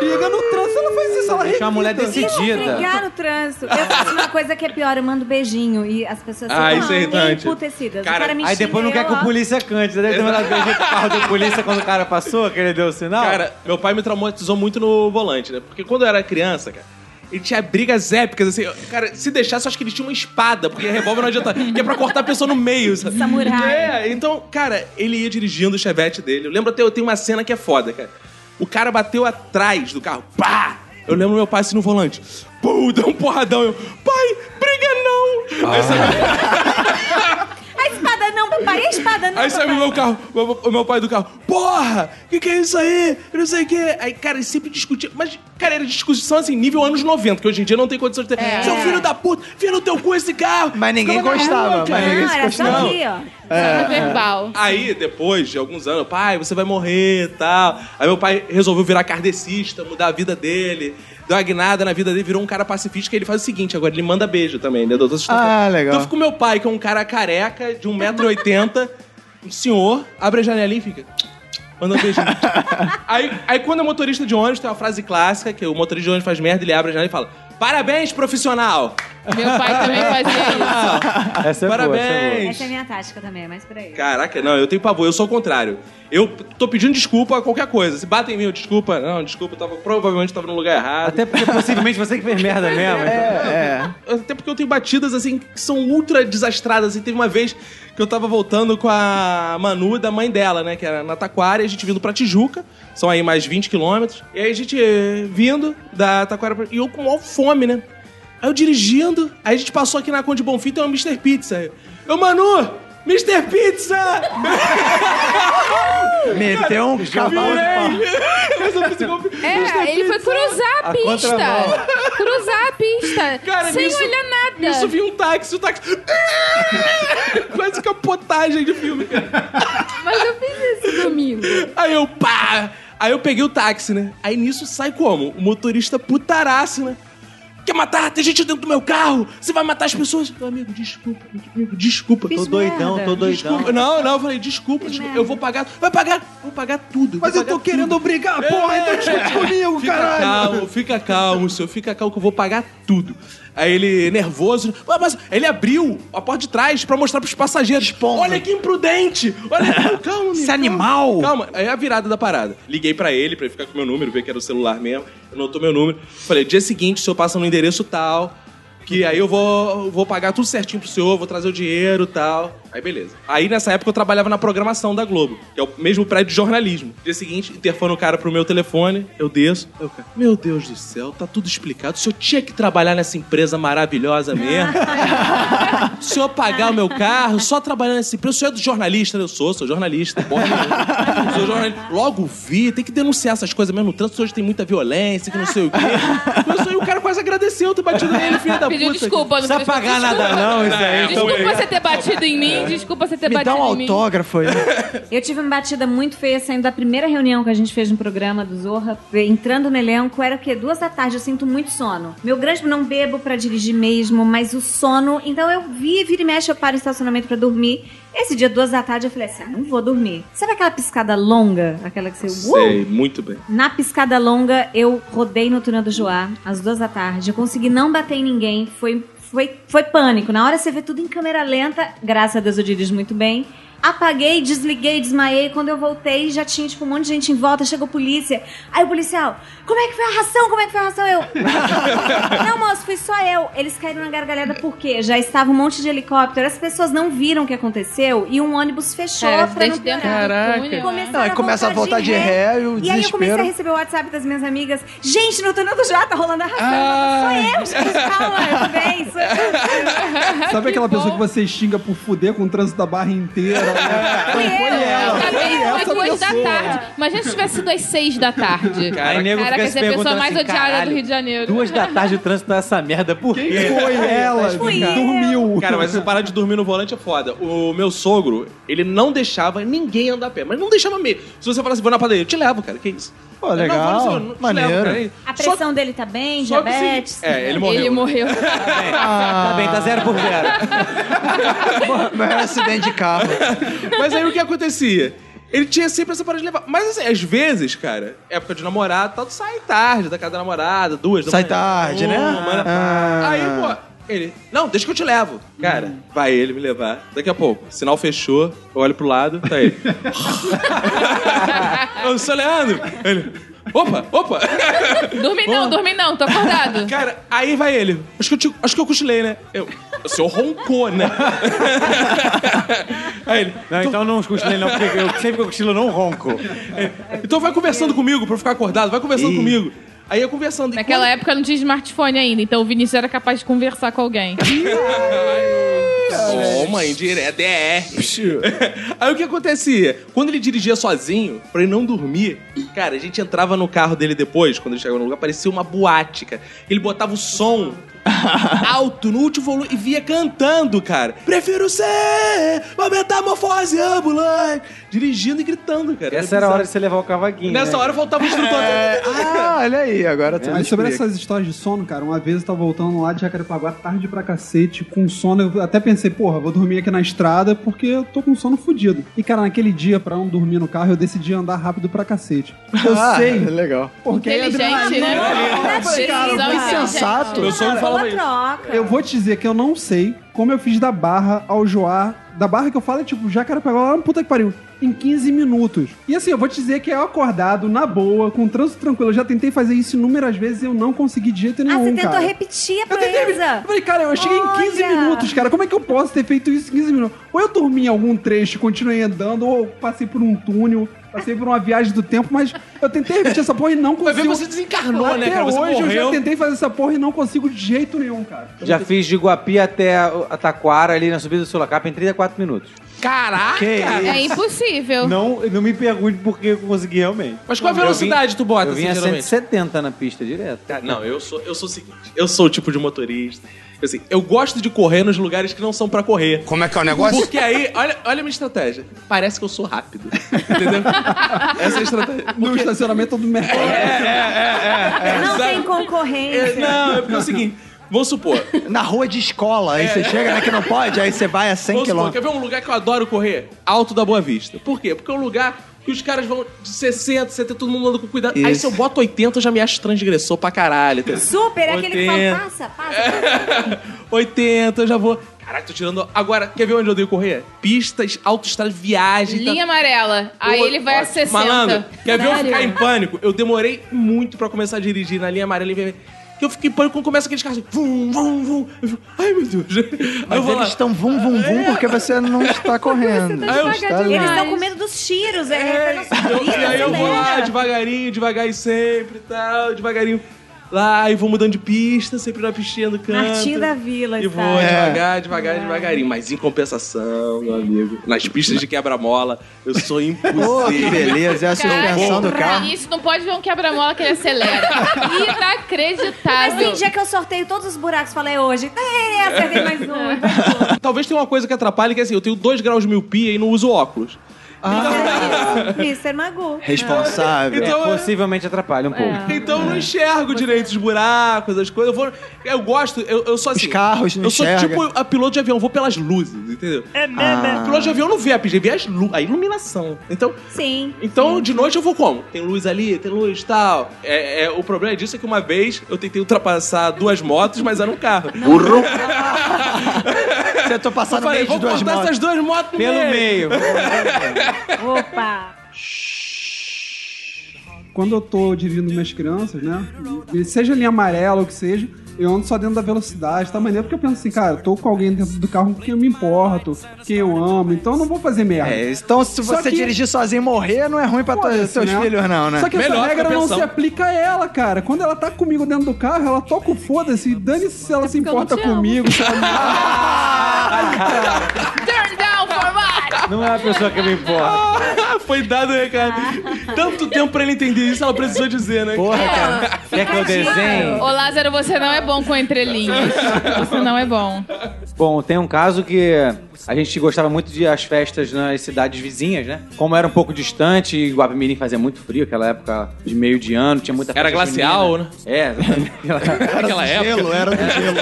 Speaker 4: briga no trânsito, ela faz isso, ela
Speaker 5: Deixa uma mulher
Speaker 4: requita.
Speaker 6: E não
Speaker 5: decidida.
Speaker 6: brigar no trânsito. Eu faço uma coisa que é pior, eu mando beijinho e as pessoas
Speaker 1: Ah,
Speaker 6: ficam
Speaker 1: isso é irritante.
Speaker 6: emputecidas.
Speaker 1: Cara,
Speaker 6: o cara me
Speaker 5: Aí
Speaker 6: xinga,
Speaker 5: depois não quer
Speaker 6: eu,
Speaker 5: que
Speaker 6: ó.
Speaker 5: o polícia cante. Você deve ter mandado beijo pro carro do polícia quando o cara passou, que ele deu o sinal.
Speaker 1: Cara, meu pai me traumatizou muito no volante, né? Porque quando eu era criança, cara, ele tinha brigas épicas, assim. eu- Cara, se deixasse, eu acho que ele tinha uma espada, porque revólver não adianta. que é pra cortar a pessoa no meio, sabe?
Speaker 6: Samurai.
Speaker 1: É, então, cara, ele ia dirigindo o chevette dele. Eu lembro até, eu tenho uma cena que é foda, cara. O cara bateu atrás do carro. Pá! Eu lembro meu pai assim no volante. Pum, deu um porradão. Eu, pai, briga não!
Speaker 5: Ah.
Speaker 1: é Aí sabe-
Speaker 6: A espada não, papai, a espada não.
Speaker 1: Aí saiu o meu carro, o- o meu pai do carro, porra, que que é isso aí? Eu Não sei o que. Aí, cara, eles sempre discutia. Mas, cara, era discussão assim, nível anos 90, que hoje em dia não tem condições de ter.
Speaker 6: É.
Speaker 1: Seu filho da puta, vira no teu cu esse carro.
Speaker 2: Mas ninguém
Speaker 1: Ficava na
Speaker 2: gostava,
Speaker 1: rua, cara.
Speaker 2: mas ninguém
Speaker 6: Não, era só
Speaker 2: Não.
Speaker 6: aqui, ó.
Speaker 3: retrovisor É. verbal.
Speaker 1: É. Aí, depois de alguns anos, pai, você vai morrer e tal. Aí meu pai resolveu virar kardecista, mudar a vida dele. Deu uma guinada na vida dele, virou um cara pacifista, que ele faz o seguinte, agora ele manda beijo também, né? Doutor
Speaker 2: Ah, legal.
Speaker 1: Então eu fico com meu pai, que é um cara careca, de 1,80m, um senhor, abre a janelinha e fica... Manda um beijinho. aí, aí quando é motorista de ônibus, tem uma frase clássica, que o motorista de ônibus faz merda, ele abre a janela e fala... Parabéns, profissional!
Speaker 3: Meu pai também fazia isso.
Speaker 5: Essa é
Speaker 1: Parabéns!
Speaker 6: Essa é a minha tática também, é mais por aí.
Speaker 1: Caraca, não, eu tenho pavor, eu sou o contrário. Eu tô pedindo desculpa a qualquer coisa. Se batem em mim, eu desculpa. Não, desculpa, eu tava, provavelmente eu tava no lugar errado. É,
Speaker 5: Até porque possivelmente você que fez merda mesmo. então.
Speaker 1: Até porque eu tenho batidas assim que são ultra desastradas. Assim, teve uma vez que eu tava voltando com a Manu da mãe dela, né? Que era na Taquara, e a gente vindo pra Tijuca. São aí mais 20 quilômetros. E aí a gente eh, vindo da Taquara pra... E eu com maior fome, né? Aí eu dirigindo, aí a gente passou aqui na Conde Bonfim, tem uma Mr. Pizza. Eu, Manu, Mr. Pizza!
Speaker 2: Meteu um cavalo de pau.
Speaker 3: É, ele foi cruzar a,
Speaker 5: A contramão.
Speaker 3: pista. Cruzar a pista.
Speaker 1: Cara,
Speaker 3: sem
Speaker 1: nisso-
Speaker 3: olhar nada.
Speaker 1: Isso vi um táxi, o táxi. Quase capotagem de filme, cara.
Speaker 7: Mas eu fiz isso domingo.
Speaker 1: Aí eu, pá! Aí eu peguei o táxi, né? Aí nisso sai como? O motorista putaraço, né? Quer matar? Tem gente dentro do meu carro! Você vai matar as pessoas? Meu amigo, desculpa, amigo, desculpa.
Speaker 6: Fiz
Speaker 1: Tô-
Speaker 5: Tô doidão,
Speaker 6: merda.
Speaker 5: tô doidão.
Speaker 1: Desculpa. Não, não, eu falei, desculpa, desculpa, eu vou pagar. Vai pagar? Vou pagar tudo.
Speaker 4: Mas eu tô querendo brigar, porra, então discute comigo,
Speaker 1: Fica
Speaker 4: caralho.
Speaker 1: calmo, fica calmo, senhor. Fica calmo que eu vou pagar tudo. Aí ele, nervoso, "Ah, mas ele abriu a porta de trás pra mostrar pros passageiros. Olha que imprudente! Olha, calma, amigo,
Speaker 2: Esse
Speaker 1: calma.
Speaker 2: animal!
Speaker 1: Calma, aí é a virada da parada. Liguei pra ele pra ele ficar com meu número, ver que era o celular mesmo. Anotou meu número. Falei, dia seguinte, o senhor passa no endereço tal. Que aí eu vou, vou pagar tudo certinho pro senhor, vou trazer o dinheiro e tal. Aí beleza. Aí nessa época eu trabalhava na programação da Globo, que é o mesmo prédio de jornalismo. Dia seguinte, interfone o cara pro meu telefone, eu desço. Aí o cara, meu Deus do céu, tá tudo explicado. O senhor tinha que trabalhar nessa empresa maravilhosa mesmo. O senhor pagar o meu carro, só trabalhando nesse emprego. O senhor é do jornalista? né? Eu sou, sou jornalista. Porra, nenhuma. sou jornalista. Logo vi, tem que denunciar essas coisas mesmo no trânsito. Hoje tem muita violência, que não sei o quê. Eu sou- E o cara quase agradeceu eu ter batido nele, filho da
Speaker 3: Pediu
Speaker 1: puta.
Speaker 3: desculpa. Não
Speaker 5: precisa pagar
Speaker 3: desculpa.
Speaker 5: nada é não, isso aí,
Speaker 1: é,
Speaker 3: Desculpa você ter batido em mim. Desculpa você ter
Speaker 2: Me dá
Speaker 3: batido
Speaker 2: um
Speaker 3: em mim.
Speaker 2: autógrafo aí.
Speaker 6: Eu tive uma batida muito feia saindo da primeira reunião que a gente fez no programa do Zorra, entrando no elenco, era o quê? Duas da tarde, eu sinto muito sono. Meu grande não bebo pra dirigir mesmo, mas o sono. Então eu vi, vira e mexe, eu paro no estacionamento pra dormir. Esse dia, duas da tarde, eu falei assim: ah, não vou dormir. Sabe aquela piscada longa? Aquela que você. Uh!
Speaker 1: Sei, muito bem.
Speaker 6: Na piscada longa, eu rodei no túnel do Joá, às duas da tarde. Eu consegui não bater em ninguém. Foi, foi, foi pânico. Na hora você vê tudo em câmera lenta. Graças a Deus eu dirijo muito bem. Apaguei, desliguei, desmaiei. Quando eu voltei, já tinha, tipo, um monte de gente em volta. Chegou a polícia. Aí o policial, como é que foi a ração? Como é que foi a ração? Eu, não, moço, fui só eu. Eles caíram na gargalhada porque já estava um monte de helicóptero. As pessoas não viram o que aconteceu e um ônibus fechou
Speaker 3: É,
Speaker 6: pra não
Speaker 3: desde dentro
Speaker 6: piorar.
Speaker 3: do
Speaker 6: E
Speaker 3: túnel.
Speaker 6: começaram
Speaker 2: Não, aí começa a voltar de ré e o
Speaker 6: E aí eu comecei a
Speaker 2: desespero.
Speaker 6: receber o WhatsApp das minhas amigas. Gente, no túnel do Joá tá rolando a ração. Eu falei, Sou eu, gente. Calma, tudo bem. Sou eu.
Speaker 4: Sabe aquela
Speaker 3: bom.
Speaker 4: pessoa que você xinga por fuder com o trânsito da barra inteira? né?
Speaker 6: Fui
Speaker 1: É,
Speaker 6: eu.
Speaker 3: Ainda bem que
Speaker 4: essa
Speaker 3: foi duas da
Speaker 4: pessoa.
Speaker 3: tarde. Imagina se tivesse sido às seis da tarde.
Speaker 5: Aí o nego
Speaker 3: Caraca,
Speaker 5: fica
Speaker 3: essa
Speaker 5: se
Speaker 3: é a pessoa
Speaker 5: perguntando
Speaker 3: mais
Speaker 5: assim,
Speaker 3: odiada do
Speaker 5: "Caralho,
Speaker 3: Rio de Janeiro.
Speaker 5: Duas da tarde o trânsito tá essa merda, por quê?
Speaker 1: é?
Speaker 4: Foi ela,
Speaker 6: Fui eu.
Speaker 4: dormiu.
Speaker 1: Cara, mas essa parada de dormir no volante é foda. O meu sogro, ele não deixava ninguém andar a pé, mas não deixava mesmo. Se você falasse, vou na padaria, eu te levo, cara, que isso. assim,
Speaker 2: Pô,
Speaker 1: Eu,
Speaker 2: legal,
Speaker 1: não, vou no seu- te
Speaker 2: maneiro.
Speaker 1: Levo, cara. é
Speaker 6: A
Speaker 1: Só-
Speaker 6: pressão dele tá bem,
Speaker 1: só que o seguinte-
Speaker 6: diabetes.
Speaker 1: É, ele morreu.
Speaker 3: Ele morreu.
Speaker 5: Tá bem, tá zero por zero.
Speaker 2: Maior acidente de carro.
Speaker 1: Mas aí o que acontecia? Ele tinha sempre essa parada de levar. Mas assim, às vezes, cara, época de namorado, e tal, tu sai tarde da casa da namorada, duas da
Speaker 2: Sai
Speaker 1: manhã,
Speaker 2: tarde, né?
Speaker 1: uma,
Speaker 2: Ah.
Speaker 1: Aí, pô. Ele, não, deixa que eu te levo. Cara, vai ele me levar. Daqui a pouco, sinal fechou, eu olho pro lado, tá ele. eu sou Leandro. Ele, opa, opa.
Speaker 3: dormi não, dormi não, tô acordado.
Speaker 1: Cara, aí vai ele. Acho que eu, te- acho que eu cochilei, né? Eu, o senhor roncou, né? aí ele,
Speaker 5: Não, então não cochilei não, porque eu sempre que eu cochilo eu não ronco.
Speaker 1: Então vai conversando comigo pra eu ficar acordado, vai conversando comigo. Aí eu conversando. e
Speaker 3: Naquela época não tinha smartphone ainda, então o Vinícius era capaz de conversar com alguém.
Speaker 1: quando... Toma, indireto, é. Aí o que acontecia? Quando ele dirigia sozinho, pra ele não dormir, cara, a gente entrava no carro dele depois, quando ele chegava no lugar, parecia uma boate, cara. Ele botava o som alto, no último volume, e via cantando, cara. Prefiro ser uma metamorfose ambulante. Dirigindo e gritando, cara.
Speaker 5: Essa era a hora de você levar o cavaquinho.
Speaker 1: Nessa
Speaker 5: né? É.
Speaker 1: hora faltava o instrutor.
Speaker 2: Ah, olha aí, agora tudo
Speaker 4: Mas sobre
Speaker 2: explica.
Speaker 4: essas histórias de sono, cara, uma vez eu tava voltando lá de Jacarepaguá tarde pra cacete, com sono. Eu até pensei, porra, vou dormir aqui na estrada porque eu tô com sono fudido. E, cara, naquele dia, pra não dormir no carro, eu decidi andar rápido pra cacete. Eu
Speaker 2: Ah,
Speaker 4: sei.
Speaker 2: Legal.
Speaker 4: Porque aí a
Speaker 3: Inteligente,
Speaker 1: é
Speaker 4: adrenalina-
Speaker 3: né?
Speaker 6: Cara,
Speaker 3: Decisão
Speaker 6: foi
Speaker 3: inteligente.
Speaker 2: sensato.
Speaker 1: Meu sogro falava
Speaker 6: Uma
Speaker 1: isso.
Speaker 6: troca.
Speaker 4: Eu vou te dizer que eu não sei como eu fiz da barra ao Joá. Da barra que eu falo é tipo, já cara pegou lá na puta que pariu. Em 15 minutos. E assim, eu vou te dizer que é acordado, na boa, com trânsito tranquilo. Eu já tentei fazer isso inúmeras vezes e eu não consegui de jeito nenhum.
Speaker 6: Ah, você tentou
Speaker 4: cara.
Speaker 6: repetir a
Speaker 4: Eu tentei. Eu
Speaker 6: proeza.
Speaker 4: falei, cara, eu cheguei em 15
Speaker 6: Olha.
Speaker 4: minutos, cara. Como é que eu posso ter feito isso em 15 minutos? Ou eu dormi em algum trecho, continuei andando, ou passei por um túnel, passei por uma viagem do tempo, mas eu tentei repetir essa porra e não
Speaker 1: Vai ver,
Speaker 4: consigo.
Speaker 1: você desencarnou,
Speaker 4: Até
Speaker 1: né, cara? Você
Speaker 4: hoje eu já
Speaker 1: morreu.
Speaker 4: tentei fazer essa porra e não consigo de jeito nenhum, cara.
Speaker 5: Já fiz de Guapi até a Taquara, ali na subida do Sulacapa, em 34 minutos.
Speaker 1: Caraca!
Speaker 3: É impossível.
Speaker 5: Não, não me pergunte por que eu consegui realmente.
Speaker 1: Mas qual a
Speaker 5: Eu vim-
Speaker 1: velocidade tu bota,
Speaker 5: Eu vinha
Speaker 1: assim, geralmente?
Speaker 5: 170 na pista direto.
Speaker 1: Cara, não, eu sou, eu sou o seguinte. Eu sou o tipo de motorista. Assim, eu gosto de correr nos lugares que não são pra correr.
Speaker 11: Como é que é o negócio?
Speaker 1: Porque aí, olha, olha a minha estratégia. Parece que eu sou rápido. Entendeu? Essa é a estratégia.
Speaker 4: No estacionamento do
Speaker 11: É,
Speaker 4: mercado.
Speaker 6: Não tem
Speaker 1: É,
Speaker 6: concorrência.
Speaker 1: Não, é porque é o seguinte. Vamos supor. É.
Speaker 2: Na rua de escola, aí você chega, né, que não pode, aí você vai a 100
Speaker 1: Vamos supor,
Speaker 2: km.
Speaker 1: quer ver um lugar que eu adoro correr? Alto da Boa Vista. Por quê? Porque é um lugar que os caras vão de 60, 70, todo mundo anda com cuidado. Aí
Speaker 2: Isso.
Speaker 1: se eu boto 80, eu já me acho transgressor pra caralho. entendeu?
Speaker 6: Super, é aquele que fala, passa, passa.
Speaker 1: 80, eu já vou. Caraca, tô tirando. Agora, quer ver onde eu odeio correr? Pistas, autoestrada, viagem. tá-
Speaker 3: Linha amarela. Aí
Speaker 1: Ô,
Speaker 3: ele vai a
Speaker 1: ótimo.
Speaker 3: 60.
Speaker 1: Malandro, quer ver eu
Speaker 7: Sério?
Speaker 1: ficar em pânico? Eu demorei muito pra começar a dirigir na linha amarela e vermelha. Que eu fico em pânico quando começa aqueles carros assim, vum, vum, vum. Eu fico, ai meu Deus. Aí eu
Speaker 2: Mas
Speaker 1: vou lá. É.
Speaker 2: eles estão vum, vum, vum, porque você não está correndo.
Speaker 7: tá
Speaker 2: Você está
Speaker 7: devagar
Speaker 6: Eles
Speaker 2: lento.
Speaker 6: estão com medo dos tiros, é.
Speaker 1: É,
Speaker 6: tá na
Speaker 1: eu-
Speaker 6: subida,
Speaker 1: e aí eu vou lá tipo-
Speaker 6: acelera.
Speaker 1: devagarinho, devagar e sempre e tal, devagarinho. Lá e vou mudando de pista, sempre na pistinha do canto.
Speaker 6: Martim da Vila,
Speaker 1: E vou
Speaker 6: sabe?
Speaker 1: devagar, devagar, devagarinho. Mas em compensação, meu amigo, nas pistas de quebra-mola, eu sou
Speaker 2: Pô, que
Speaker 1: impossível.
Speaker 2: beleza, é a suspensão do carro.
Speaker 3: Isso não pode ver um quebra-mola que ele acelera.
Speaker 6: Mas
Speaker 3: Inacreditável.
Speaker 6: tem dia é que eu sorteio todos os buracos, falei hoje. É, acertei mais um.
Speaker 1: Talvez tenha uma coisa que atrapalhe, que é assim, eu tenho 2 graus de miopia e não uso óculos.
Speaker 6: Mr. Magu.
Speaker 2: Ah. Responsável.
Speaker 1: Então, eu-
Speaker 5: Possivelmente atrapalha
Speaker 6: É.
Speaker 5: um pouco.
Speaker 1: Então
Speaker 2: É.
Speaker 1: eu não enxergo direito os buracos, as coisas. Eu, vou, eu gosto, eu, eu sou assim.
Speaker 2: carros não
Speaker 1: Eu sou
Speaker 2: enxerga.
Speaker 1: tipo a piloto de avião, vou pelas luzes, entendeu? É, né,
Speaker 2: Ah.
Speaker 1: né? Piloto de avião não vê a pista, ele vê as lu a iluminação. Então,
Speaker 6: Sim.
Speaker 1: então de noite eu vou como? Tem luz ali, tem luz e tal. É, é, o problema disso é que uma vez eu tentei ultrapassar duas motos, mas era um carro.
Speaker 11: Burro.
Speaker 2: Você tô
Speaker 1: Eu
Speaker 2: passando
Speaker 1: falei,
Speaker 2: meio de
Speaker 1: vou
Speaker 2: duas
Speaker 1: cortar
Speaker 2: motos.
Speaker 1: essas duas motos no
Speaker 5: Pelo meio.
Speaker 1: meio.
Speaker 6: Opa.
Speaker 4: Quando eu tô dirigindo minhas crianças, né? e Seja linha amarela ou o que seja, eu ando só dentro da velocidade, tá maneiro, porque eu penso assim, cara, eu tô com alguém dentro do carro que eu me importo, que eu amo, então eu não vou fazer merda.
Speaker 2: É, então se
Speaker 4: Só
Speaker 2: você
Speaker 4: que-
Speaker 2: dirigir sozinho e morrer, não é ruim pra
Speaker 4: Foda-se,
Speaker 2: teus seus
Speaker 4: né?
Speaker 2: filhos, não, né?
Speaker 4: Só que
Speaker 1: Melhor
Speaker 4: essa regra
Speaker 1: fica
Speaker 4: não
Speaker 1: pensando.
Speaker 4: se aplica a ela, cara. Quando ela tá comigo dentro do carro, ela toca o foda-se e dane-se se ela se
Speaker 7: É porque eu não
Speaker 4: importa
Speaker 7: te amo.
Speaker 4: comigo. tá se ela me
Speaker 3: Turn down for what?
Speaker 5: Não é a pessoa que me importa.
Speaker 1: Foi dado o recado. Tanto tempo pra ele entender isso, ela precisou dizer, né?
Speaker 2: Porra, cara.
Speaker 5: Quer que eu desenhe?
Speaker 3: Ô, Lázaro, você não é bom com entrelinhas. Você não é bom.
Speaker 5: Bom, tem um caso que a gente gostava muito de ir às festas nas cidades vizinhas, né? Como era um pouco distante, e Guapimirim fazia muito frio, aquela época de meio de ano, tinha muita
Speaker 1: Era
Speaker 5: festa
Speaker 1: glacial, né?
Speaker 5: junina. É, exatamente. É.
Speaker 1: Naquela época.
Speaker 2: Gelo, era do gelo.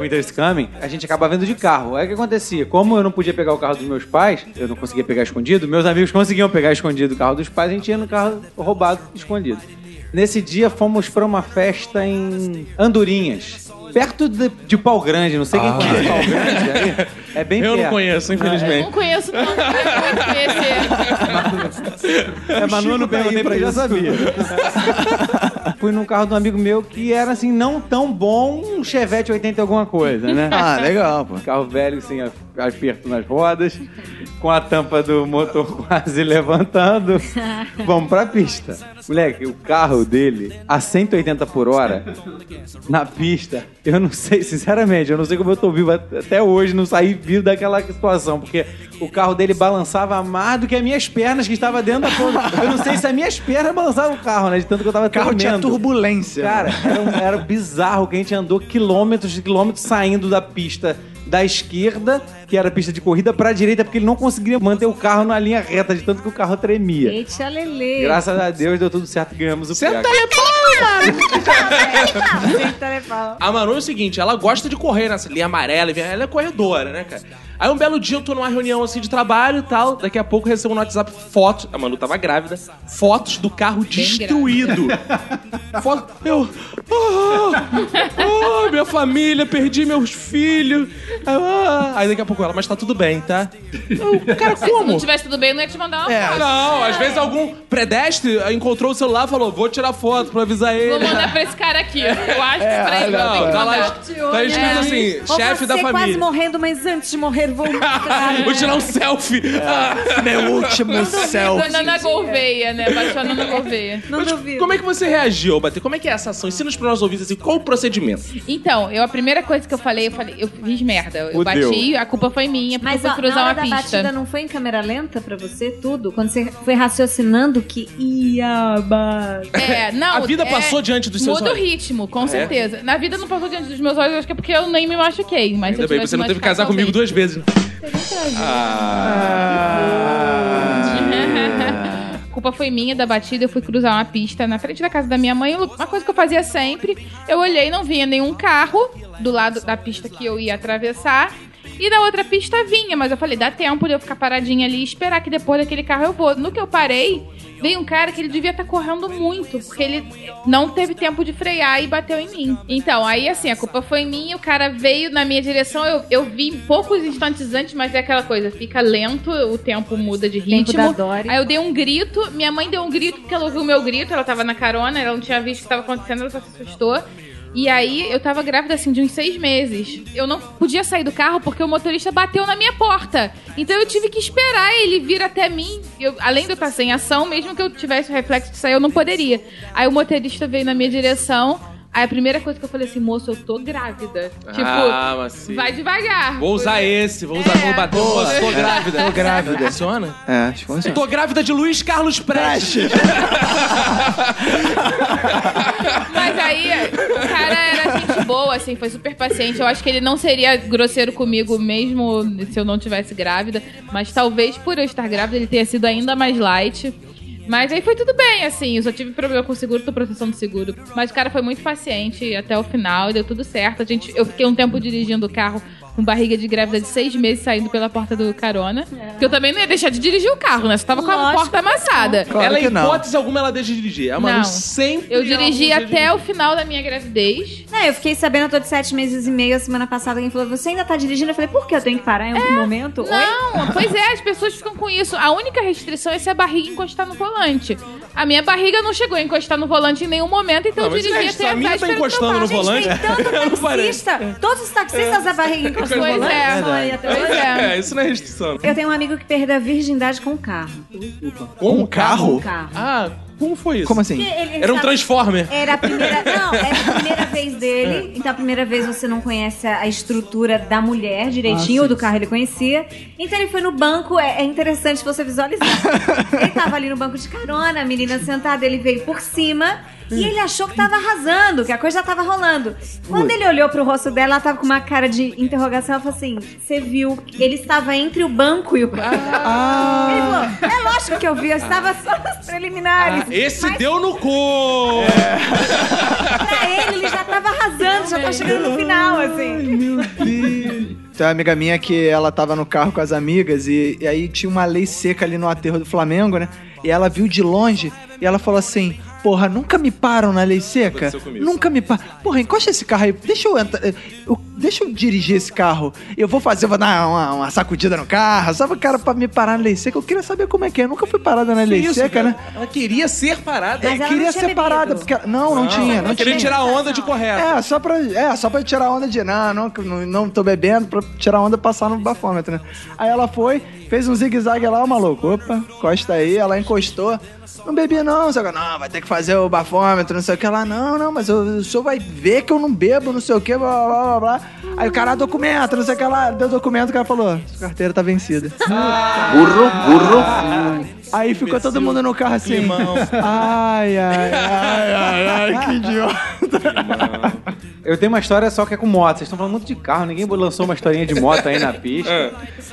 Speaker 5: Winter Scamming, a gente acabava indo de carro. Aí o que acontecia? Como eu não podia pegar o carro dos meus pais, eu não conseguia pegar escondido, meus amigos conseguiam pegar escondido o carro dos pais, a gente ia no carro roubado, escondido. Nesse dia fomos pra uma festa em Andorinhas, perto de, de Pau Grande, não sei
Speaker 2: Ah.
Speaker 5: quem conhece Pau Grande aí. É bem
Speaker 1: Eu
Speaker 5: perto.
Speaker 1: não conheço, infelizmente.
Speaker 3: Não conheço, não
Speaker 1: Ah,
Speaker 3: conheço esse.
Speaker 5: É, mas eu não perguntei pra já sabia. Fui num carro de um amigo meu que era assim, não tão bom, um Chevette 80 e alguma coisa, né?
Speaker 2: Ah, legal, pô.
Speaker 5: Carro velho, sem a- aperto nas rodas, com a tampa do motor quase levantando. Vamos pra pista. Moleque, o carro dele, a 180 por hora, na pista, eu não sei, sinceramente, eu não sei como eu tô vivo at- até hoje, não saí vivo daquela situação, porque o carro dele balançava mais do que as minhas pernas que estava dentro da ponta. Eu não sei se as minhas pernas balançavam o carro, né? De tanto que eu tava
Speaker 2: O carro tinha
Speaker 5: tremendo.
Speaker 2: turbulência.
Speaker 5: Cara, era, um- era bizarro que a gente andou quilômetros e quilômetros saindo da pista da esquerda, que era a pista de corrida, pra direita, porque ele não conseguia manter o carro na linha reta, de tanto que o carro tremia.
Speaker 6: Eita, Lele.
Speaker 5: Graças a Deus deu tudo certo, ganhamos o prêmio.
Speaker 1: A Manu é o seguinte, ela gosta de correr nessa linha amarela, e vem- ela é corredora, né, cara? Aí um belo dia eu tô numa reunião assim de trabalho e tal, daqui a pouco eu recebo no WhatsApp fotos, a Manu tava grávida, fotos do carro destruído. Foto, eu, oh, oh, minha família, perdi meus filhos. Ah, Aí daqui a pouco ela, mas tá tudo bem, tá? Eu, cara,
Speaker 3: Se não
Speaker 1: como? É.
Speaker 3: tivesse tudo bem, eu não ia te mandar uma foto.
Speaker 1: Não, às vezes algum pedestre encontrou o celular e falou, vou tirar foto pra avisar ele.
Speaker 3: Vou mandar pra esse cara aqui. Eu acho
Speaker 2: É,
Speaker 3: que pra ele eu
Speaker 1: Não,
Speaker 3: tenho que
Speaker 1: tá lá,
Speaker 3: mandar.
Speaker 1: tá escrito
Speaker 3: É.
Speaker 1: assim,
Speaker 6: Ou
Speaker 1: chefe
Speaker 6: você
Speaker 1: da
Speaker 6: quase
Speaker 1: família.
Speaker 6: morrendo, mas antes de morrer, vou mostrar.
Speaker 1: Vou tirar um selfie. Ah,
Speaker 2: É. Meu último céu.
Speaker 3: Dona Ana Gouveia, né? Baixou a Ana Gouveia.
Speaker 6: Não duvido.
Speaker 1: Como é que você reagiu, Bater? Como é que é essa ação? Ensina os pros nossos ouvintes assim, qual o procedimento?
Speaker 3: Então, eu a primeira coisa que eu falei, eu falei, eu fiz merda. Eu
Speaker 1: Fudeu.
Speaker 3: bati, a culpa foi minha, porque
Speaker 6: Mas
Speaker 3: eu
Speaker 6: ó,
Speaker 3: fui
Speaker 6: na hora
Speaker 3: cruzar uma
Speaker 6: da
Speaker 3: pista.
Speaker 6: batida não foi em câmera lenta pra você tudo? Quando você foi raciocinando que ia ba-
Speaker 3: É, não,
Speaker 1: A vida
Speaker 3: é-
Speaker 1: passou diante dos seus
Speaker 3: Muda o
Speaker 1: olhos. É.
Speaker 3: ritmo, com certeza. Na vida não passou diante dos meus olhos, acho que é porque eu nem me machuquei. Mas
Speaker 1: Ainda
Speaker 3: se eu
Speaker 1: bem,
Speaker 3: tivesse
Speaker 1: você não teve que casar
Speaker 3: machucado,
Speaker 1: comigo duas
Speaker 3: talvez.
Speaker 1: vezes. né? Ah,
Speaker 3: A culpa foi minha da batida, eu fui cruzar uma pista na frente da casa da minha mãe. Uma coisa que eu fazia sempre, eu olhei e não vinha nenhum carro do lado da pista que eu ia atravessar. E na outra pista vinha, mas eu falei, dá tempo de eu ficar paradinha ali e esperar que depois daquele carro eu vou. No que eu parei, veio um cara que ele devia estar correndo muito, porque ele não teve tempo de frear e bateu em mim. Então, aí assim, a culpa foi minha, o cara veio na minha direção, eu, eu vi poucos instantes antes, mas é aquela coisa, fica lento, o tempo muda de ritmo.
Speaker 6: tempo da Dory.
Speaker 3: Aí eu dei um grito, minha mãe deu um grito porque ela ouviu o meu grito, ela tava na carona, ela não tinha visto o que tava acontecendo, ela só se assustou. E aí eu tava grávida assim de uns seis meses. Eu não podia sair do carro porque o motorista bateu na minha porta. Então eu tive que esperar ele vir até mim. Eu- além de eu estar sem ação, mesmo que eu tivesse o reflexo de sair, eu não poderia. Aí o motorista veio na minha direção. Aí a primeira coisa que eu falei assim, moço, eu tô grávida. Tipo,
Speaker 1: ah, mas sim.
Speaker 3: vai devagar.
Speaker 1: Vou usar
Speaker 3: Foi-
Speaker 1: esse, vou usar,
Speaker 3: É.
Speaker 1: vou bater.
Speaker 3: Boa.
Speaker 1: Boa, tô grávida.
Speaker 5: Tô grávida.
Speaker 1: Funciona?
Speaker 2: É, acho que funciona.
Speaker 1: Tô grávida de Luiz Carlos Prestes.
Speaker 3: Mas aí, o cara era gente boa, assim, foi super paciente. Eu acho que ele não seria grosseiro comigo mesmo se eu não tivesse grávida. Mas talvez por eu estar grávida ele tenha sido ainda mais light. Mas aí foi tudo bem, assim. Eu só tive problema com o seguro, tô processando o seguro. Mas o cara foi muito paciente até o final e deu tudo certo. A gente, eu fiquei um tempo dirigindo o carro com barriga de grávida de seis meses saindo pela porta do carona. Porque eu também não ia deixar de dirigir o carro, né? Você tava com a
Speaker 6: Lógico
Speaker 3: porta amassada.
Speaker 2: Claro
Speaker 1: ela,
Speaker 2: que
Speaker 1: em
Speaker 2: não.
Speaker 1: hipótese alguma, ela deixa de dirigir. É A Manu
Speaker 3: Não.
Speaker 1: sempre.
Speaker 3: Eu
Speaker 1: ela
Speaker 3: dirigi
Speaker 1: não deixa de
Speaker 3: até o final da minha gravidez.
Speaker 6: Não, É, eu fiquei sabendo, eu tô de sete meses e meio. A semana passada alguém falou, você ainda tá dirigindo? Eu falei, por que eu tenho que parar em algum momento? Oi?
Speaker 3: É, Não, pois é, as pessoas ficam com isso. A única restrição é se a barriga encostar no volante. A minha barriga não chegou a encostar no volante em nenhum momento,
Speaker 1: Não,
Speaker 3: então eu
Speaker 1: mas
Speaker 3: dirigi
Speaker 1: isso
Speaker 3: até
Speaker 6: é
Speaker 1: a minha
Speaker 3: atrás
Speaker 1: tá
Speaker 3: para
Speaker 1: encostando no volante.
Speaker 6: Tem tanto taxista. Todos os taxistas da barriga encostam no
Speaker 3: Pois
Speaker 6: volante.
Speaker 3: é.
Speaker 6: só aí até
Speaker 3: Pois
Speaker 6: hoje.
Speaker 3: é.
Speaker 1: É, isso não é restrição.
Speaker 6: Eu tenho um amigo que perdeu a virgindade com o carro.
Speaker 1: Com o
Speaker 6: Com
Speaker 2: Um carro?
Speaker 6: o Um carro.
Speaker 1: Ah, como foi isso?
Speaker 2: Como assim?
Speaker 6: Porque ele- ele
Speaker 1: Era um
Speaker 6: tava-
Speaker 1: Transformer. É.
Speaker 6: Era a primeira. Não, era a primeira vez dele. Então, a primeira vez você não conhece a estrutura da mulher
Speaker 2: Ah,
Speaker 6: direitinho, ou do carro ele conhecia. Então ele foi no banco, é, é interessante você visualizar. ele tava ali no banco de carona, a menina sentada, ele veio por cima. E ele achou que tava arrasando, que a coisa já tava rolando. Quando ele olhou pro rosto dela, ela tava com uma cara de interrogação. Ela falou assim: Você viu? que Ele estava entre o banco e o carro.
Speaker 2: Ah.
Speaker 6: Ele falou: É lógico que eu vi, eu estava só nas preliminares.
Speaker 1: Ah, Esse
Speaker 6: Mas
Speaker 1: deu no cu!
Speaker 2: É.
Speaker 6: pra ele, ele já tava arrasando, já tava chegando no final, assim.
Speaker 2: Tem uma amiga minha que ela tava no carro com as amigas e, e aí tinha uma lei seca ali no aterro do Flamengo, né? E ela viu de longe e ela falou assim: Porra, nunca me param na lei seca?
Speaker 1: Aconteceu comigo.
Speaker 2: Nunca me param. Porra, encosta esse carro aí. Deixa eu, entrar, eu- deixa eu dirigir esse carro. Eu vou fazer, eu vou dar uma, uma sacudida no carro. Sabe o cara pra me parar na lei seca? Eu queria saber como é que é. Eu nunca fui parada na lei
Speaker 1: Isso,
Speaker 2: seca,
Speaker 1: cara.
Speaker 2: né?
Speaker 1: Ela queria ser parada.
Speaker 6: Mas
Speaker 2: eu
Speaker 6: ela
Speaker 2: queria
Speaker 6: não
Speaker 2: ser
Speaker 6: tinha
Speaker 2: parada,
Speaker 6: bebido.
Speaker 2: porque. ela- Não, não, tinha. Não,
Speaker 1: ela queria
Speaker 2: tinha.
Speaker 1: tirar a onda de correto.
Speaker 2: É, só pra, é, só pra tirar onda de não, não, não, não tô bebendo, pra tirar onda e passar no bafômetro, né? Aí ela foi, fez um zigue-zague lá, o maluco, opa, encosta aí, ela encostou. Não bebi não, só que, não, vai ter que fazer o bafômetro, não sei o que lá, não, não, mas o, o senhor vai ver que eu não bebo, não sei o que, blá, blá, blá, blá, blá. Aí o cara, "Ah, documento, não sei o que lá, deu documento, o cara falou, sua carteira tá vencida.
Speaker 9: Burro, burro.
Speaker 2: Aí ficou todo mundo no carro assim,
Speaker 1: Climão.
Speaker 2: ai, ai, ai, ai, ai, que idiota.
Speaker 5: Eu tenho uma história só que é com moto. Vocês estão falando muito de carro, ninguém lançou uma historinha de moto aí na pista.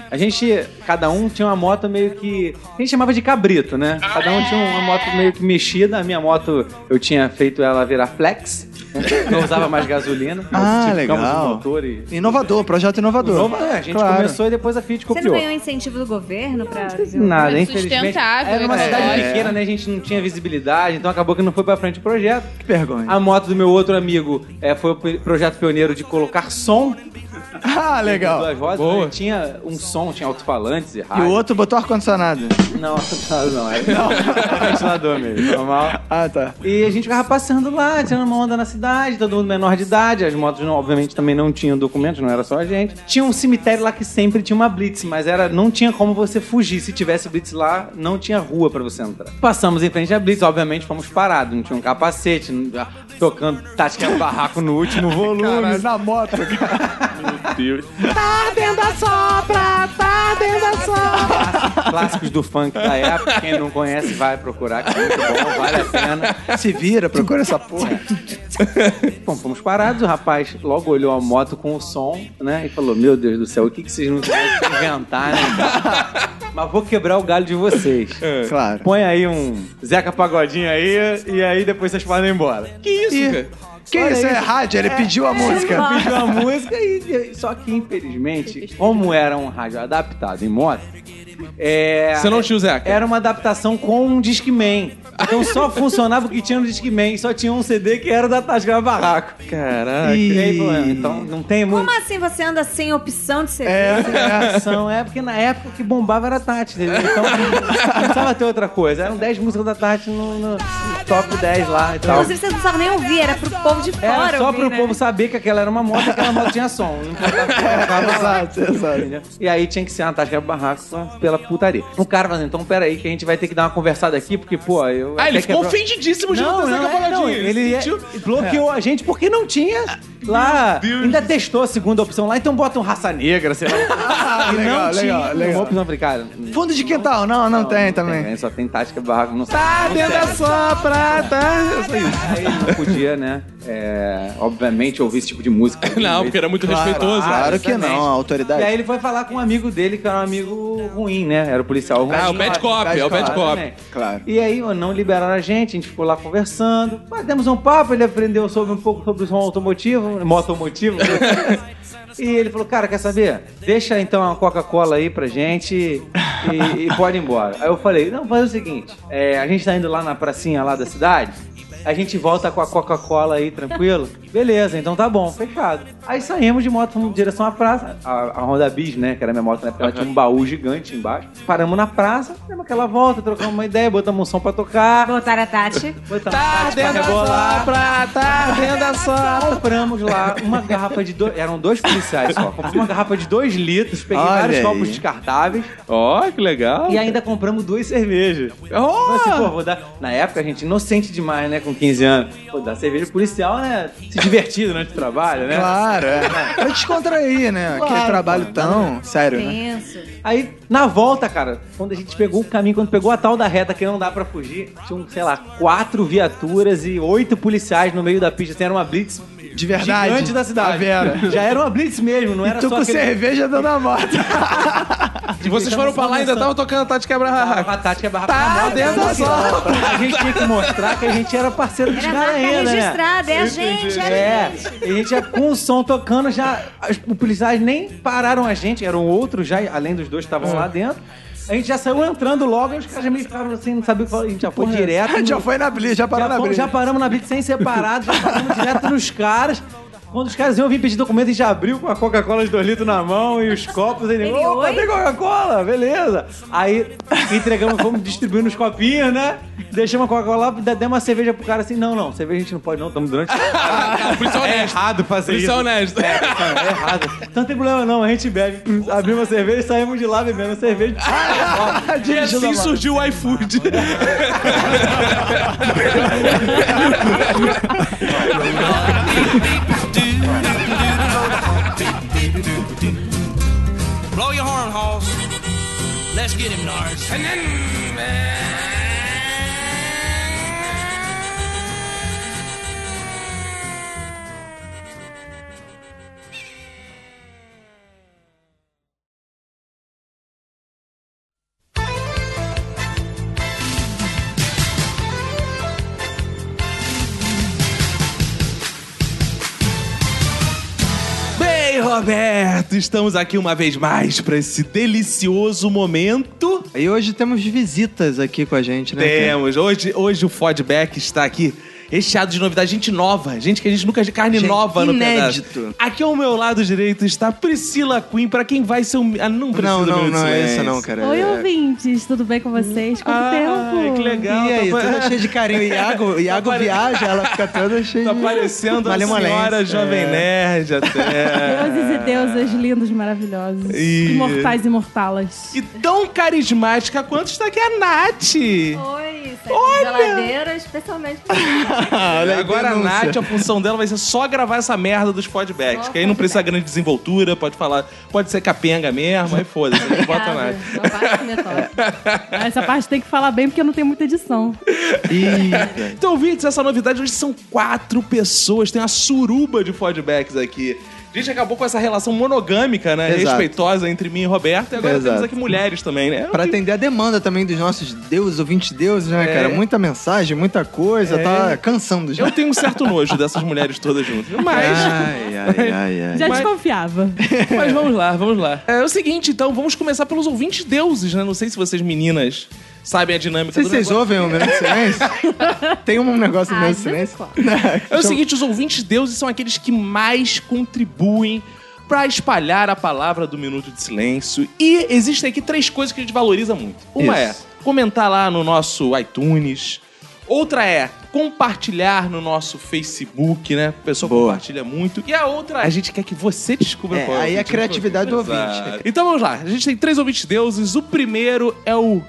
Speaker 5: A gente, cada um tinha uma moto meio que. A gente chamava de cabrito, né? Cada um tinha uma moto meio que mexida. A minha moto, eu tinha feito ela virar flex, né? não usava mais gasolina.
Speaker 2: Ah,
Speaker 5: Modificamos
Speaker 2: legal.
Speaker 5: O motor e.
Speaker 2: Inovador, projeto inovador.
Speaker 5: Nova, é, a gente
Speaker 2: Claro.
Speaker 5: começou e depois a Fiat
Speaker 6: Você não
Speaker 5: copiou.
Speaker 6: ganhou incentivo do governo pra. um
Speaker 5: Nada,
Speaker 3: É
Speaker 5: infelizmente.
Speaker 3: sustentável,
Speaker 5: Era uma
Speaker 3: é.
Speaker 5: cidade
Speaker 3: É.
Speaker 5: pequena, né? A gente não tinha visibilidade, então acabou que não foi pra frente o projeto.
Speaker 2: Que vergonha.
Speaker 5: A moto do meu outro amigo é, foi o pe- projeto pioneiro de colocar som.
Speaker 2: Ah, legal.
Speaker 5: Duas vozes,
Speaker 2: Boa.
Speaker 5: né? tinha um som, tinha alto-falantes e
Speaker 2: E
Speaker 5: rádio.
Speaker 2: o outro botou ar-condicionado.
Speaker 5: Não, não, não. É é ventilador mesmo, normal.
Speaker 2: Ah, tá.
Speaker 5: E a gente ficava passando lá, tirando uma onda na cidade, todo mundo menor de idade, as motos não- obviamente também não tinham documentos, não era só a gente. Tinha um cemitério lá que sempre tinha uma blitz, mas era não tinha como você fugir, se tivesse blitz lá, não tinha rua pra você entrar. Passamos em frente à blitz, obviamente fomos parados, não tinha um capacete, não- tocando tática barraco no último volume.
Speaker 2: Caralho, na moto. tá
Speaker 5: Clássicos do funk da época, quem não conhece vai procurar, que é muito bom, vale a pena.
Speaker 2: Se vira, procura essa porra.
Speaker 5: Bom, fomos parados, o rapaz logo olhou a moto com o som, né? E falou: Meu Deus do céu, o que, que vocês não vão inventar, né? Mas vou quebrar o galho de vocês.
Speaker 2: Claro.
Speaker 5: Põe aí um Zeca Pagodinho aí, e aí depois vocês podem ir embora.
Speaker 1: Que isso,
Speaker 2: Ih.
Speaker 1: cara?
Speaker 2: Que
Speaker 5: Olha
Speaker 2: isso é
Speaker 5: isso.
Speaker 2: rádio, ele pediu a música.
Speaker 5: Pediu a música e. e- Só que, infelizmente, como era um rádio adaptado em moto, é.
Speaker 1: Você não tinha o Zeca?
Speaker 5: Era uma adaptação com um Discman. Então só funcionava o que tinha no Discman. Só tinha um CD que era da Tasca Barraco.
Speaker 1: Caraca.
Speaker 5: E aí, problema. Então não tem muito.
Speaker 6: Como assim você anda sem opção de serviço?
Speaker 5: Ação, é porque na época o que bombava era a Tati, entendeu? Então não precisava ter outra coisa. Eram 10 músicas da Tati no, no top 10 lá e tal.
Speaker 6: Inclusive, vocês não precisavam nem ouvir, era pro povo de fora.
Speaker 5: Era É, só
Speaker 6: ouvir,
Speaker 5: pro
Speaker 6: né?
Speaker 5: povo saber que aquela era uma moto e aquela moto tinha som. Não importava o que colocava lá,
Speaker 2: Exato, exato.
Speaker 5: entendeu? E aí tinha que ser uma tática barraco só pela putaria. O cara falou, então peraí que a gente vai ter que dar uma conversada aqui, porque, pô, eu.
Speaker 1: Ah,
Speaker 5: até
Speaker 1: ele ficou
Speaker 5: quebrou-
Speaker 1: ofendidíssimo de não, ter Zeca
Speaker 5: é,
Speaker 1: Pagodinho.
Speaker 5: ele é-
Speaker 1: sentiu-
Speaker 5: bloqueou a gente porque não tinha lá. Ainda testou a segunda opção lá, então bota um raça negra, sei lá.
Speaker 2: Ah,
Speaker 5: E
Speaker 2: legal,
Speaker 5: não tinha.
Speaker 2: legal, legal.
Speaker 5: Uma opção, eu falei, cara.
Speaker 2: Fundo de quintal, não, não, tem também. Ah,
Speaker 5: Tem, só tem tática barraco, não sabe. Tá dentro da sua prata!
Speaker 2: tá.
Speaker 5: Aí não podia, né? é, obviamente, ouvir esse tipo de música.
Speaker 1: Não, porque era muito respeitoso.
Speaker 2: Claro que
Speaker 5: exatamente.
Speaker 2: não, a autoridade.
Speaker 5: E aí ele foi falar com um amigo dele, que era um amigo ruim, né? Era o policial ruim.
Speaker 1: Ah, o bad cop, é o bad cop.
Speaker 5: Exatamente.
Speaker 2: Claro.
Speaker 5: E aí ó, não liberaram a gente, a gente ficou lá conversando. Batemos um papo, ele aprendeu sobre um pouco sobre o som automotivo, motomotivo. e ele falou, cara, quer saber? Deixa então uma Coca-Cola aí pra gente e, e pode ir embora. Aí eu falei, não, faz o seguinte, é, a gente tá indo lá na pracinha lá da cidade, a gente volta com a Coca-Cola aí, tranquilo? Beleza, então tá bom, fechado. Aí saímos de moto, fomos em direção à praça. A, a Honda Bis, né, que era a minha moto na época, ela tinha um baú gigante embaixo. Paramos na praça, demos aquela volta, trocamos uma ideia, botamos um som pra tocar.
Speaker 6: Botaram a Tati.
Speaker 5: Tá, tá dentro da tá dentro da Compramos lá uma garrafa de dois... Eram dois policiais só. Compramos uma garrafa de dois litros, peguei
Speaker 2: Olha
Speaker 5: vários
Speaker 2: aí.
Speaker 5: copos descartáveis
Speaker 1: Ó, que legal.
Speaker 5: e ainda compramos duas cervejas.
Speaker 1: Ó!
Speaker 5: Falei assim, pô, vou dar... Na época, a gente inocente demais, né? Com 15 anos. Pô, dar cerveja pro policial, né? Se divertir durante o trabalho, né?
Speaker 2: Claro, é. Pra descontrair, né? Aquele trabalho tão sério, né?
Speaker 6: Tenso.
Speaker 5: Aí, na volta, cara, quando a gente pegou o caminho, quando pegou a tal da reta que não dá pra fugir, tinham, sei lá, quatro viaturas e oito policiais no meio da pista. Assim, era uma blitz
Speaker 2: De verdade. Tá
Speaker 5: gigante da cidade.
Speaker 2: A Vera.
Speaker 5: Tá Já era uma blitz mesmo, não era
Speaker 2: Tu
Speaker 5: só
Speaker 2: com
Speaker 5: aquele...
Speaker 2: cerveja dando a moto.
Speaker 1: E vocês foram pra lá e ainda tava tocando a Tati Tá Quebra-Raca.
Speaker 5: A Tati é barraca na moda,
Speaker 2: dentro da sala.
Speaker 5: A gente tinha que mostrar que a gente era parceiro dos
Speaker 6: Era a
Speaker 5: caras
Speaker 6: marca
Speaker 5: ainda, né?
Speaker 6: registrada, é a gente, é a
Speaker 5: É,
Speaker 6: gente.
Speaker 5: a gente já com o som tocando, já as- os policiais nem pararam a gente, eram outros já, além dos dois que estavam
Speaker 1: É.
Speaker 5: lá dentro. A gente já saiu entrando logo, e os caras já meio ficaram assim, não sabia o que falar, a gente já foi direto. no-
Speaker 2: Já foi na blitz, já parou
Speaker 5: já,
Speaker 2: na
Speaker 5: fomos-
Speaker 2: blitz.
Speaker 5: já paramos na blitz sem separado, já paramos direto nos caras. Quando os caras iam vir pedir documento, a gente abriu com a Coca-Cola de 2 litros na mão e os copos. Ele,
Speaker 6: Ele,
Speaker 5: opa,
Speaker 6: "Oi?"
Speaker 5: tem Coca-Cola, beleza. Aí entregamos, fomos distribuindo os copinhos, né? Deixamos a Coca-Cola lá, demos uma cerveja pro cara assim, não, não, cerveja a gente não pode não, estamos durante...
Speaker 1: Policial
Speaker 5: É
Speaker 1: honesto.
Speaker 5: errado fazer isso.
Speaker 1: Policial honesto.
Speaker 5: É errado. Então não tem problema não, a gente bebe. Abrimos uma cerveja e saímos de lá bebendo cerveja.
Speaker 1: E assim surgiu o iFood.
Speaker 9: Blow your horn, Hoss. Let's get him, Nars. And then...
Speaker 1: Bem, Roberto, estamos aqui uma vez mais pra esse delicioso momento.
Speaker 5: é
Speaker 2: E hoje temos visitas aqui com a gente, né?
Speaker 1: Temos. Hoje, hoje o Fodback está aqui recheado de novidade, gente nova, gente que a gente nunca. carne
Speaker 2: Gente
Speaker 1: nova no
Speaker 2: inédito.
Speaker 1: pedaço. Aqui ao meu lado direito está Priscila Queen, pra quem vai ser um. Ah, não precisa
Speaker 2: Não,
Speaker 1: do
Speaker 2: não,
Speaker 1: Minuto
Speaker 2: não
Speaker 1: de
Speaker 2: é
Speaker 1: Silêncio.
Speaker 2: essa não, cara.
Speaker 11: Oi,
Speaker 2: É-
Speaker 11: ouvintes, tudo bem com vocês? Quanto
Speaker 1: Ai,
Speaker 11: tempo?
Speaker 1: Ah, que legal.
Speaker 2: E aí,
Speaker 1: tá,
Speaker 2: toda cheia de carinho. Iago, Iago
Speaker 1: pare-
Speaker 2: viaja, ela fica toda cheia
Speaker 1: tá
Speaker 2: de...
Speaker 1: parecendo a
Speaker 2: malemolência. É.
Speaker 1: senhora Jovem Nerd até.
Speaker 11: Deuses e deusas lindos, maravilhosos.
Speaker 1: E-
Speaker 11: Imortais e imortalas.
Speaker 1: E tão carismática quanto está aqui a Nath.
Speaker 7: Oi,
Speaker 1: Olha!
Speaker 7: geladeira, especialmente pra mim.
Speaker 2: Ah, olha aí,
Speaker 1: Agora a
Speaker 2: denúncia.
Speaker 1: Nath, a função dela vai ser só gravar essa merda dos podbacks. Que aí não precisa grande desenvoltura, pode falar, pode ser capenga mesmo, aí foda-se, não bota nada.
Speaker 7: Uma parte metódica.
Speaker 11: Essa parte tem que falar bem porque não tem muita edição.
Speaker 2: Ih,
Speaker 1: Então, ouvintes, essa novidade hoje são quatro pessoas, tem uma suruba de podbacks aqui. A gente acabou com essa relação monogâmica, né?
Speaker 2: Exato.
Speaker 1: Respeitosa entre mim e Roberto, e agora
Speaker 2: Exato.
Speaker 1: temos aqui mulheres também, né?
Speaker 2: pra atender a demanda também dos nossos deuses, ouvintes deuses, né, cara? Muita mensagem, muita coisa, tá cansando já.
Speaker 1: É. Eu tenho um certo nojo dessas mulheres todas juntas. Mas.
Speaker 2: Ai, ai, ai, ai.
Speaker 11: Já
Speaker 1: Mas-
Speaker 11: desconfiava.
Speaker 1: Mas vamos lá, vamos lá. É, o seguinte, então, vamos começar pelos ouvintes deuses, né? Não sei se vocês, meninas, sabem a dinâmica
Speaker 2: Não sei
Speaker 1: do
Speaker 2: se vocês
Speaker 1: negócio.
Speaker 2: ouvem o Minuto de Silêncio. Tem um negócio né? no
Speaker 7: Ah,
Speaker 2: Minuto
Speaker 7: de
Speaker 2: de
Speaker 7: vez em
Speaker 2: Silêncio.
Speaker 1: É o seguinte, os ouvintes deuses são aqueles que mais contribuem pra espalhar a palavra do Minuto de Silêncio. E existem aqui três coisas que a gente valoriza muito. Uma
Speaker 2: Isso.
Speaker 1: é comentar lá no nosso iTunes. Outra é compartilhar no nosso Facebook, né? O pessoal
Speaker 2: Boa.
Speaker 1: compartilha muito. E a outra, é a gente quer que você descubra
Speaker 2: É,
Speaker 1: qual é o
Speaker 2: aí a
Speaker 1: ouvinte
Speaker 2: criatividade do
Speaker 1: Exato.
Speaker 2: ouvinte. né,
Speaker 1: Então vamos lá. A gente tem três ouvintes deuses. O primeiro é o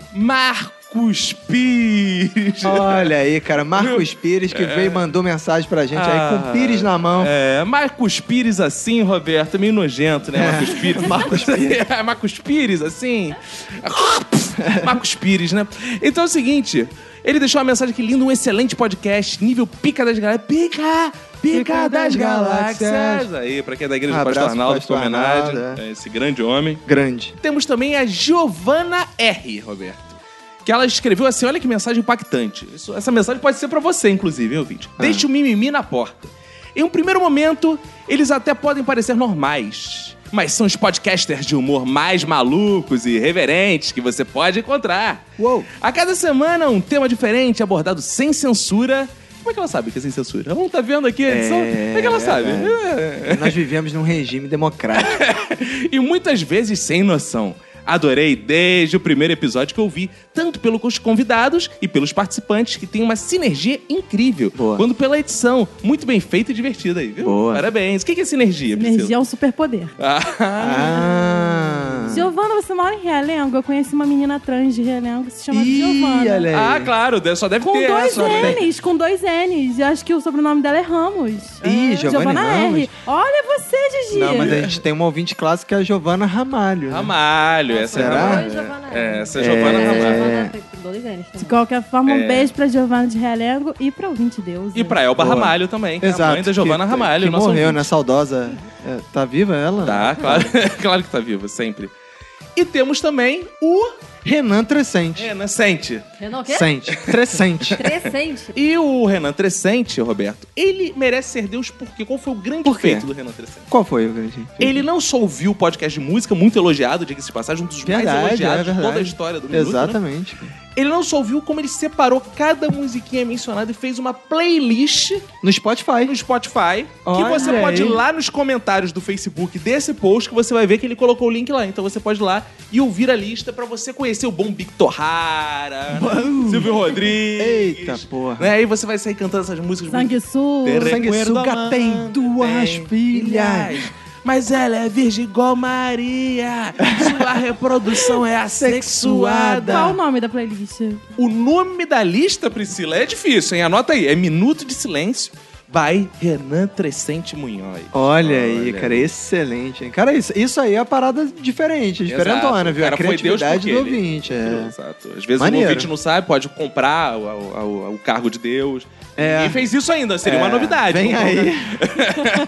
Speaker 1: Marcos Pires.
Speaker 2: Olha aí, cara. Marcos Pires que veio e mandou mensagem pra gente aí com o Pires na mão.
Speaker 1: Ah, É, Marcos Pires assim, Roberto, é meio nojento, né? Marcos Pires. Marcos Pires. é, Marcos Pires, assim. Marcos Pires, né? Então é o seguinte, ele deixou uma mensagem que linda, um excelente podcast, nível pica das galáxias. Pica! Pica
Speaker 2: Pica
Speaker 1: das
Speaker 2: das
Speaker 1: galáxias!
Speaker 2: Galáxias.
Speaker 1: Aí, pra quem é da igreja do
Speaker 2: Um
Speaker 1: Pastor
Speaker 2: abraço pro
Speaker 1: Arnaldo, fica
Speaker 2: Pastor
Speaker 1: uma homenagem.
Speaker 2: Arnaldo, é.
Speaker 1: a Esse grande homem.
Speaker 2: Grande.
Speaker 1: Temos também a Giovanna R, Roberto. Que ela escreveu assim: olha que mensagem impactante. Isso- essa mensagem pode ser pra você, inclusive, hein, ouvinte? Deixe o mimimi na porta. Em um primeiro momento, eles até podem parecer normais. Mas são os podcasters de humor mais malucos e irreverentes que você pode encontrar.
Speaker 2: Uou.
Speaker 1: A cada semana, um tema diferente abordado sem censura. Como é que ela sabe que é sem censura? Vamos tá vendo aqui a edição? Como é que ela sabe? É.
Speaker 2: Nós vivemos num regime democrático.
Speaker 1: e muitas vezes sem noção. Adorei desde o primeiro episódio que eu vi, tanto pelos convidados e pelos participantes, que tem uma sinergia incrível.
Speaker 2: Boa.
Speaker 1: Quanto pela edição, muito bem feita e divertida aí, viu?
Speaker 2: Boa.
Speaker 1: Parabéns. O que que é sinergia,
Speaker 11: Energia
Speaker 1: Priscila?
Speaker 11: é um superpoder.
Speaker 1: Ah,
Speaker 2: Ah.
Speaker 11: Giovana, você mora em Realengo? Eu conheci uma menina trans de Realengo que se chama
Speaker 2: Ih,
Speaker 11: Giovana.
Speaker 2: olha aí.
Speaker 1: ah, claro, só deve
Speaker 11: Com
Speaker 1: ter
Speaker 11: dois
Speaker 1: essa. né?
Speaker 11: N's, com dois N's. E acho que o sobrenome dela é Ramos.
Speaker 2: Ih,
Speaker 11: É.
Speaker 2: Giovana Ramos.
Speaker 11: R. Olha você, Gigi.
Speaker 2: Não, mas a gente tem uma ouvinte clássica que é a Giovana Ramalho. né?
Speaker 1: Ramalho, essa é
Speaker 2: Será?
Speaker 1: Ramalho.
Speaker 7: Oi, Giovana.
Speaker 1: É, essa é Giovana
Speaker 7: Essa
Speaker 1: Ramalho.
Speaker 7: Giovana foi com dois N's
Speaker 11: De
Speaker 7: também.
Speaker 11: qualquer forma, um beijo pra Giovana de Realengo e pra ouvinte Deus.
Speaker 1: É. E pra Elba
Speaker 2: Boa.
Speaker 1: Ramalho também, que é
Speaker 2: Exato.
Speaker 1: a mãe da Giovana
Speaker 2: que,
Speaker 1: Ramalho.
Speaker 2: Que
Speaker 1: nossa
Speaker 2: morreu,
Speaker 1: ouvinte.
Speaker 2: né? Saudosa. É, tá viva ela?
Speaker 1: Tá, claro, claro que tá viva, sempre. E temos também o
Speaker 2: Renan Trescente.
Speaker 1: Renan Sente.
Speaker 7: Renan, o quê?
Speaker 2: Sente. Trescente.
Speaker 7: Crescente.
Speaker 1: E o Renan Trescente, Roberto, ele merece ser Deus porque qual foi o grande
Speaker 2: Por quê?
Speaker 1: feito do Renan Trescente?
Speaker 2: Qual foi o grande?
Speaker 1: Ele não só ouviu o podcast de música, muito elogiado, diga-se de passagem, um dos mais
Speaker 2: Verdade,
Speaker 1: elogiados
Speaker 2: é
Speaker 1: de toda a
Speaker 2: verdade.
Speaker 1: história do Minuto. né?
Speaker 2: Exatamente.
Speaker 1: Ele não só ouviu como ele separou cada musiquinha mencionada e fez uma playlist
Speaker 2: No Spotify.
Speaker 1: no Spotify, que
Speaker 2: Olha
Speaker 1: você pode ir
Speaker 2: aí.
Speaker 1: lá nos comentários do Facebook desse post, que você vai ver que ele colocou o link lá. Então você pode ir lá e ouvir a lista pra você conhecer o bom Victor Hara, né? Silvio Rodrigues.
Speaker 2: Eita porra.
Speaker 1: Né? Aí você vai sair cantando essas músicas. muito
Speaker 11: Sanguessuga.
Speaker 2: Sanguessuga tem duas filhas.
Speaker 1: Mas ela é virgem igual Maria. Sua reprodução é
Speaker 11: Qual o
Speaker 1: assexuada.
Speaker 11: nome da playlist?
Speaker 1: O nome da lista, Priscila, é difícil, hein? Anota aí. É Minuto de Silêncio, by Renan Trescente Munhoz.
Speaker 2: Olha, aí,
Speaker 1: Olha
Speaker 2: cara, excelente, hein? Cara, isso, isso aí é uma parada diferente, é
Speaker 1: Exato.
Speaker 2: diferentona, viu?
Speaker 1: O cara
Speaker 2: A
Speaker 1: foi Deus
Speaker 2: criatividade
Speaker 1: porque
Speaker 2: do
Speaker 1: ele-
Speaker 2: ouvinte. É.
Speaker 1: né? Exato. Às vezes
Speaker 2: Maneiro.
Speaker 1: o ouvinte não sabe, pode comprar o, o- o- o cargo de Deus.
Speaker 2: É.
Speaker 1: Ninguém fez isso ainda, seria uma
Speaker 2: É.
Speaker 1: novidade.
Speaker 2: Vem
Speaker 1: Vamos
Speaker 2: aí.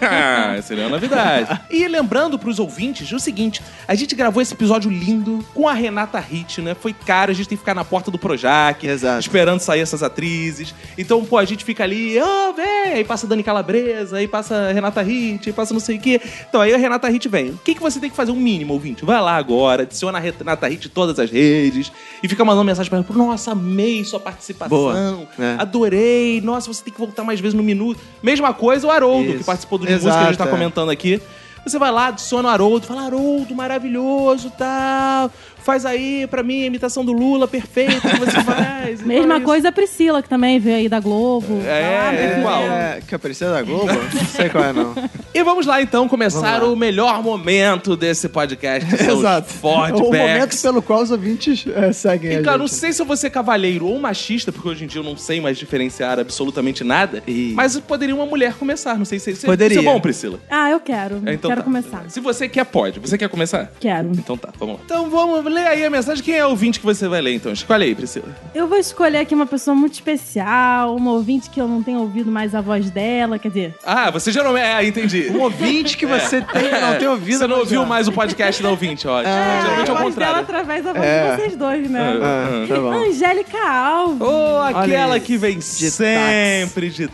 Speaker 1: Ah, Seria uma novidade. E lembrando pros ouvintes o seguinte: a gente gravou esse episódio lindo com a Renata Hit, né? Foi caro, a gente tem que ficar na porta do Projac,
Speaker 2: Exato.
Speaker 1: esperando sair essas atrizes. Então, pô, a gente fica ali, ô, véi, passa Dani Calabresa, aí passa Renata Hit, aí passa não sei o quê. Então aí a Renata Hit vem. O que, que você tem que fazer? Um mínimo, ouvinte. Vai lá agora, adiciona a Renata Hit em todas as redes e fica mandando mensagem pra ela. Nossa, amei sua participação.
Speaker 2: Boa. É.
Speaker 1: Adorei. Nossa, você tem que voltar mais vezes no minuto. Mesma coisa o Haroldo,
Speaker 2: Isso.
Speaker 1: que participou do
Speaker 2: Exato,
Speaker 1: música que a gente tá
Speaker 2: é.
Speaker 1: comentando aqui. Você vai lá, adiciona o Haroldo, fala, Haroldo, maravilhoso, tal. Faz aí pra mim a imitação do Lula, perfeita, que você faz. E
Speaker 11: Mesma
Speaker 1: fala isso.
Speaker 11: coisa a Priscila, que também veio aí da Globo.
Speaker 1: É, é, igual.
Speaker 2: É, que apareceu da Globo? Não sei qual é, não.
Speaker 1: E vamos lá então começar
Speaker 2: Vamos lá.
Speaker 1: o melhor momento desse podcast. que são os
Speaker 2: É o momento
Speaker 1: Fordbacks.
Speaker 2: pelo qual os ouvintes é, seguem
Speaker 1: E
Speaker 2: a
Speaker 1: cara, não
Speaker 2: gente.
Speaker 1: sei se eu vou ser cavalheiro ou machista, porque hoje em dia eu não sei mais diferenciar absolutamente nada,
Speaker 2: Ih.
Speaker 1: mas poderia uma mulher começar, não sei se se-
Speaker 2: Poderia.
Speaker 1: Isso é bom, Priscila.
Speaker 11: Ah, eu quero.
Speaker 1: É, então
Speaker 11: quero
Speaker 1: tá.
Speaker 11: começar.
Speaker 1: Se você quer, pode. Você quer começar?
Speaker 11: Quero.
Speaker 1: Então tá, vamos lá. Então vamos ler aí a mensagem. Quem é o ouvinte que você vai ler, então? Escolhe aí, Priscila.
Speaker 11: Eu vou escolher aqui uma pessoa muito especial, uma ouvinte que eu não tenho ouvido mais a voz dela, quer dizer,
Speaker 1: Ah, você já não é... Ah, entendi. É.
Speaker 2: Um ouvinte que você tem, não tem ouvido.
Speaker 1: Você não
Speaker 2: mas
Speaker 1: ouviu
Speaker 2: já.
Speaker 1: mais o podcast da ouvinte, ó.
Speaker 11: Ah, a
Speaker 1: Geralmente é o
Speaker 11: voz dela
Speaker 1: contrário.
Speaker 11: através da voz
Speaker 2: É.
Speaker 11: de vocês dois, né?
Speaker 2: Ah, tá bom.
Speaker 11: Angélica Alves.
Speaker 1: Ou aquela
Speaker 2: aí,
Speaker 1: que vem
Speaker 2: de
Speaker 1: sempre de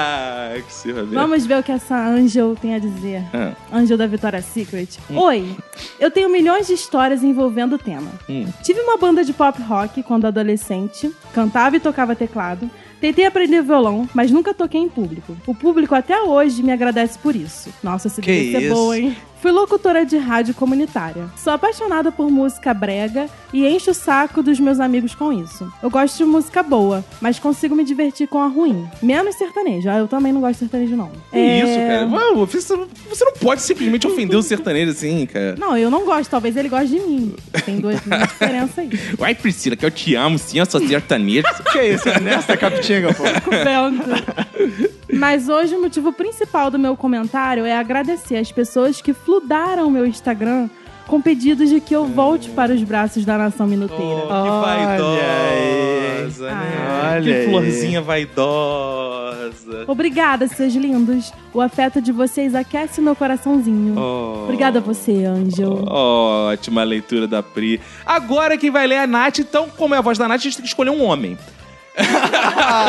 Speaker 1: táxi, Roberto.
Speaker 11: Vamos ver o que essa Angel tem a dizer.
Speaker 1: Ah,
Speaker 11: Angel da Vitória Secret.
Speaker 1: Hum.
Speaker 11: Oi, eu tenho milhões de histórias envolvendo o tema.
Speaker 1: Hum.
Speaker 11: Tive uma banda de pop rock quando adolescente, cantava e tocava teclado. Tentei aprender violão, mas nunca toquei em público. O público até hoje me agradece por isso. Nossa, se
Speaker 2: Que
Speaker 11: deve ser
Speaker 2: isso?
Speaker 11: boa, hein? Fui locutora de rádio comunitária. Sou apaixonada por música brega e encho o saco dos meus amigos com isso. Eu gosto de música boa, mas consigo me divertir com a ruim. Menos sertanejo. Ah, eu também não gosto de sertanejo, não. É,
Speaker 1: que
Speaker 2: É
Speaker 1: É isso, cara? Mano, você não- você não pode simplesmente ofender o sertanejo assim, cara.
Speaker 11: Não, eu não gosto. Talvez ele goste de mim. Tem duas uma diferença aí.
Speaker 1: Ai, Priscila, que eu te amo, sim, eu sou sertanejo.
Speaker 2: Que isso? é Nessa capitinga, pô.
Speaker 11: Pronto. Mas hoje o motivo principal do meu comentário é agradecer as pessoas que fludaram o meu Instagram com pedidos de que eu volte para os braços da nação
Speaker 1: Oh,
Speaker 11: minuteira.
Speaker 1: que
Speaker 2: aí.
Speaker 1: vaidosa, né?
Speaker 2: Olha
Speaker 1: que
Speaker 2: aí.
Speaker 1: florzinha vaidosa.
Speaker 11: Obrigada, seus lindos. O afeto de vocês aquece meu coraçãozinho.
Speaker 1: Oh.
Speaker 11: Obrigada a você, Anjo.
Speaker 1: Ótima leitura da Pri. Agora quem vai ler é a Nath, então, como é a voz da Nath, a gente tem que escolher um homem.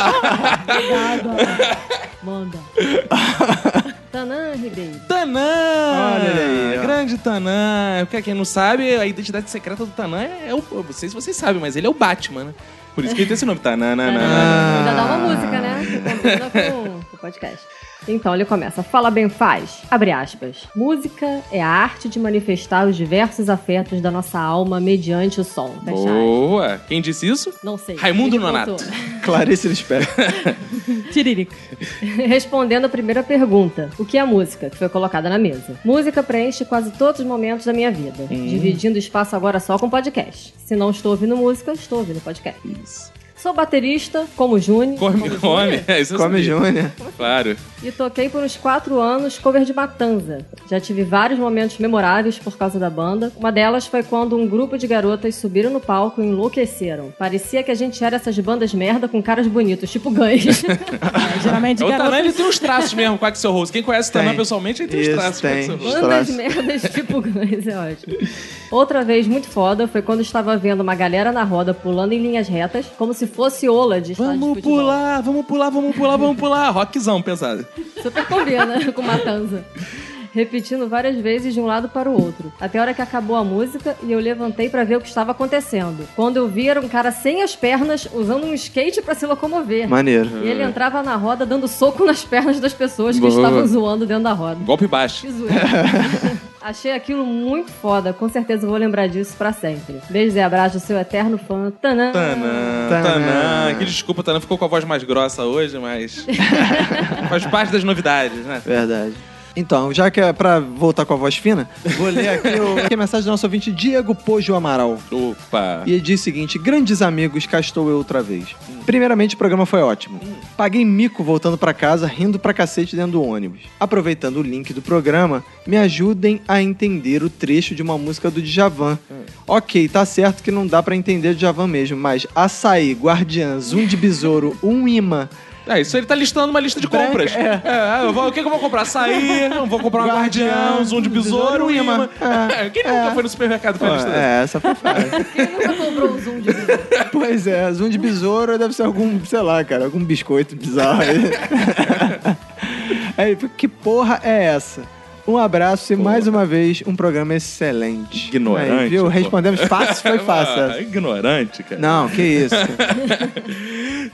Speaker 11: Obrigada. Manda.
Speaker 10: Tanã Ribeiro.
Speaker 1: Tanã!
Speaker 2: Olha aí, ó.
Speaker 1: Grande Tanã. Porque quem não sabe, a identidade secreta do Tanã é o. Eu não sei se vocês sabem, mas ele é o Batman, né? Por isso que ele tem esse nome, Tanã. nananã.
Speaker 10: Ainda dá uma música, né?
Speaker 6: Tá
Speaker 10: Que combina com o podcast. Então ele começa. Fala bem faz. Abre aspas. Música é a arte de manifestar os diversos afetos da nossa alma mediante o som. Fecha aspas.
Speaker 1: Boa! Quem disse isso?
Speaker 10: Não sei.
Speaker 1: Raimundo
Speaker 10: Ele
Speaker 1: Nonato.
Speaker 10: contou.
Speaker 2: Clarice Lispector.
Speaker 11: Tiririca.
Speaker 10: Respondendo a primeira pergunta, o que é música? Que foi colocada na mesa. Música preenche quase todos os momentos da minha vida, dividindo espaço agora só com podcast. Se não estou ouvindo música, estou ouvindo podcast.
Speaker 1: Isso.
Speaker 10: Sou baterista, como Juni,
Speaker 1: Come, come. É, isso eu sabia.
Speaker 2: Come Júnior.
Speaker 1: Claro.
Speaker 10: e toquei por uns quatro anos cover de Matanza. Já tive vários momentos memoráveis por causa da banda. Uma delas foi quando um grupo de garotas subiram no palco e enlouqueceram. Parecia que a gente era essas bandas merda com caras bonitos, tipo gangues.
Speaker 11: Geralmente
Speaker 1: É, o Tanã
Speaker 11: garoto.
Speaker 1: ele tem uns traços mesmo com a Axel Rose. Quem conhece é o Tanã
Speaker 2: Tem.
Speaker 1: pessoalmente, ele tem uns
Speaker 2: Isso,
Speaker 1: traços é
Speaker 2: tem.
Speaker 1: com a Axel Rose.
Speaker 10: Bandas
Speaker 2: Traço.
Speaker 10: merdas tipo Guns, é ótimo. Outra vez muito foda foi quando estava vendo uma galera na roda pulando em linhas retas, como se fosse ola de estádio de
Speaker 1: Vamos
Speaker 10: futebol.
Speaker 1: pular, vamos pular, vamos pular, vamos pular. Rockzão pesado.
Speaker 10: Super combina com Matanza. Repetindo várias vezes de um lado para o outro. Até a hora que acabou a música e eu levantei para ver o que estava acontecendo. Quando eu vi, era um cara sem as pernas, usando um skate para se locomover.
Speaker 2: Maneiro.
Speaker 10: E ele entrava na roda dando soco nas pernas das pessoas que estavam zoando dentro da roda.
Speaker 1: Golpe baixo.
Speaker 10: Que zoeira. Achei aquilo muito foda. Com certeza vou lembrar disso pra sempre. Beijos e abraços, seu eterno fã, Tanã.
Speaker 1: Tanã,
Speaker 2: Tanã.
Speaker 1: Tanã. Que desculpa, Tanã ficou com a voz mais grossa hoje, mas. faz parte das novidades, né?
Speaker 2: Verdade. Então, já que é pra voltar com a voz fina, vou ler aqui, o, aqui a mensagem do nosso ouvinte Diego Pojo Amaral.
Speaker 1: Opa!
Speaker 2: E ele diz o seguinte: Grandes amigos, cá estou eu outra vez. Primeiramente, o programa foi ótimo.
Speaker 1: Hum.
Speaker 2: Paguei mico voltando pra casa, rindo pra cacete dentro do ônibus. Aproveitando o link do programa, me ajudem a entender o trecho de uma música do Djavan. Ok, tá certo que não dá pra entender o Djavan mesmo, mas açaí, guardiã, zoom de besouro, um imã.
Speaker 1: É, isso ele tá listando uma lista de
Speaker 2: Branca,
Speaker 1: compras.
Speaker 2: é.
Speaker 1: É, eu vou- o que, que eu vou comprar? Açaí, eu vou comprar um
Speaker 2: Guardião,
Speaker 1: guardião, zoom de besouro, um imã.
Speaker 2: É.
Speaker 1: É, Quem nunca foi no supermercado pra né? lista dessa?
Speaker 2: É, essa foi fácil.
Speaker 10: Quem nunca comprou um zoom de vidro?
Speaker 2: Pois é, zoom de besouro deve ser algum, sei lá, cara, algum biscoito bizarro aí. Aí ele fica, que porra é essa? Um abraço e mais uma vez um programa excelente.
Speaker 1: Ignorante.
Speaker 2: Aí, viu?
Speaker 1: pô.
Speaker 2: Respondemos fácil, foi fácil.
Speaker 1: Ah, Ignorante, cara.
Speaker 2: Não, que isso.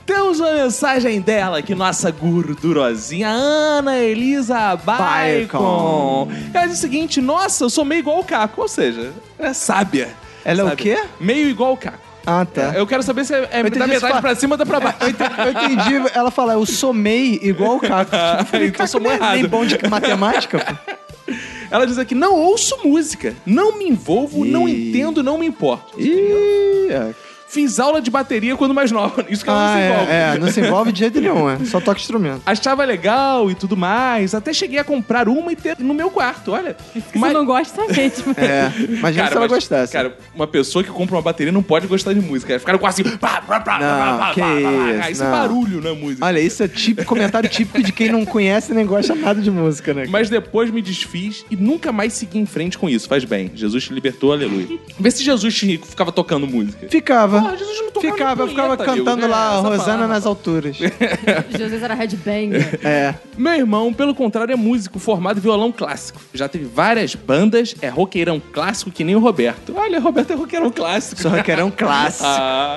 Speaker 1: Temos uma mensagem dela que nossa gordurosinha Ana Elisa Baicon. Ela diz o seguinte: Nossa, eu sou meio igual o Caco, ou seja, ela é sábia.
Speaker 2: Ela é o
Speaker 1: Sabe?
Speaker 2: quê?
Speaker 1: Meio igual o Caco.
Speaker 2: Ah, tá.
Speaker 1: Eu quero saber se é, é
Speaker 2: Eu entendi
Speaker 1: da
Speaker 2: isso,
Speaker 1: metade
Speaker 2: fala-
Speaker 1: pra cima ou da pra baixo.
Speaker 2: Eu entendi, eu entendi ela falar, eu somei igual o Caco. Eu falei,
Speaker 1: Então
Speaker 2: Caco
Speaker 1: somou
Speaker 2: não é nem
Speaker 1: errado.
Speaker 2: bom de matemática, pô.
Speaker 1: Ela diz aqui: Não ouço música, não me envolvo, não
Speaker 2: Ih.
Speaker 1: entendo, não me importo.
Speaker 2: Ih, é.
Speaker 1: Fiz aula de bateria quando mais nova. Isso que ela não
Speaker 2: Ah,
Speaker 1: se envolve.
Speaker 2: é, é, não se envolve de jeito nenhum, é. Só toca instrumento.
Speaker 1: Achava legal e tudo mais. Até cheguei a comprar uma e ter no meu quarto, olha.
Speaker 11: Que você não gosta mesmo.
Speaker 2: É, imagina se ela
Speaker 1: mas,
Speaker 2: gostasse.
Speaker 1: Cara, uma pessoa que compra uma bateria não pode gostar de música. Ela fica no quarto assim. Pá, pá, pá,
Speaker 2: Não,
Speaker 1: pá, pá,
Speaker 2: Ah, que
Speaker 1: pá, pá,
Speaker 2: isso,
Speaker 1: pá. Isso
Speaker 2: não.
Speaker 1: é barulho, não é música.
Speaker 2: Olha, isso é típico, comentário típico de quem não conhece nem gosta nada de música, né?
Speaker 1: Mas depois me desfiz e nunca mais segui em frente com isso. Faz bem. Jesus te libertou, aleluia. Vê se Jesus te- ficava tocando música.
Speaker 2: Ficava.
Speaker 1: Porra, Jesus não tocava
Speaker 2: ficava, eu
Speaker 1: nem
Speaker 2: ficava
Speaker 1: punheta,
Speaker 2: cantando
Speaker 1: amigo.
Speaker 2: lá
Speaker 1: É, essa
Speaker 2: Rosana
Speaker 1: palavra.
Speaker 2: nas alturas.
Speaker 3: Jesus era headbang.
Speaker 2: é.
Speaker 1: Meu irmão, pelo contrário, é músico formado em violão clássico. Já teve várias bandas, é roqueirão clássico que nem o Roberto. Olha, o Roberto é roqueirão clássico.
Speaker 2: Só que era um clássico.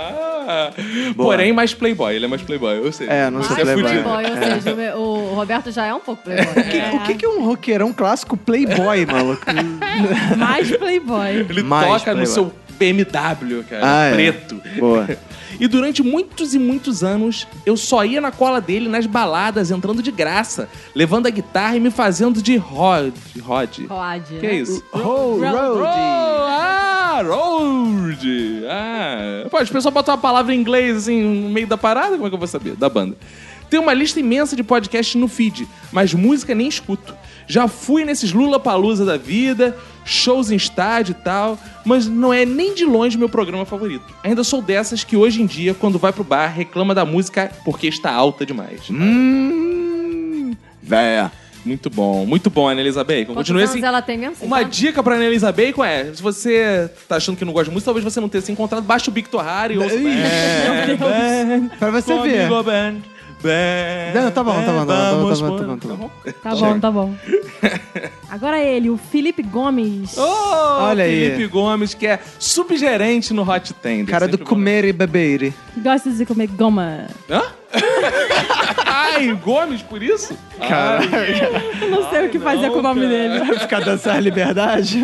Speaker 1: Ah,
Speaker 2: Boa.
Speaker 1: porém, mais playboy. Ele é mais playboy, eu sei.
Speaker 2: É, não sou
Speaker 1: Você é
Speaker 2: playboy.
Speaker 1: fudido.
Speaker 3: Playboy, ou seja, o meu- o Roberto já é um pouco playboy.
Speaker 2: O que- O que, que é um roqueirão clássico playboy, maluco?
Speaker 11: Mais playboy.
Speaker 1: Ele
Speaker 2: Mais
Speaker 1: toca no
Speaker 2: playboy.
Speaker 1: seu BMW, cara,
Speaker 2: Ah, é.
Speaker 1: preto.
Speaker 2: Boa.
Speaker 1: E durante muitos e muitos anos, eu só ia na cola dele nas baladas, entrando de graça, levando a guitarra e me fazendo de Rod. Rod.
Speaker 3: Coad.
Speaker 10: né?
Speaker 1: Que é isso?
Speaker 2: Oh, roadie.
Speaker 1: Ah, road! Ah. Pô, as pessoas botam uma palavra em inglês assim no meio da parada, como é que eu vou saber? Da banda. Tem uma lista imensa de podcasts no feed, mas música nem escuto. Já fui nesses Lula Palusa da vida, shows em estádio e tal, mas não é nem de longe meu programa favorito. Ainda sou dessas que hoje em dia, quando vai pro bar, reclama da música porque está alta demais.
Speaker 2: Hum. Véia.
Speaker 1: Muito bom, muito bom, Ana Elizabeth.
Speaker 3: Quantos
Speaker 1: Continue
Speaker 3: anos
Speaker 1: assim.
Speaker 3: então, ela tem mesmo? Sei
Speaker 1: Uma
Speaker 3: lá.
Speaker 1: dica pra Annalisa Bacon é: se você tá achando que não gosta de música, talvez você não tenha se encontrado, baixa o Big Torrari ou.
Speaker 2: Ih, Pra você ver. Não, tá bom, tá bom, tá bom, tá bom, tá bom, tá bom, tá bom.
Speaker 11: Tá bom, tá bom. Agora é ele, o Felipe Gomes.
Speaker 2: Olha
Speaker 1: Olha
Speaker 2: aí.
Speaker 1: Oh, Felipe Gomes, que é subgerente no Hot Tender.
Speaker 2: Cara do
Speaker 1: Sempre bom.
Speaker 2: comer e beber.
Speaker 11: que Gosta de comer goma.
Speaker 1: Hã? Ai, Gomes, por isso? Ai,
Speaker 11: Eu não sei o que fazer
Speaker 1: não,
Speaker 11: com o nome
Speaker 1: cara.
Speaker 11: dele.
Speaker 2: Ficar dançar liberdade?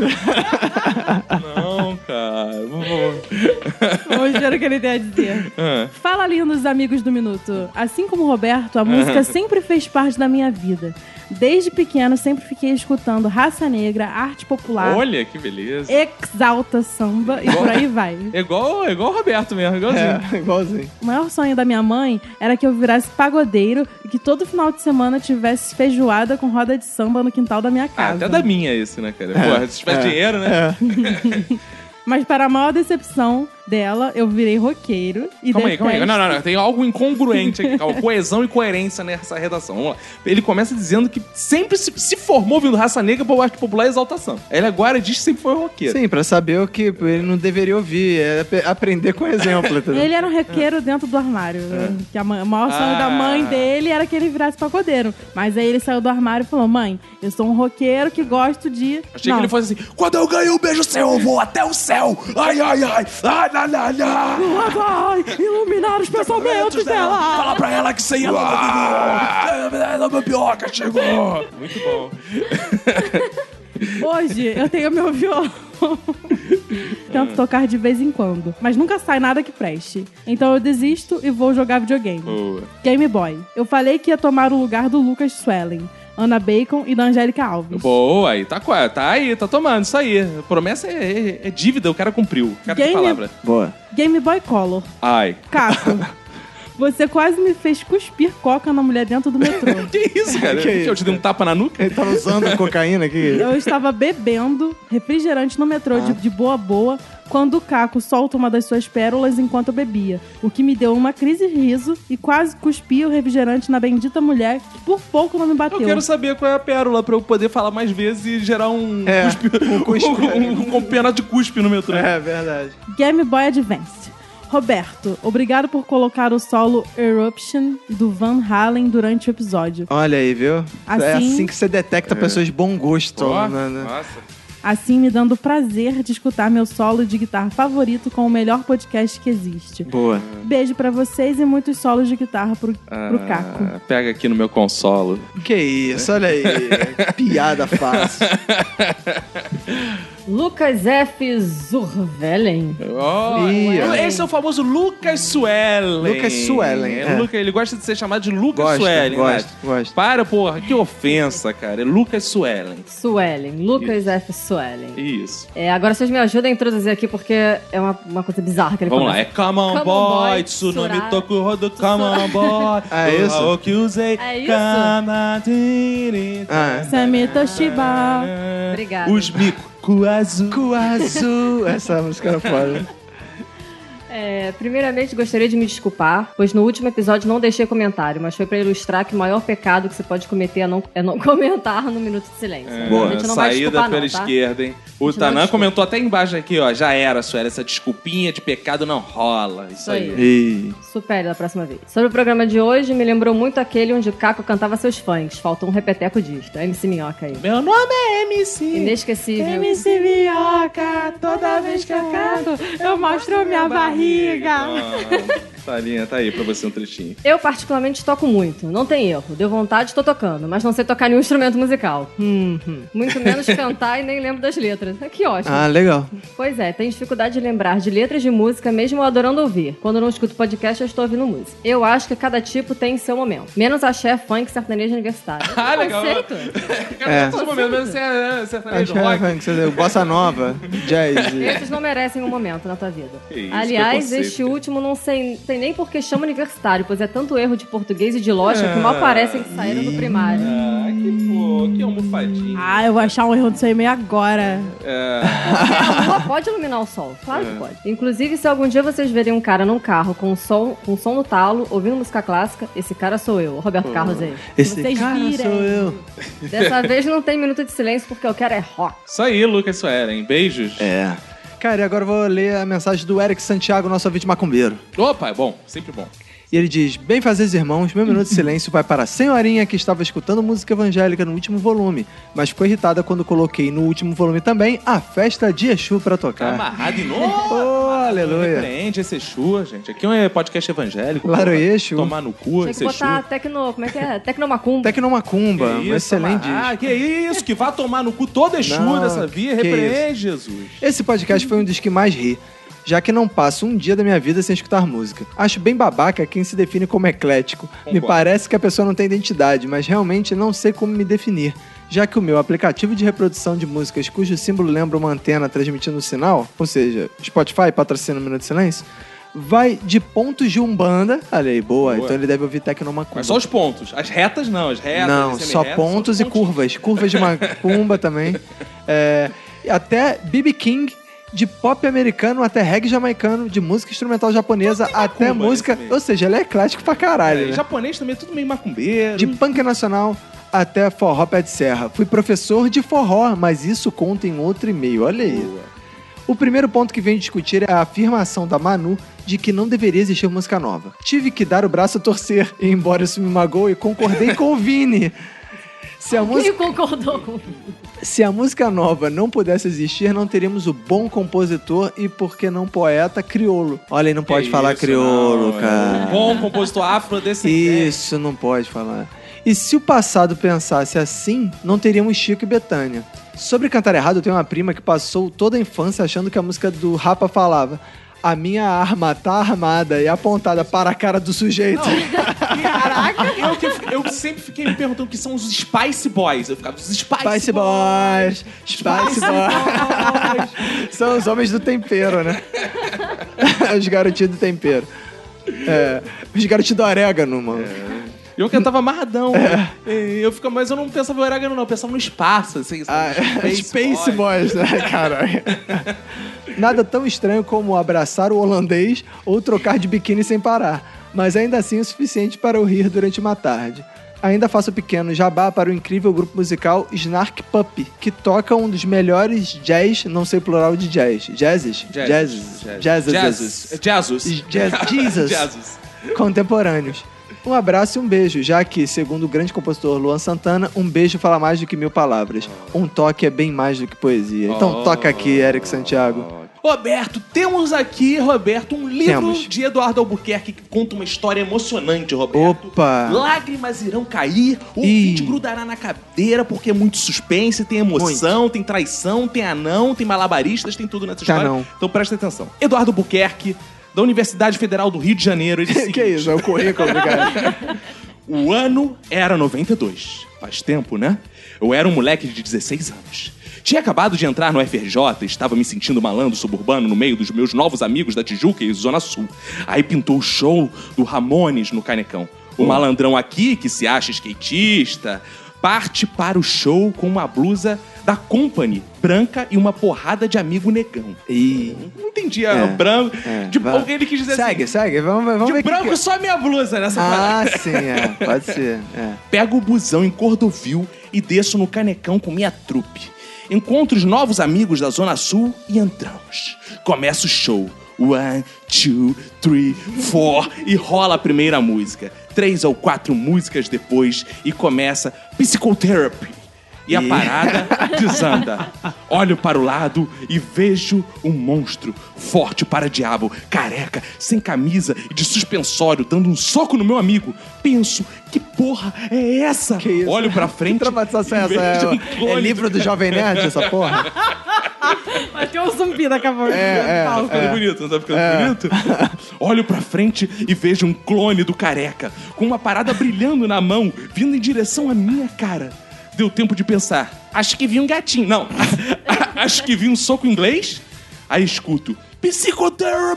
Speaker 1: não,
Speaker 2: Tá
Speaker 1: cara. Por favor.
Speaker 11: Vamos ver o que ele tem a dizer.
Speaker 1: Ah.
Speaker 11: Fala, lindos amigos do Minuto. Assim como o Roberto, a música sempre fez parte da minha vida. Desde pequeno, sempre fiquei escutando raça negra, arte popular,
Speaker 1: Olha que beleza.
Speaker 11: É. exalta samba e por aí vai.
Speaker 1: É igual, é igual o Roberto mesmo, igualzinho.
Speaker 2: É, igualzinho.
Speaker 11: O maior sonho da minha mãe era que eu virasse pagodeiro e que todo final de semana tivesse feijoada com roda de samba no quintal da minha
Speaker 1: Ah,
Speaker 11: casa.
Speaker 1: até da minha esse, né,
Speaker 2: É.
Speaker 1: cara? Porra, se tiver dinheiro, né?
Speaker 11: Mas para a maior decepção dela, eu virei roqueiro e
Speaker 1: Calma aí, calma aí. Não,
Speaker 11: detesto-
Speaker 1: não, não. Tem algo incongruente aqui. Calma. Coesão e coerência nessa redação. Vamos lá. Ele começa dizendo que sempre se, se formou vindo raça negra por arte popular e exaltação. Ele agora diz que sempre foi roqueiro.
Speaker 2: Sim, pra saber o que ele não deveria ouvir. É ap- aprender com exemplo. entendeu?
Speaker 11: Ele era um roqueiro dentro do armário. né? Que a mãe- o maior sonho
Speaker 1: É. Ah.
Speaker 11: da mãe dele era que ele virasse pagodeiro. Mas aí ele saiu do armário e falou: Mãe, eu sou um roqueiro que gosto de.
Speaker 1: Achei
Speaker 11: Não.
Speaker 1: que ele fosse assim: quando eu ganho um beijo seu, eu vou até o céu! Ai, ai, ai! Ai, ai, ai, ai!
Speaker 11: Vai iluminar os pensamentos dela!
Speaker 1: Fala pra ela que sem ela não tem gol! Meu pioca chegou! Muito bom.
Speaker 11: Hoje eu tenho meu violão.
Speaker 1: É.
Speaker 11: Tento tocar de vez em quando, mas nunca sai nada que preste. Então eu desisto e vou jogar videogame.
Speaker 1: Boa.
Speaker 11: Game Boy. Eu falei que ia tomar o lugar do Lucas Swellen, Ana Bacon e da Angélica Alves.
Speaker 1: Boa, aí tá, qua- tá aí, tá tomando, isso aí. Promessa é, é- é dívida, o cara cumpriu. O cara tem
Speaker 11: Game-
Speaker 1: palavra.
Speaker 2: Boa.
Speaker 11: Game Boy Color.
Speaker 1: Ai.
Speaker 11: Caco, você quase me fez cuspir coca na mulher dentro do metrô.
Speaker 1: Que isso, cara?
Speaker 2: Que é isso?
Speaker 1: Eu te dei um tapa na nuca?
Speaker 2: Ele tava usando cocaína aqui.
Speaker 11: Eu estava bebendo refrigerante no metrô
Speaker 1: Ah.
Speaker 11: de, de boa boa quando o Caco solta uma das suas pérolas enquanto eu bebia, o que me deu uma crise de riso e quase cuspi o refrigerante na bendita mulher que por pouco não me
Speaker 1: Eu
Speaker 11: bateu.
Speaker 1: quero saber qual é a pérola pra eu poder falar mais vezes e gerar um
Speaker 2: É,
Speaker 1: cuspe,
Speaker 2: um
Speaker 1: um,
Speaker 2: cuspe.
Speaker 1: um- um campeonato de cuspe no metrô.
Speaker 2: É verdade.
Speaker 11: Game Boy Advance. Roberto, obrigado por colocar o solo Eruption do Van Halen durante o episódio.
Speaker 2: Olha aí, viu? É
Speaker 11: Assim-
Speaker 2: assim que você detecta
Speaker 1: É.
Speaker 2: pessoas de bom gosto. né, né?
Speaker 11: Assim me dando o prazer de escutar meu solo de guitarra favorito com o melhor podcast que existe.
Speaker 1: Boa.
Speaker 11: Beijo pra vocês e muitos solos de guitarra pro, pro Caco.
Speaker 1: Ah, Pega aqui no meu consolo.
Speaker 2: Que isso, olha aí. Piada fácil.
Speaker 10: Lucas F. Zurvelen.
Speaker 1: Oh,
Speaker 10: Ih,
Speaker 1: Lu-
Speaker 10: olha.
Speaker 1: esse é o famoso Lucas Suellen.
Speaker 10: Lucas Suellen,
Speaker 1: É,
Speaker 10: é.
Speaker 1: Luca- ele gosta de ser chamado de Lucas
Speaker 2: Gosta,
Speaker 1: Suellen.
Speaker 2: gosta,
Speaker 1: né? Para, porra, que ofensa, cara. É Lucas Suellen.
Speaker 10: Suelen. Lucas F. Suelen.
Speaker 1: Isso.
Speaker 10: É, agora vocês me ajudam a introduzir aqui porque é uma, uma coisa bizarra que ele
Speaker 1: Vamos lá, é
Speaker 10: começa.
Speaker 1: Come on,
Speaker 10: Come on,
Speaker 1: boy,
Speaker 10: boy,
Speaker 1: Tsunami
Speaker 10: Soraya.
Speaker 1: Toku Rodo, Come on, boy.
Speaker 2: É
Speaker 1: do
Speaker 2: isso?
Speaker 1: Raul que usei.
Speaker 10: É isso?
Speaker 1: isso?
Speaker 2: Ah.
Speaker 11: Sammy Toshiba.
Speaker 10: Obrigada.
Speaker 1: Os micos. Cuazu.
Speaker 2: Cuazu. Essa música era foda.
Speaker 10: É, primeiramente, gostaria de me desculpar, pois no último episódio não deixei comentário, mas foi pra ilustrar que o maior pecado que você pode cometer é não, é não comentar no Minuto de Silêncio.
Speaker 1: Boa,
Speaker 10: A gente não vai
Speaker 1: É, saída
Speaker 10: desculpar,
Speaker 1: pela
Speaker 10: não, tá?
Speaker 1: esquerda, hein? O
Speaker 10: gente não
Speaker 1: Tanã
Speaker 10: desculpa.
Speaker 1: comentou até embaixo aqui, ó. Já era, Sueli, essa desculpinha de pecado não rola. Isso
Speaker 10: Isso
Speaker 1: aí.
Speaker 10: aí. Supere da próxima vez. Sobre o programa de hoje, me lembrou muito aquele onde o Caco cantava seus fãs. Faltou um repeteco disto. MC Minhoca aí.
Speaker 1: Meu nome é MC.
Speaker 10: Inesquecível.
Speaker 11: MC Minhoca, toda vez que eu canto, eu mostro minha barriga.
Speaker 1: Talinha, Ah, tá aí pra você um trechinho.
Speaker 10: Eu, particularmente, toco muito. Não tem erro. Deu vontade, tô tocando. Mas não sei tocar nenhum instrumento musical. Hum, hum. Muito menos cantar e nem lembro das letras. Ah, Que ótimo.
Speaker 2: Ah, legal.
Speaker 10: Pois é, tenho dificuldade de lembrar de letras de música, mesmo eu adorando ouvir. Quando não escuto podcast, eu estou ouvindo música. Eu acho que cada tipo tem seu momento. Menos axé, funk, sertanejo universitário.
Speaker 1: Ah, legal.
Speaker 10: Conceito.
Speaker 2: É.
Speaker 1: Todo momento, mesmo você é sertanejo
Speaker 2: Acho que era
Speaker 1: rock.
Speaker 2: funk, você deu. Bossa nova, jazz.
Speaker 10: Esses não merecem um momento na tua vida.
Speaker 2: Que isso,
Speaker 10: Aliás,
Speaker 2: preconceito,
Speaker 10: este último não sei, sei nem por que chama universitário, pois é tanto erro de português e de lógica que mal parecem que saíram do primário.
Speaker 1: Ah, que pô, que almofadinha.
Speaker 11: Ah, eu vou achar um erro disso aí meio agora.
Speaker 10: A lua pode iluminar o sol, claro
Speaker 11: É.
Speaker 10: que pode. Inclusive, se algum dia vocês verem um cara num carro com um som, com um som no talo, ouvindo música clássica, esse cara sou eu, Roberto Carlos aí.
Speaker 2: Esse
Speaker 10: Vocês
Speaker 2: cara
Speaker 10: virem.
Speaker 2: sou eu.
Speaker 10: Dessa vez não tem minuto de silêncio porque eu quero é rock.
Speaker 1: Isso aí, Lucas Suelen. Beijos.
Speaker 2: É. Cara, e agora eu vou ler a mensagem do Eric Santiago, nosso ouvinte macumbeiro.
Speaker 1: Opa, é bom, sempre bom.
Speaker 2: E ele diz: Bem fazeres irmãos, meu minuto de silêncio vai para a senhorinha que estava escutando música evangélica no último volume, mas ficou irritada quando coloquei no último volume também a festa de Exu para
Speaker 1: Tá
Speaker 2: tocar.
Speaker 1: amarrado de novo.
Speaker 2: É. Ô, aleluia.
Speaker 1: Repreende esse chua, gente. Aqui é um podcast evangélico.
Speaker 2: Claro,
Speaker 1: porra.
Speaker 2: Exu.
Speaker 1: Tomar no cu,
Speaker 10: Tem que
Speaker 1: esse
Speaker 10: botar
Speaker 1: chua.
Speaker 10: tecno. Como é que é? Tecnomacumba.
Speaker 2: Tecnomacumba, um excelente
Speaker 1: Ah, que isso, que vá tomar no cu todo Exu
Speaker 2: Não,
Speaker 1: dessa via.
Speaker 2: que
Speaker 1: Repreende, Jesus.
Speaker 2: Esse podcast foi um dos que mais ri, já que não passo um dia da minha vida sem escutar música. Acho bem babaca quem se define como eclético. Me
Speaker 1: Concordo.
Speaker 2: parece que a pessoa não tem identidade, mas realmente não sei como me definir. Já que o meu aplicativo de reprodução de músicas cujo símbolo lembra uma antena transmitindo um sinal, ou seja, Spotify patrocina o Minuto de Silêncio, vai de pontos de Umbanda. Olha aí, boa.
Speaker 1: Boa.
Speaker 2: Então ele deve ouvir Tecnomacumba.
Speaker 1: Mas É só os pontos. As retas não, as retas.
Speaker 2: Não,
Speaker 1: as
Speaker 2: só
Speaker 1: semi-retas,
Speaker 2: pontos e curvas. Curvas de macumba também. É, e até BB King, de pop americano até reggae jamaicano, de música instrumental japonesa até
Speaker 1: macumba
Speaker 2: música.
Speaker 1: nesse meio.
Speaker 2: Ou seja, ele é eclético pra caralho.
Speaker 1: É,
Speaker 2: né?
Speaker 1: Japonês também é tudo meio macumbeiro.
Speaker 2: De punk nacional até forró pé de serra. Fui professor de forró, mas isso conta em outro e-mail. Olha aí. O primeiro ponto que venho discutir é a afirmação da Manu de que não deveria existir música nova. Tive que dar o braço a torcer, e embora isso me magoe, concordei com o Vini. Se a,
Speaker 10: Quem
Speaker 2: música,
Speaker 10: concordou comigo?
Speaker 2: se a música nova não pudesse existir, não teríamos o bom compositor e, por que não, poeta criolo. Olha, aí, não pode
Speaker 1: Que
Speaker 2: falar
Speaker 1: isso,
Speaker 2: criolo,
Speaker 1: não, é.
Speaker 2: cara.
Speaker 1: Bom compositor afrodescendente.
Speaker 2: Isso, não pode falar. E se o passado pensasse assim, não teríamos Chico e Betânia. Sobre cantar errado, eu tenho uma prima que passou toda a infância achando que a música do Rapa falava a minha arma tá armada e apontada para a cara do sujeito.
Speaker 1: Eu, que- eu sempre fiquei me perguntando o que são os Spice Boys. Eu ficava, os Spice,
Speaker 2: Spice Boys, Spice Boys. São os homens do tempero, né? os garotinhos do tempero. É, os garotinhos do orégano, mano.
Speaker 1: Eu cantava amarradão. né? E Eu ficava, mas eu não pensava em orégano, não. Eu pensava no espaço, assim.
Speaker 2: Ah,
Speaker 1: sabe?
Speaker 2: Space, Boys, né, cara? Nada tão estranho como abraçar o holandês ou trocar de biquíni sem parar, mas ainda assim o suficiente para eu rir durante uma tarde. Ainda faço pequeno jabá para o incrível grupo musical Snark Puppy, que toca um dos melhores jazz, não sei o plural de jazz. Jazzes? Jazzes. Jazzes.
Speaker 1: Jesus. Jesus.
Speaker 2: Jazz- Jesus.
Speaker 1: Jesus.
Speaker 2: contemporâneos. Um abraço e um beijo, já que, segundo o grande compositor Luan Santana, um beijo fala mais do que mil palavras. Um toque é bem mais do que poesia. Então
Speaker 1: Oh.
Speaker 2: toca aqui, Eric Santiago.
Speaker 1: Roberto, temos aqui, Roberto, um livro
Speaker 2: Temos.
Speaker 1: de Eduardo Albuquerque que conta uma história emocionante, Roberto.
Speaker 2: Opa!
Speaker 1: Lágrimas irão cair, o ouvinte grudará na cadeira porque é muito suspense, tem emoção, tem traição, tem anão, tem malabaristas, tem tudo nessa
Speaker 2: Tá
Speaker 1: história.
Speaker 2: não.
Speaker 1: Então presta atenção. Eduardo Albuquerque, da Universidade Federal do Rio de Janeiro, ele disse
Speaker 2: que isso, é o currículo, cara.
Speaker 1: O ano era 92. Faz tempo, né? Eu era um moleque de 16 anos. Tinha acabado de entrar no FRJ, estava me sentindo malandro suburbano no meio dos meus novos amigos da Tijuca e Zona Sul. Aí pintou o show do Ramones no Canecão. O
Speaker 2: Hum.
Speaker 1: malandrão aqui, que se acha skatista, parte para o show com uma blusa da Company, branca e uma porrada de amigo negão. Não entendia
Speaker 2: É.
Speaker 1: branco. de,
Speaker 2: vai.
Speaker 1: Ele quis dizer
Speaker 2: Segue,
Speaker 1: assim.
Speaker 2: segue, vamos, vamos ver
Speaker 1: De
Speaker 2: o que
Speaker 1: branco
Speaker 2: que é.
Speaker 1: só minha blusa nessa
Speaker 2: Ah,
Speaker 1: parada.
Speaker 2: sim, é. Pode ser. É.
Speaker 1: Pego o busão em Cordovil e desço no Canecão com minha trupe. Encontro os novos amigos da Zona Sul e entramos. Começa o show. One, two, three, four. E rola a primeira música. Três ou quatro músicas depois e começa Psychotherapy. E a
Speaker 9: Ih.
Speaker 1: parada desanda. Olho para o lado e vejo um monstro, forte para diabo, careca, sem camisa e de suspensório, dando um soco no meu amigo. Penso, que porra é essa? Olho pra frente. um
Speaker 2: é essa? É- é livro do Jovem Nerd, essa porra?
Speaker 11: Bateu um zumbi da cabeça.
Speaker 2: É, é,
Speaker 1: Tá ficando
Speaker 2: é.
Speaker 1: bonito, não tá ficando
Speaker 2: É.
Speaker 1: bonito? Olho pra frente e vejo um clone do careca, com uma parada brilhando na mão, vindo em direção à minha cara. Deu tempo de pensar. Acho que vi um gatinho. Não. Acho que vi um soco inglês. Aí escuto.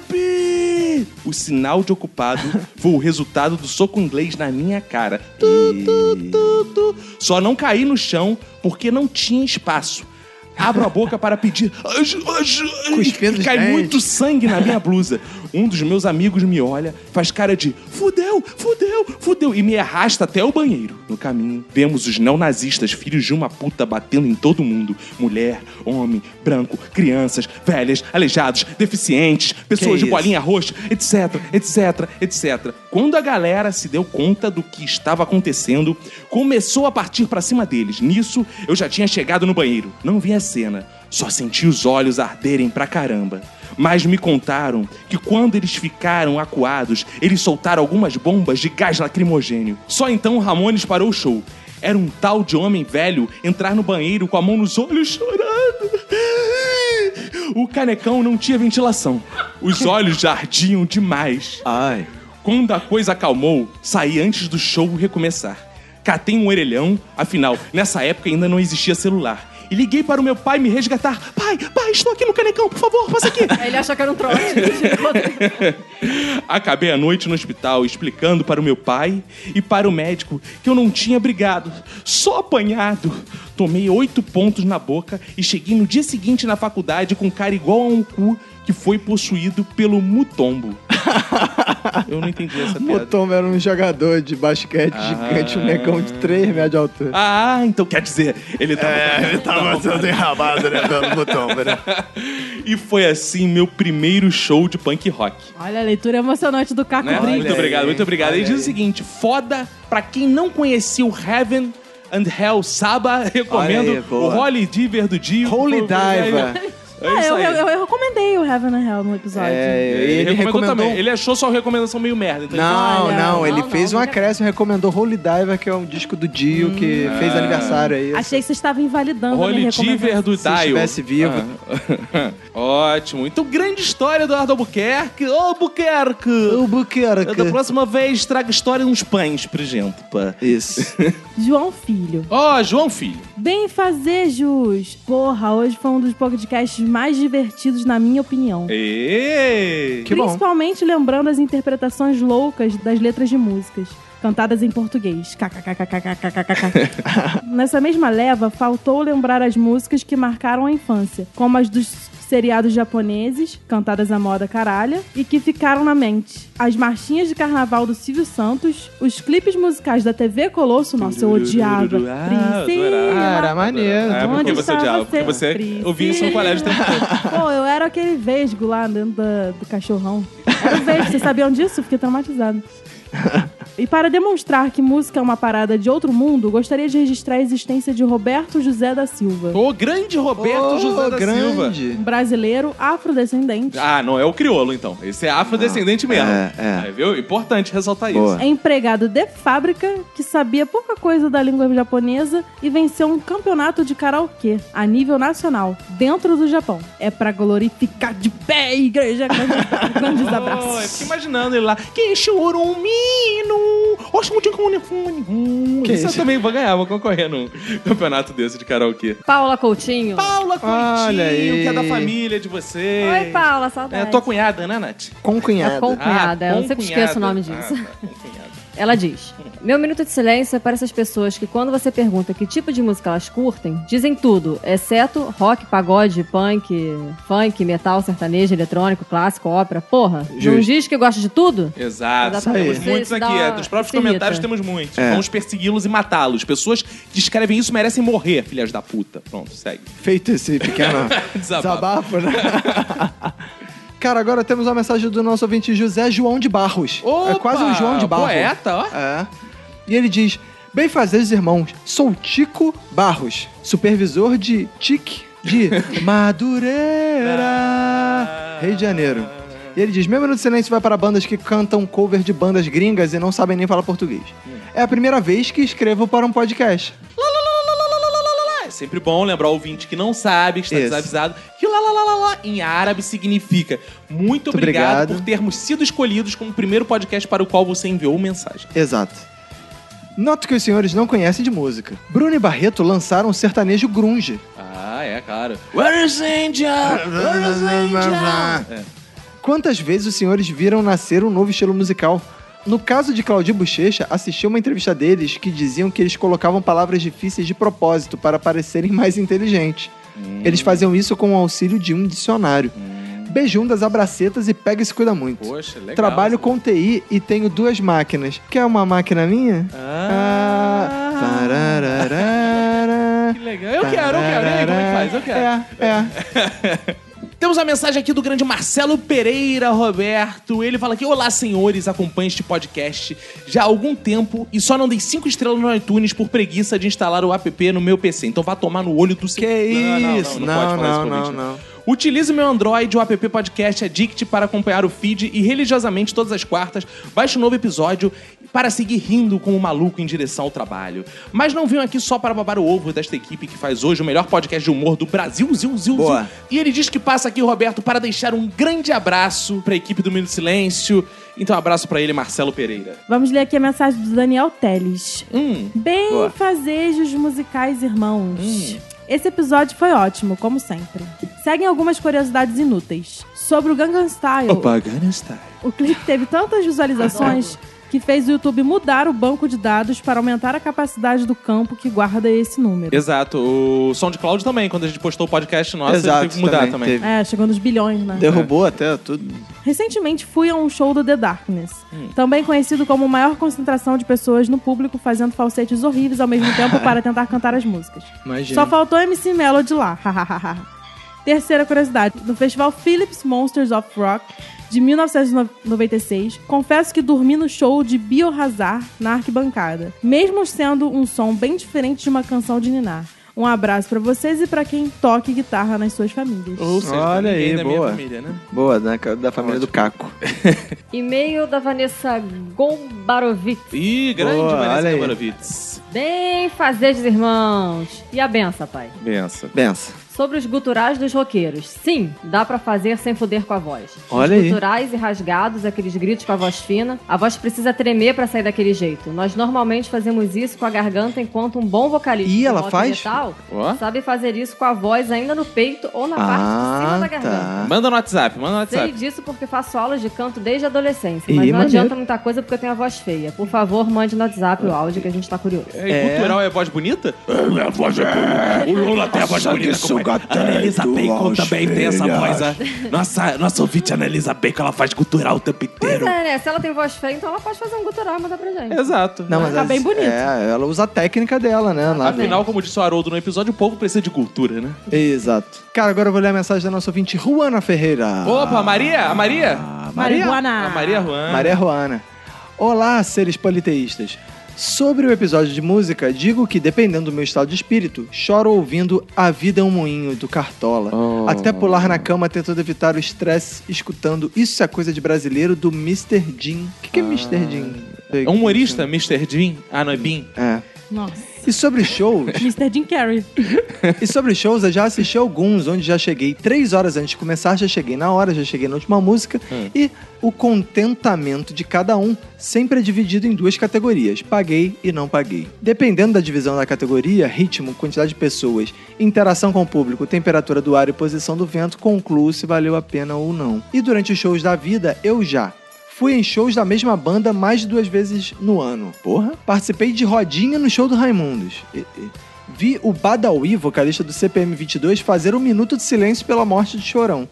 Speaker 1: Psicotherapy! O sinal de ocupado foi o resultado do soco inglês na minha cara. Tu, tu, tu, tu. Só não caí no chão porque não tinha espaço. Abro a boca para pedir. "Aju- aju-
Speaker 2: Cuspindo
Speaker 1: e cai
Speaker 2: os dentes.
Speaker 1: muito sangue na minha blusa. Um dos meus amigos me olha, faz cara de fudeu, fudeu, fudeu e me arrasta até o banheiro. No caminho, vemos os neonazistas, filhos de uma puta, batendo em todo mundo: mulher, homem, branco, crianças, velhas, aleijados, deficientes, pessoas de
Speaker 9: isso?
Speaker 1: bolinha roxa, etc, etc, etc. Quando a galera se deu conta do que estava acontecendo, começou a partir pra cima deles. Nisso, eu já tinha chegado no banheiro. Não vi a cena, só senti os olhos arderem pra caramba. Mas me contaram que quando eles ficaram acuados, eles soltaram algumas bombas de gás lacrimogênio. Só então o Ramones parou o show. Era um tal de homem velho entrar no banheiro com a mão nos olhos chorando. O canecão não tinha ventilação. Os olhos já ardiam demais.
Speaker 2: Ai.
Speaker 1: Quando a coisa acalmou, saí antes do show recomeçar. Catei um orelhão, afinal, nessa época ainda não existia celular. E liguei para o meu pai me resgatar. Pai, pai, estou aqui no canecão, por favor, passa aqui.
Speaker 7: Aí ele achou que era um trote.
Speaker 1: Acabei a noite no hospital explicando para o meu pai e para o médico que eu não tinha brigado, só apanhado. Tomei oito pontos na boca e cheguei no dia seguinte na faculdade com cara igual a um cu que foi possuído pelo mutombo. Eu não entendi essa piada.
Speaker 2: Mutombo era um jogador de basquete gigante, um negão de 3 metros de altura.
Speaker 1: Ah, então quer dizer, ele tava.
Speaker 2: É, ele tava sendo enrabado, né, pelo Mutombo, né?
Speaker 1: E foi assim meu primeiro show de punk rock.
Speaker 11: Olha a leitura emocionante do Caco
Speaker 1: né?
Speaker 11: Brito.
Speaker 1: Muito obrigado, muito obrigado. Ele
Speaker 11: olha
Speaker 1: diz o seguinte: foda, pra quem não conhecia o Heaven and Hell Saba, recomendo
Speaker 2: Olha aí, boa.
Speaker 1: o Holy Diver do Dio. Holy
Speaker 2: Diver.
Speaker 11: Ah, eu, eu, eu recomendei o Heaven and Hell no episódio.
Speaker 2: É
Speaker 1: ele,
Speaker 2: ele
Speaker 1: recomendou,
Speaker 2: recomendou-
Speaker 1: também. Ele achou sua recomendação meio merda. então
Speaker 2: Não,
Speaker 1: ele-
Speaker 2: não, ele fez um acréscimo, recomendou Holy Diver, que é um disco do Dio que
Speaker 1: Ah.
Speaker 2: fez aniversário aí.
Speaker 11: Achei que você estava invalidando a
Speaker 1: Holy
Speaker 11: minha recomendação.
Speaker 1: Diver do
Speaker 2: Se
Speaker 1: Dio.
Speaker 2: estivesse vivo.
Speaker 1: Ah. Ótimo. Então, grande história do Eduardo Albuquerque. Ô, Albuquerque!
Speaker 2: Albuquerque!
Speaker 1: Da próxima vez, traga história uns pães pra gente, pá.
Speaker 2: Isso.
Speaker 11: João Filho.
Speaker 1: Ó, João Filho.
Speaker 11: Bem fazejos! Porra, hoje foi um dos podcasts mais divertidos, na minha opinião.
Speaker 1: Ê!
Speaker 11: Principalmente lembrando as interpretações loucas das letras de músicas, cantadas em português. KKKKKKKKK. Nessa mesma leva, faltou lembrar as músicas que marcaram a infância, como as dos seriados japoneses, cantadas à moda caralha, e que ficaram na mente. As marchinhas de carnaval do Silvio Santos, os clipes musicais da TV Colosso, nossa, eu odiava.
Speaker 2: Ah, era maneiro.
Speaker 1: É, porque
Speaker 11: Onde
Speaker 1: você
Speaker 11: está
Speaker 1: odiava, porque
Speaker 11: você?
Speaker 1: você ouvia isso no colégio o tempo todo.
Speaker 11: Pô, eu era aquele vesgo lá dentro da- do cachorrão. Era o vesgo, vocês sabiam disso? Fiquei traumatizado. E para demonstrar que música é uma parada de outro mundo, gostaria de registrar a existência de Roberto José da Silva.
Speaker 1: O grande Roberto José da Silva.
Speaker 11: Um brasileiro afrodescendente.
Speaker 1: Ah, não, é o criolo, então. Esse é afrodescendente mesmo.
Speaker 2: É, é.
Speaker 1: Aí, viu? Importante ressaltar
Speaker 11: É
Speaker 1: Ah, isso.
Speaker 11: empregado de fábrica, que sabia pouca coisa da língua japonesa e venceu um campeonato de karaokê a nível nacional, dentro do Japão. É pra glorificar de pé a igreja. Grandes, grandes
Speaker 1: Pô, eu
Speaker 11: abraços.
Speaker 1: fiquei imaginando ele lá. Que choro um
Speaker 2: Uh,
Speaker 1: menino. Oxe, um dia com um
Speaker 2: Que
Speaker 1: Isso eu
Speaker 2: isso?
Speaker 1: também vou ganhar, vou concorrer num campeonato desse de karaokê.
Speaker 10: Paula Coutinho.
Speaker 1: Paula
Speaker 2: Olha
Speaker 1: Coutinho,
Speaker 2: aí.
Speaker 1: que é da família de vocês.
Speaker 10: Oi, Paula, saudade.
Speaker 1: É tua cunhada, né, Nath?
Speaker 2: Com cunhada.
Speaker 10: É com cunhada,
Speaker 1: Ah,
Speaker 10: eu
Speaker 1: com
Speaker 10: sempre
Speaker 1: cunhada.
Speaker 10: esqueço o nome disso. Ela diz: Meu minuto de silêncio é para essas pessoas que, quando você pergunta que tipo de música elas curtem, dizem tudo, exceto rock, pagode, punk, funk, metal, sertanejo, eletrônico, clássico, ópera. Porra, não
Speaker 2: Justo.
Speaker 10: diz que gosta de tudo?
Speaker 1: Ah, Exato.
Speaker 10: Mas dá pra
Speaker 1: Temos
Speaker 10: você
Speaker 1: muitos
Speaker 10: se
Speaker 1: aqui.
Speaker 10: dar
Speaker 1: é.
Speaker 10: uma-
Speaker 1: Dos próprios
Speaker 10: se irrita.
Speaker 1: comentários temos muitos.
Speaker 2: É.
Speaker 1: Vamos persegui-los e matá-los. Pessoas que escrevem isso merecem morrer, filhas da puta. Pronto, segue.
Speaker 2: Feito esse pequeno
Speaker 1: Desabafo.
Speaker 2: desabafo, né? Cara, agora temos uma mensagem do nosso ouvinte José João de Barros. é quase um João de Barros.
Speaker 1: Poeta, ó.
Speaker 2: É. E ele diz: Bem fazeres, irmãos, sou Tico Barros, supervisor de TIC de Madureira, Rio de Janeiro. E ele diz: Meu minuto de silêncio vai para bandas que cantam cover de bandas gringas e não sabem nem falar português.
Speaker 1: Hum.
Speaker 2: É a primeira vez que escrevo para um podcast.
Speaker 1: Ah, É sempre bom lembrar o ouvinte que não sabe, que está
Speaker 2: Isso.
Speaker 1: desavisado, que lá, lá, lá, lá, lá, em árabe significa muito, obrigado,
Speaker 2: obrigado.
Speaker 1: por termos sido escolhidos como o primeiro podcast para o qual você enviou mensagem.
Speaker 2: Exato. Noto que os senhores não conhecem de música. Bruno e Barreto lançaram um sertanejo grunge.
Speaker 1: Ah, é, claro. Where is Angel? Where is Angel? É.
Speaker 2: Quantas vezes os senhores viram nascer um novo estilo musical? No caso de Claudio Bochecha, assisti uma entrevista deles que diziam que eles colocavam palavras difíceis de propósito para parecerem mais inteligentes.
Speaker 1: Hum.
Speaker 2: Eles faziam isso com o auxílio de um dicionário. Beijundas, abracetas e pega e se cuida muito.
Speaker 1: Poxa, legal.
Speaker 2: Trabalho com TI e tenho duas máquinas. Quer uma máquina minha?
Speaker 1: Ah.
Speaker 2: Tarararara.
Speaker 1: Que legal. Eu quero, eu quero. E aí, como é que faz? Eu quero.
Speaker 2: É, é.
Speaker 1: Temos a mensagem aqui do grande Marcelo Pereira Roberto. Ele fala aqui: Olá, senhores, acompanho este podcast já há algum tempo e só não dei cinco estrelas no iTunes por preguiça de instalar o app no meu PC. Então vá tomar no olho do seu.
Speaker 2: Que isso? Não, não,
Speaker 1: pro
Speaker 2: não,
Speaker 1: ouvinte, né?
Speaker 2: não.
Speaker 1: Utilize meu Android, o app Podcast Addict para acompanhar o feed e religiosamente todas as quartas baixe um novo episódio para seguir rindo como um maluco em direção ao trabalho. Mas não venho aqui só para babar o ovo desta equipe que faz hoje o melhor podcast de humor do Brasil, ziu, ziu,
Speaker 2: Boa.
Speaker 1: ziu. E ele diz que passa aqui, Roberto, para deixar um grande abraço para a equipe do Minuto de Silêncio. Então, abraço para ele, Marcelo Pereira.
Speaker 11: Vamos ler aqui a mensagem do Daniel Teles.
Speaker 1: Hum,
Speaker 11: Bem
Speaker 2: Boa. Hum.
Speaker 11: fazejos musicais, irmãos. Esse episódio foi ótimo, como sempre. Seguem algumas curiosidades inúteis. Sobre o Gangnam Style,
Speaker 1: Pagana Style.
Speaker 11: o clipe teve tantas visualizações que fez o YouTube mudar o banco de dados para aumentar a capacidade do campo que guarda esse número.
Speaker 1: Exato. O SoundCloud também, quando a gente postou o podcast nosso,
Speaker 2: Exato,
Speaker 1: ele teve que mudar também.
Speaker 2: também, teve.
Speaker 11: É, chegou nos bilhões, né?
Speaker 2: Derrubou até tudo.
Speaker 11: Recentemente fui a um show do The Darkness,
Speaker 2: Hum.
Speaker 11: também conhecido como maior concentração de pessoas no público fazendo falsetes horríveis ao mesmo tempo para tentar cantar as músicas.
Speaker 2: Imagina.
Speaker 11: Só faltou MC Melody lá. Terceira curiosidade, no festival Philips Monsters of Rock de 1996, confesso que dormi no show de Biohazard na arquibancada, mesmo sendo um som bem diferente de uma canção de Ninar. Um abraço pra vocês e pra quem toque guitarra nas suas famílias.
Speaker 1: Ou seja,
Speaker 2: Olha
Speaker 1: ninguém
Speaker 2: aí,
Speaker 1: da minha
Speaker 2: boa.
Speaker 1: família, né?
Speaker 2: Boa, da, da família do Caco.
Speaker 10: E-mail da Vanessa Gombarovic.
Speaker 1: Ih, grande
Speaker 2: Boa, olha
Speaker 1: Vanessa
Speaker 2: aí.
Speaker 1: Kamarovitz.
Speaker 10: Bem fazeres, irmãos. E a benção, pai.
Speaker 1: Bença.
Speaker 2: Bença.
Speaker 10: Sobre os guturais dos roqueiros. Sim, dá pra fazer sem foder com a voz.
Speaker 2: Olha
Speaker 10: os
Speaker 2: aí.
Speaker 10: guturais e rasgados, aqueles gritos com a voz fina. A voz precisa tremer pra sair daquele jeito. Nós normalmente fazemos isso com a garganta enquanto um bom vocalista
Speaker 2: Ih,
Speaker 10: de
Speaker 2: ela
Speaker 10: rock
Speaker 2: faz?
Speaker 10: metal
Speaker 1: Ó.
Speaker 10: sabe fazer isso com a voz ainda no peito ou na parte de cima da
Speaker 2: Ah,
Speaker 10: garganta.
Speaker 2: tá.
Speaker 1: Manda no WhatsApp, manda no
Speaker 10: Sei
Speaker 1: WhatsApp.
Speaker 10: disso porque faço aulas de canto desde a adolescência, mas
Speaker 2: Ih,
Speaker 10: não
Speaker 2: maneiro.
Speaker 10: adianta muita coisa porque eu tenho a voz feia. Por favor, mande no WhatsApp o áudio que a gente tá curioso.
Speaker 1: É, e Cultural é voz é bonita?
Speaker 7: O Lula tem a voz bonita, compadre.
Speaker 1: A Ana Elisa é? Bacon também tem essa voz. é. a- Nossa, nossa ouvinte Ana Elisa Bacon, ela faz cultural o tempo
Speaker 10: Pois
Speaker 1: inteiro.
Speaker 10: é, né? Se ela tem voz feia, então ela pode fazer um gutural e mandar pra gente.
Speaker 1: Exato.
Speaker 2: Não, mas
Speaker 10: Tá
Speaker 2: as-
Speaker 10: bem bonito.
Speaker 2: É, ela usa a técnica dela, né? Lá
Speaker 1: Afinal, como disse o Haroldo no episódio, o povo precisa de cultura, né?
Speaker 2: Exato. Cara, agora eu vou ler a mensagem da nossa ouvinte, Juana Ferreira.
Speaker 1: Opa, Maria, a Ah, Maria?
Speaker 2: Maria?
Speaker 1: A Maria Juana.
Speaker 2: Maria Juana. Olá, seres politeístas. Sobre o episódio de música, digo que, dependendo do meu estado de espírito, choro ouvindo A Vida é um Moinho, do Cartola.
Speaker 1: Oh.
Speaker 2: Até pular na cama tentando evitar o estresse, escutando Isso é Coisa de Brasileiro, do Mr. Jim. O que, que é Mr. Jim?
Speaker 1: É um humorista, Mr. Jim? Ah, não é Bean?
Speaker 2: É.
Speaker 11: Nossa.
Speaker 2: E sobre shows...
Speaker 11: Mr. Jim Carrey.
Speaker 2: E sobre shows, eu já assisti alguns, onde já cheguei três horas antes de começar, já cheguei na hora, já cheguei na última música. E o contentamento de cada um sempre é dividido em duas categorias: paguei e não paguei. Dependendo da divisão da categoria, ritmo, quantidade de pessoas, interação com o público, temperatura do ar e posição do vento, concluo se valeu a pena ou não. E durante os shows da vida, eu já Fui em shows da mesma banda mais de duas vezes no ano. Porra. Participei de rodinha no show do Raimundos. E- e- Vi o Badawi, vocalista do CPM 22, fazer um minuto de silêncio pela morte de Chorão.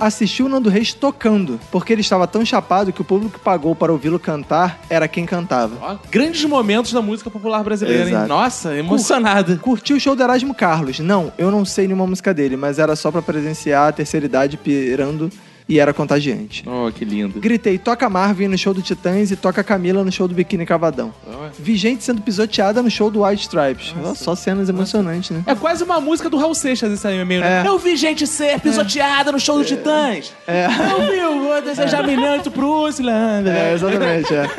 Speaker 2: Assisti o Nando Reis tocando, porque ele estava tão chapado que o público que pagou para ouvi-lo cantar era quem cantava.
Speaker 1: Ó, Grandes momentos da música popular brasileira, hein?
Speaker 2: Exato.
Speaker 1: Nossa, emocionada.
Speaker 2: Curti o show do Erasmo Carlos. Não, eu não sei nenhuma música dele, mas era só pra presenciar a terceira idade pirando e era contagiante.
Speaker 1: Oh, que lindo.
Speaker 2: Gritei, toca Marvin no show do Titãs e toca Camila no show do Biquíni Cavadão. Vi gente sendo pisoteada no show do White Stripes. Só cenas emocionantes, né?
Speaker 1: É quase uma música do Raul Seixas, isso aí meio. né?
Speaker 2: É.
Speaker 1: Eu vi gente ser pisoteada no show dos Titãs.
Speaker 2: É.
Speaker 1: Eu vi o vou desejar milhões pro Rusland.
Speaker 2: É, exatamente, é.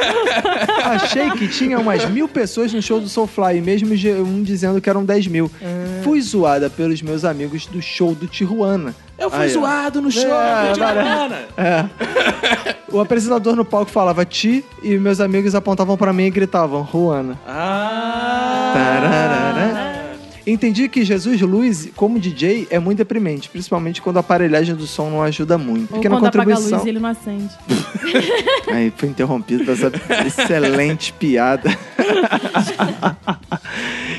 Speaker 2: Achei que tinha umas mil pessoas no show do Soulfly, e mesmo ge- um dizendo que eram 10 mil.
Speaker 1: É.
Speaker 2: Fui zoada pelos meus amigos do show do Tijuana.
Speaker 1: Eu fui
Speaker 2: Aí, ó.
Speaker 1: zoado no show
Speaker 2: É,
Speaker 1: do
Speaker 2: vale-
Speaker 1: Tijuana.
Speaker 2: É. O apresentador no palco falava ti e meus amigos apontavam pra mim e gritavam Juana.
Speaker 1: Ah.
Speaker 2: Tararara. Entendi que Jesus Luiz, como DJ, é muito deprimente, principalmente quando a aparelhagem do som não ajuda muito.
Speaker 11: Ou
Speaker 2: Pequena
Speaker 11: quando apaga a
Speaker 2: contribuição.
Speaker 11: luz, ele não acende.
Speaker 2: Aí foi interrompido por essa excelente piada.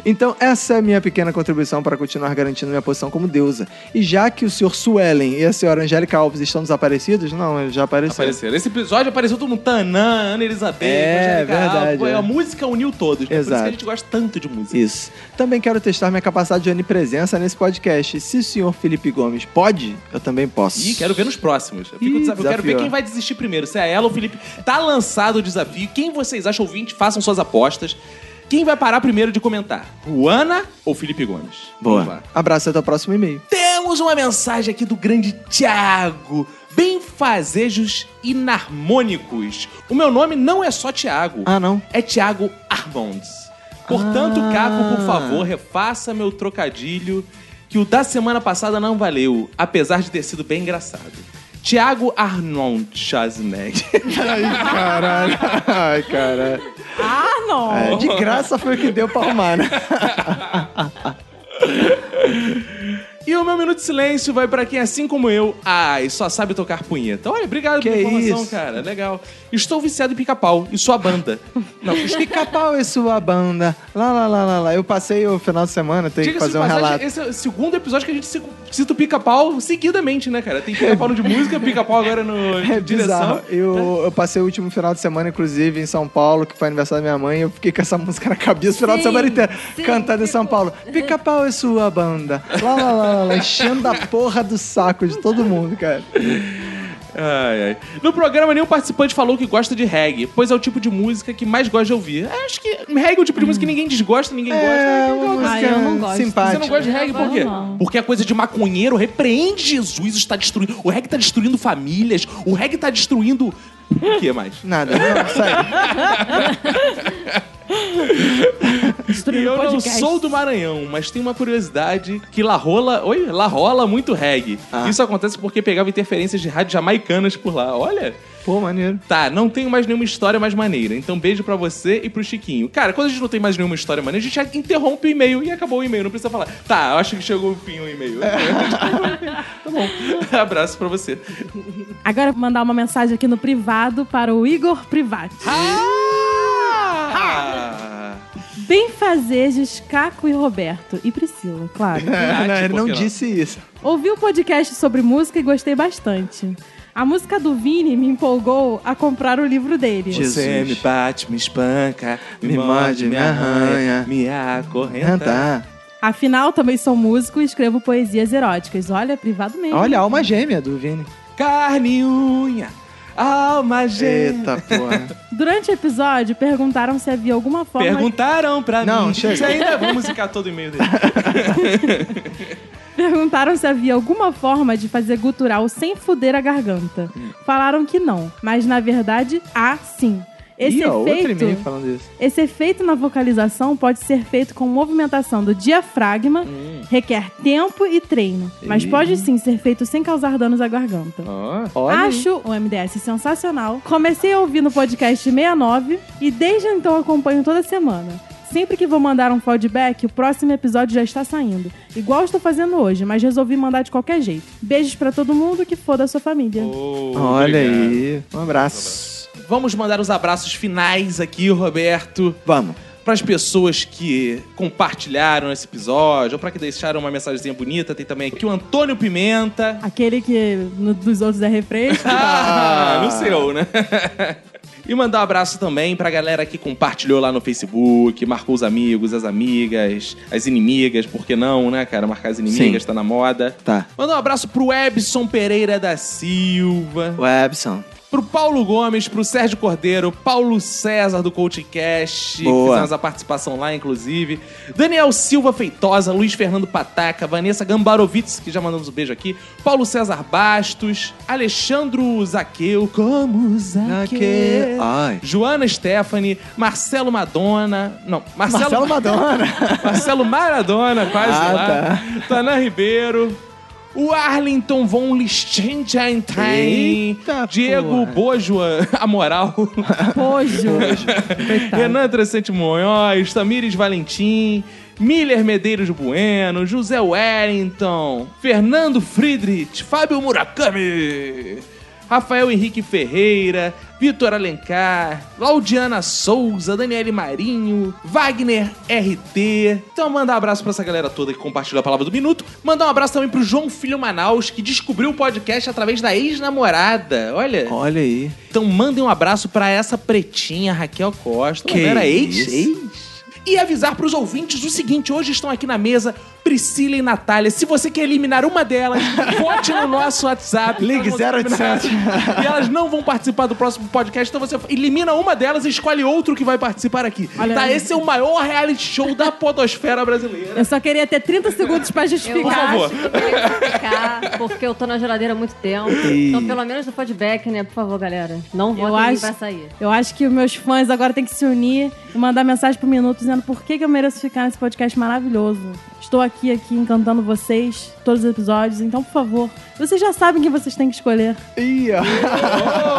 Speaker 2: então, essa é a minha pequena contribuição para continuar garantindo minha posição como deusa. E já que o senhor Suelen e a senhora Angélica Alves estão desaparecidos, não, eles já apareceram.
Speaker 1: Apareceram. Esse episódio apareceu todo mundo Tanã, Ana Elizabeth,
Speaker 2: É,
Speaker 1: Angélica
Speaker 2: verdade,
Speaker 1: Alves.
Speaker 2: é.
Speaker 1: A música uniu todos. né? Por isso que
Speaker 2: Exato.
Speaker 1: a gente gosta tanto de música.
Speaker 2: Isso. Também quero testar minha capacidade de onipresença nesse podcast. Se o senhor Felipe Gomes pode, eu também posso.
Speaker 1: E quero ver nos próximos. Eu, fico
Speaker 2: Ih,
Speaker 1: desaf- eu quero ver
Speaker 2: desafiou.
Speaker 1: quem vai desistir primeiro. Se é ela ou o Felipe. Tá lançado o desafio. Quem vocês acham ouvinte, façam suas apostas. Quem vai parar primeiro de comentar? Juana ou Felipe Gomes? Vamos lá.
Speaker 2: Boa. Abraço e até o próximo e-mail.
Speaker 1: Temos uma mensagem aqui do grande Tiago. Bemfazejos inarmônicos. O meu nome não é só Tiago.
Speaker 2: Ah, não?
Speaker 1: É Tiago Armonds. Portanto,
Speaker 2: Ah.
Speaker 1: Caco, por favor, refaça meu trocadilho que o da semana passada não valeu, apesar de ter sido bem engraçado. Tiago Arnold Schwarzenegger.
Speaker 2: Ai, caralho. Ai, caralho.
Speaker 11: Ah, não!
Speaker 2: É, de graça foi o que deu pra arrumar, né?
Speaker 1: E o meu minuto de silêncio vai pra quem, assim como eu, ai, só sabe tocar punheta. Olha, obrigado
Speaker 2: Que
Speaker 1: pela informação,
Speaker 2: isso?
Speaker 1: cara. Legal. Estou viciado em pica-pau e sua banda. Não, esque-
Speaker 2: Pica-pau e sua banda. Lá, lá, lá, lá, lá. Eu passei o final de semana, tenho que
Speaker 1: Diga-se de
Speaker 2: fazer um
Speaker 1: passagem,
Speaker 2: relato.
Speaker 1: Esse é o segundo episódio que a gente se- cita o pica-pau seguidamente, né, cara? Tem pica-pau no de música, pica-pau agora no de
Speaker 2: É
Speaker 1: direção.
Speaker 2: bizarro. Eu, eu passei o último final de semana, inclusive, em São Paulo, que foi aniversário da minha mãe. Eu fiquei com essa música na cabeça o final de
Speaker 10: Sim,
Speaker 2: semana inteiro,
Speaker 10: sim,
Speaker 2: cantando em São Paulo. Pica-pau e sua banda. Lá, lá, lá, lá, lá. Enchendo a porra do saco de todo mundo, cara.
Speaker 1: Ai, ai. No programa, nenhum participante falou que gosta de reggae, pois é o tipo de música que mais gosta de ouvir. É, Acho que reggae é o tipo de música que ninguém desgosta, ninguém gosta.
Speaker 2: É,
Speaker 1: Ninguém
Speaker 2: uma
Speaker 1: gosta.
Speaker 11: Ah, eu não
Speaker 2: música
Speaker 11: gosto.
Speaker 1: Você não
Speaker 2: simpática.
Speaker 1: gosta de reggae por quê? Porque é coisa de maconheiro, repreende Jesus, está destruindo. O reggae está destruindo famílias, o reggae está destruindo. O que mais?
Speaker 2: Nada, não, segue.
Speaker 11: Destruindo
Speaker 1: eu não
Speaker 11: podcast.
Speaker 1: sou do Maranhão, mas tem uma curiosidade que lá rola, oi, lá rola muito reggae.
Speaker 2: Ah.
Speaker 1: Isso acontece porque pegava interferências de rádio jamaicanas por lá. Olha,
Speaker 2: Pô, maneiro.
Speaker 1: tá, não tenho mais nenhuma história mais maneira. Então beijo pra você e pro Chiquinho. Cara, quando a gente não tem mais nenhuma história maneira, a gente já interrompe o e-mail e acabou o e-mail, não precisa falar. Tá, eu acho que chegou o fim o e-mail.
Speaker 2: É.
Speaker 1: tá bom. Abraço pra você.
Speaker 11: Agora eu vou mandar uma mensagem aqui no privado para o Igor Privati.
Speaker 1: Ah!
Speaker 11: Bem Sem fazeres, Caco e Roberto. E Priscila, claro.
Speaker 2: não, ele não disse isso.
Speaker 11: Ouvi o podcast sobre música e gostei bastante. A música do Vini me empolgou a comprar o livro dele.
Speaker 1: Você é me bate, me espanca, me
Speaker 2: Me
Speaker 1: morde,
Speaker 2: morde,
Speaker 1: me
Speaker 2: me
Speaker 1: arranha,
Speaker 2: arranha,
Speaker 1: me acorrenta.
Speaker 11: Afinal, também sou músico e escrevo poesias eróticas. Olha, privado mesmo.
Speaker 2: Olha, a alma gêmea do Vini.
Speaker 1: Carne e unha, alma gêmea.
Speaker 2: Eita porra.
Speaker 11: Durante o episódio, perguntaram se havia alguma forma...
Speaker 1: Perguntaram pra
Speaker 2: Não,
Speaker 1: mim.
Speaker 2: chega.
Speaker 1: Isso é ainda vamos musicar todo e-mail dele.
Speaker 11: Perguntaram se havia alguma forma de fazer gutural sem fuder a garganta. Falaram que não, mas na verdade há sim. Esse
Speaker 2: Ih, ó, outro e-mail
Speaker 11: efeito,
Speaker 2: falando isso.
Speaker 11: esse efeito na vocalização pode ser feito com movimentação do diafragma,
Speaker 1: Hum.
Speaker 11: requer tempo e treino, mas
Speaker 2: Ih.
Speaker 11: pode sim ser feito sem causar danos à garganta.
Speaker 2: Olha, hein?
Speaker 11: Acho o MDS sensacional. Comecei a ouvir no podcast 69 e desde então acompanho toda semana. Sempre que vou mandar um feedback, o próximo episódio já está saindo. Igual estou fazendo hoje, mas resolvi mandar de qualquer jeito. Beijos pra todo mundo que foda a sua família.
Speaker 2: Olha aí. Um abraço.
Speaker 1: Vamos mandar os abraços finais aqui, Roberto,
Speaker 2: Vamos.
Speaker 1: para as pessoas que compartilharam esse episódio, ou para que deixaram uma mensagenzinha bonita. Tem também aqui um- o Antônio Pimenta.
Speaker 11: Aquele que no- dos outros é refresco.
Speaker 1: Ah, no seu, né? E mandar um abraço também pra galera que compartilhou lá no Facebook, marcou os amigos, as amigas, as inimigas, por que não, né, cara? Marcar as inimigas tá na moda.
Speaker 2: Tá.
Speaker 1: Mandar um abraço pro Ebson Pereira da Silva,
Speaker 2: Webson.
Speaker 1: pro Paulo Gomes, pro Sérgio Cordeiro, Paulo César do CoachCast, que
Speaker 2: Boa.
Speaker 1: fizemos a participação lá, inclusive. Daniel Silva Feitosa, Luiz Fernando Pataca, Vanessa Gambarovitz, que já mandamos um beijo aqui, Paulo César Bastos, Alexandro Zaqueu, como Zaqueu.
Speaker 2: Ai.
Speaker 1: Joana Stephanie, Marcelo Madonna. Não, Marcelo,
Speaker 2: Marcelo Madonna.
Speaker 1: Marcelo Maradona, quase
Speaker 2: Ah,
Speaker 1: lá.
Speaker 2: tá.
Speaker 1: Tanã Ribeiro. O Arlington von Liechtenstein.
Speaker 2: Eita,
Speaker 1: Diego
Speaker 2: porra.
Speaker 1: Bojo Amoral.
Speaker 11: Pojo.
Speaker 1: Renan Trescente Monhóis. Tamires Valentim. Miller Medeiros Bueno, José Wellington, Fernando Friedrich, Fábio Murakami, Rafael Henrique Ferreira, Vitor Alencar, Laudiana Souza, Daniele Marinho, Wagner RT. Então mandar um abraço pra essa galera toda que compartilhou a palavra do minuto. Mandar um abraço também pro João Filho Manaus, que descobriu o podcast através da ex-namorada. Olha.
Speaker 2: Olha aí.
Speaker 1: Então mandem um abraço pra essa pretinha Raquel Costa.
Speaker 2: Que
Speaker 1: Não era ex,
Speaker 2: isso?
Speaker 1: ex. E avisar pros ouvintes o seguinte: hoje estão aqui na mesa Priscila e Natália. Se você quer eliminar uma delas, vote no nosso WhatsApp.
Speaker 2: Ligue
Speaker 1: Nós vamos
Speaker 2: 0800.
Speaker 1: combinar. E elas não vão participar do próximo podcast, então você elimina uma delas e escolhe outro que vai participar aqui.
Speaker 11: Olha
Speaker 1: tá?
Speaker 11: aí.
Speaker 1: Esse é o maior reality show da podosfera brasileira.
Speaker 11: Eu só queria ter 30 segundos pra
Speaker 10: Eu
Speaker 11: justificar.
Speaker 1: favor.
Speaker 10: acho que eu queria ficar, porque eu tô na geladeira há muito tempo. Então, pelo menos no feedback, né? Por favor, galera. Não
Speaker 11: Eu
Speaker 10: votem em mim
Speaker 11: acho,
Speaker 10: pra sair.
Speaker 11: eu acho que os meus fãs agora têm que se unir e mandar mensagem pro Minuto dizendo por que, que eu mereço ficar nesse podcast maravilhoso. Estou aqui, aqui, encantando vocês, todos os episódios. Então, por favor, vocês já sabem quem vocês têm que escolher.
Speaker 2: Ih, ó.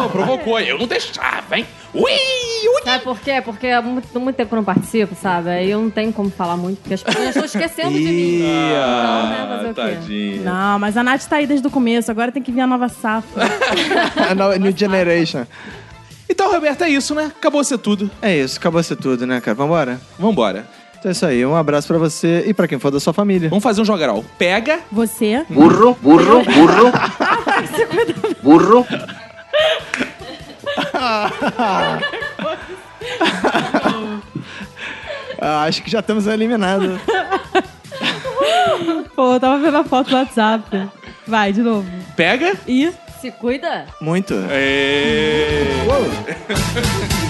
Speaker 1: Oh, provocou. Eu não deixava, hein? Ui! ui.
Speaker 10: Sabe por quê? Porque há muito, muito tempo que eu não participo, sabe? Aí eu não tenho como falar muito, porque as pessoas estão esquecendo de mim. Então, né,
Speaker 2: ah,
Speaker 10: fazer o quê?
Speaker 11: Não, mas a Nath tá aí desde o começo, agora tem que vir a nova safra.
Speaker 2: No- New Generation.
Speaker 1: Então, Roberto, é isso, né? Acabou ser tudo.
Speaker 2: É isso, acabou ser tudo, né, cara? Vambora?
Speaker 1: Vambora.
Speaker 2: Então é isso aí. Um abraço pra você e pra quem for da sua família.
Speaker 1: Vamos fazer um jogral. Pega.
Speaker 11: Você,
Speaker 8: Burro, burro, burro. burro.
Speaker 2: Ah, acho que já estamos eliminados.
Speaker 11: pô, eu tava vendo a foto do WhatsApp. Vai, de novo.
Speaker 1: Pega.
Speaker 11: E
Speaker 10: Se cuida.
Speaker 2: Muito.
Speaker 1: É.
Speaker 2: Uou.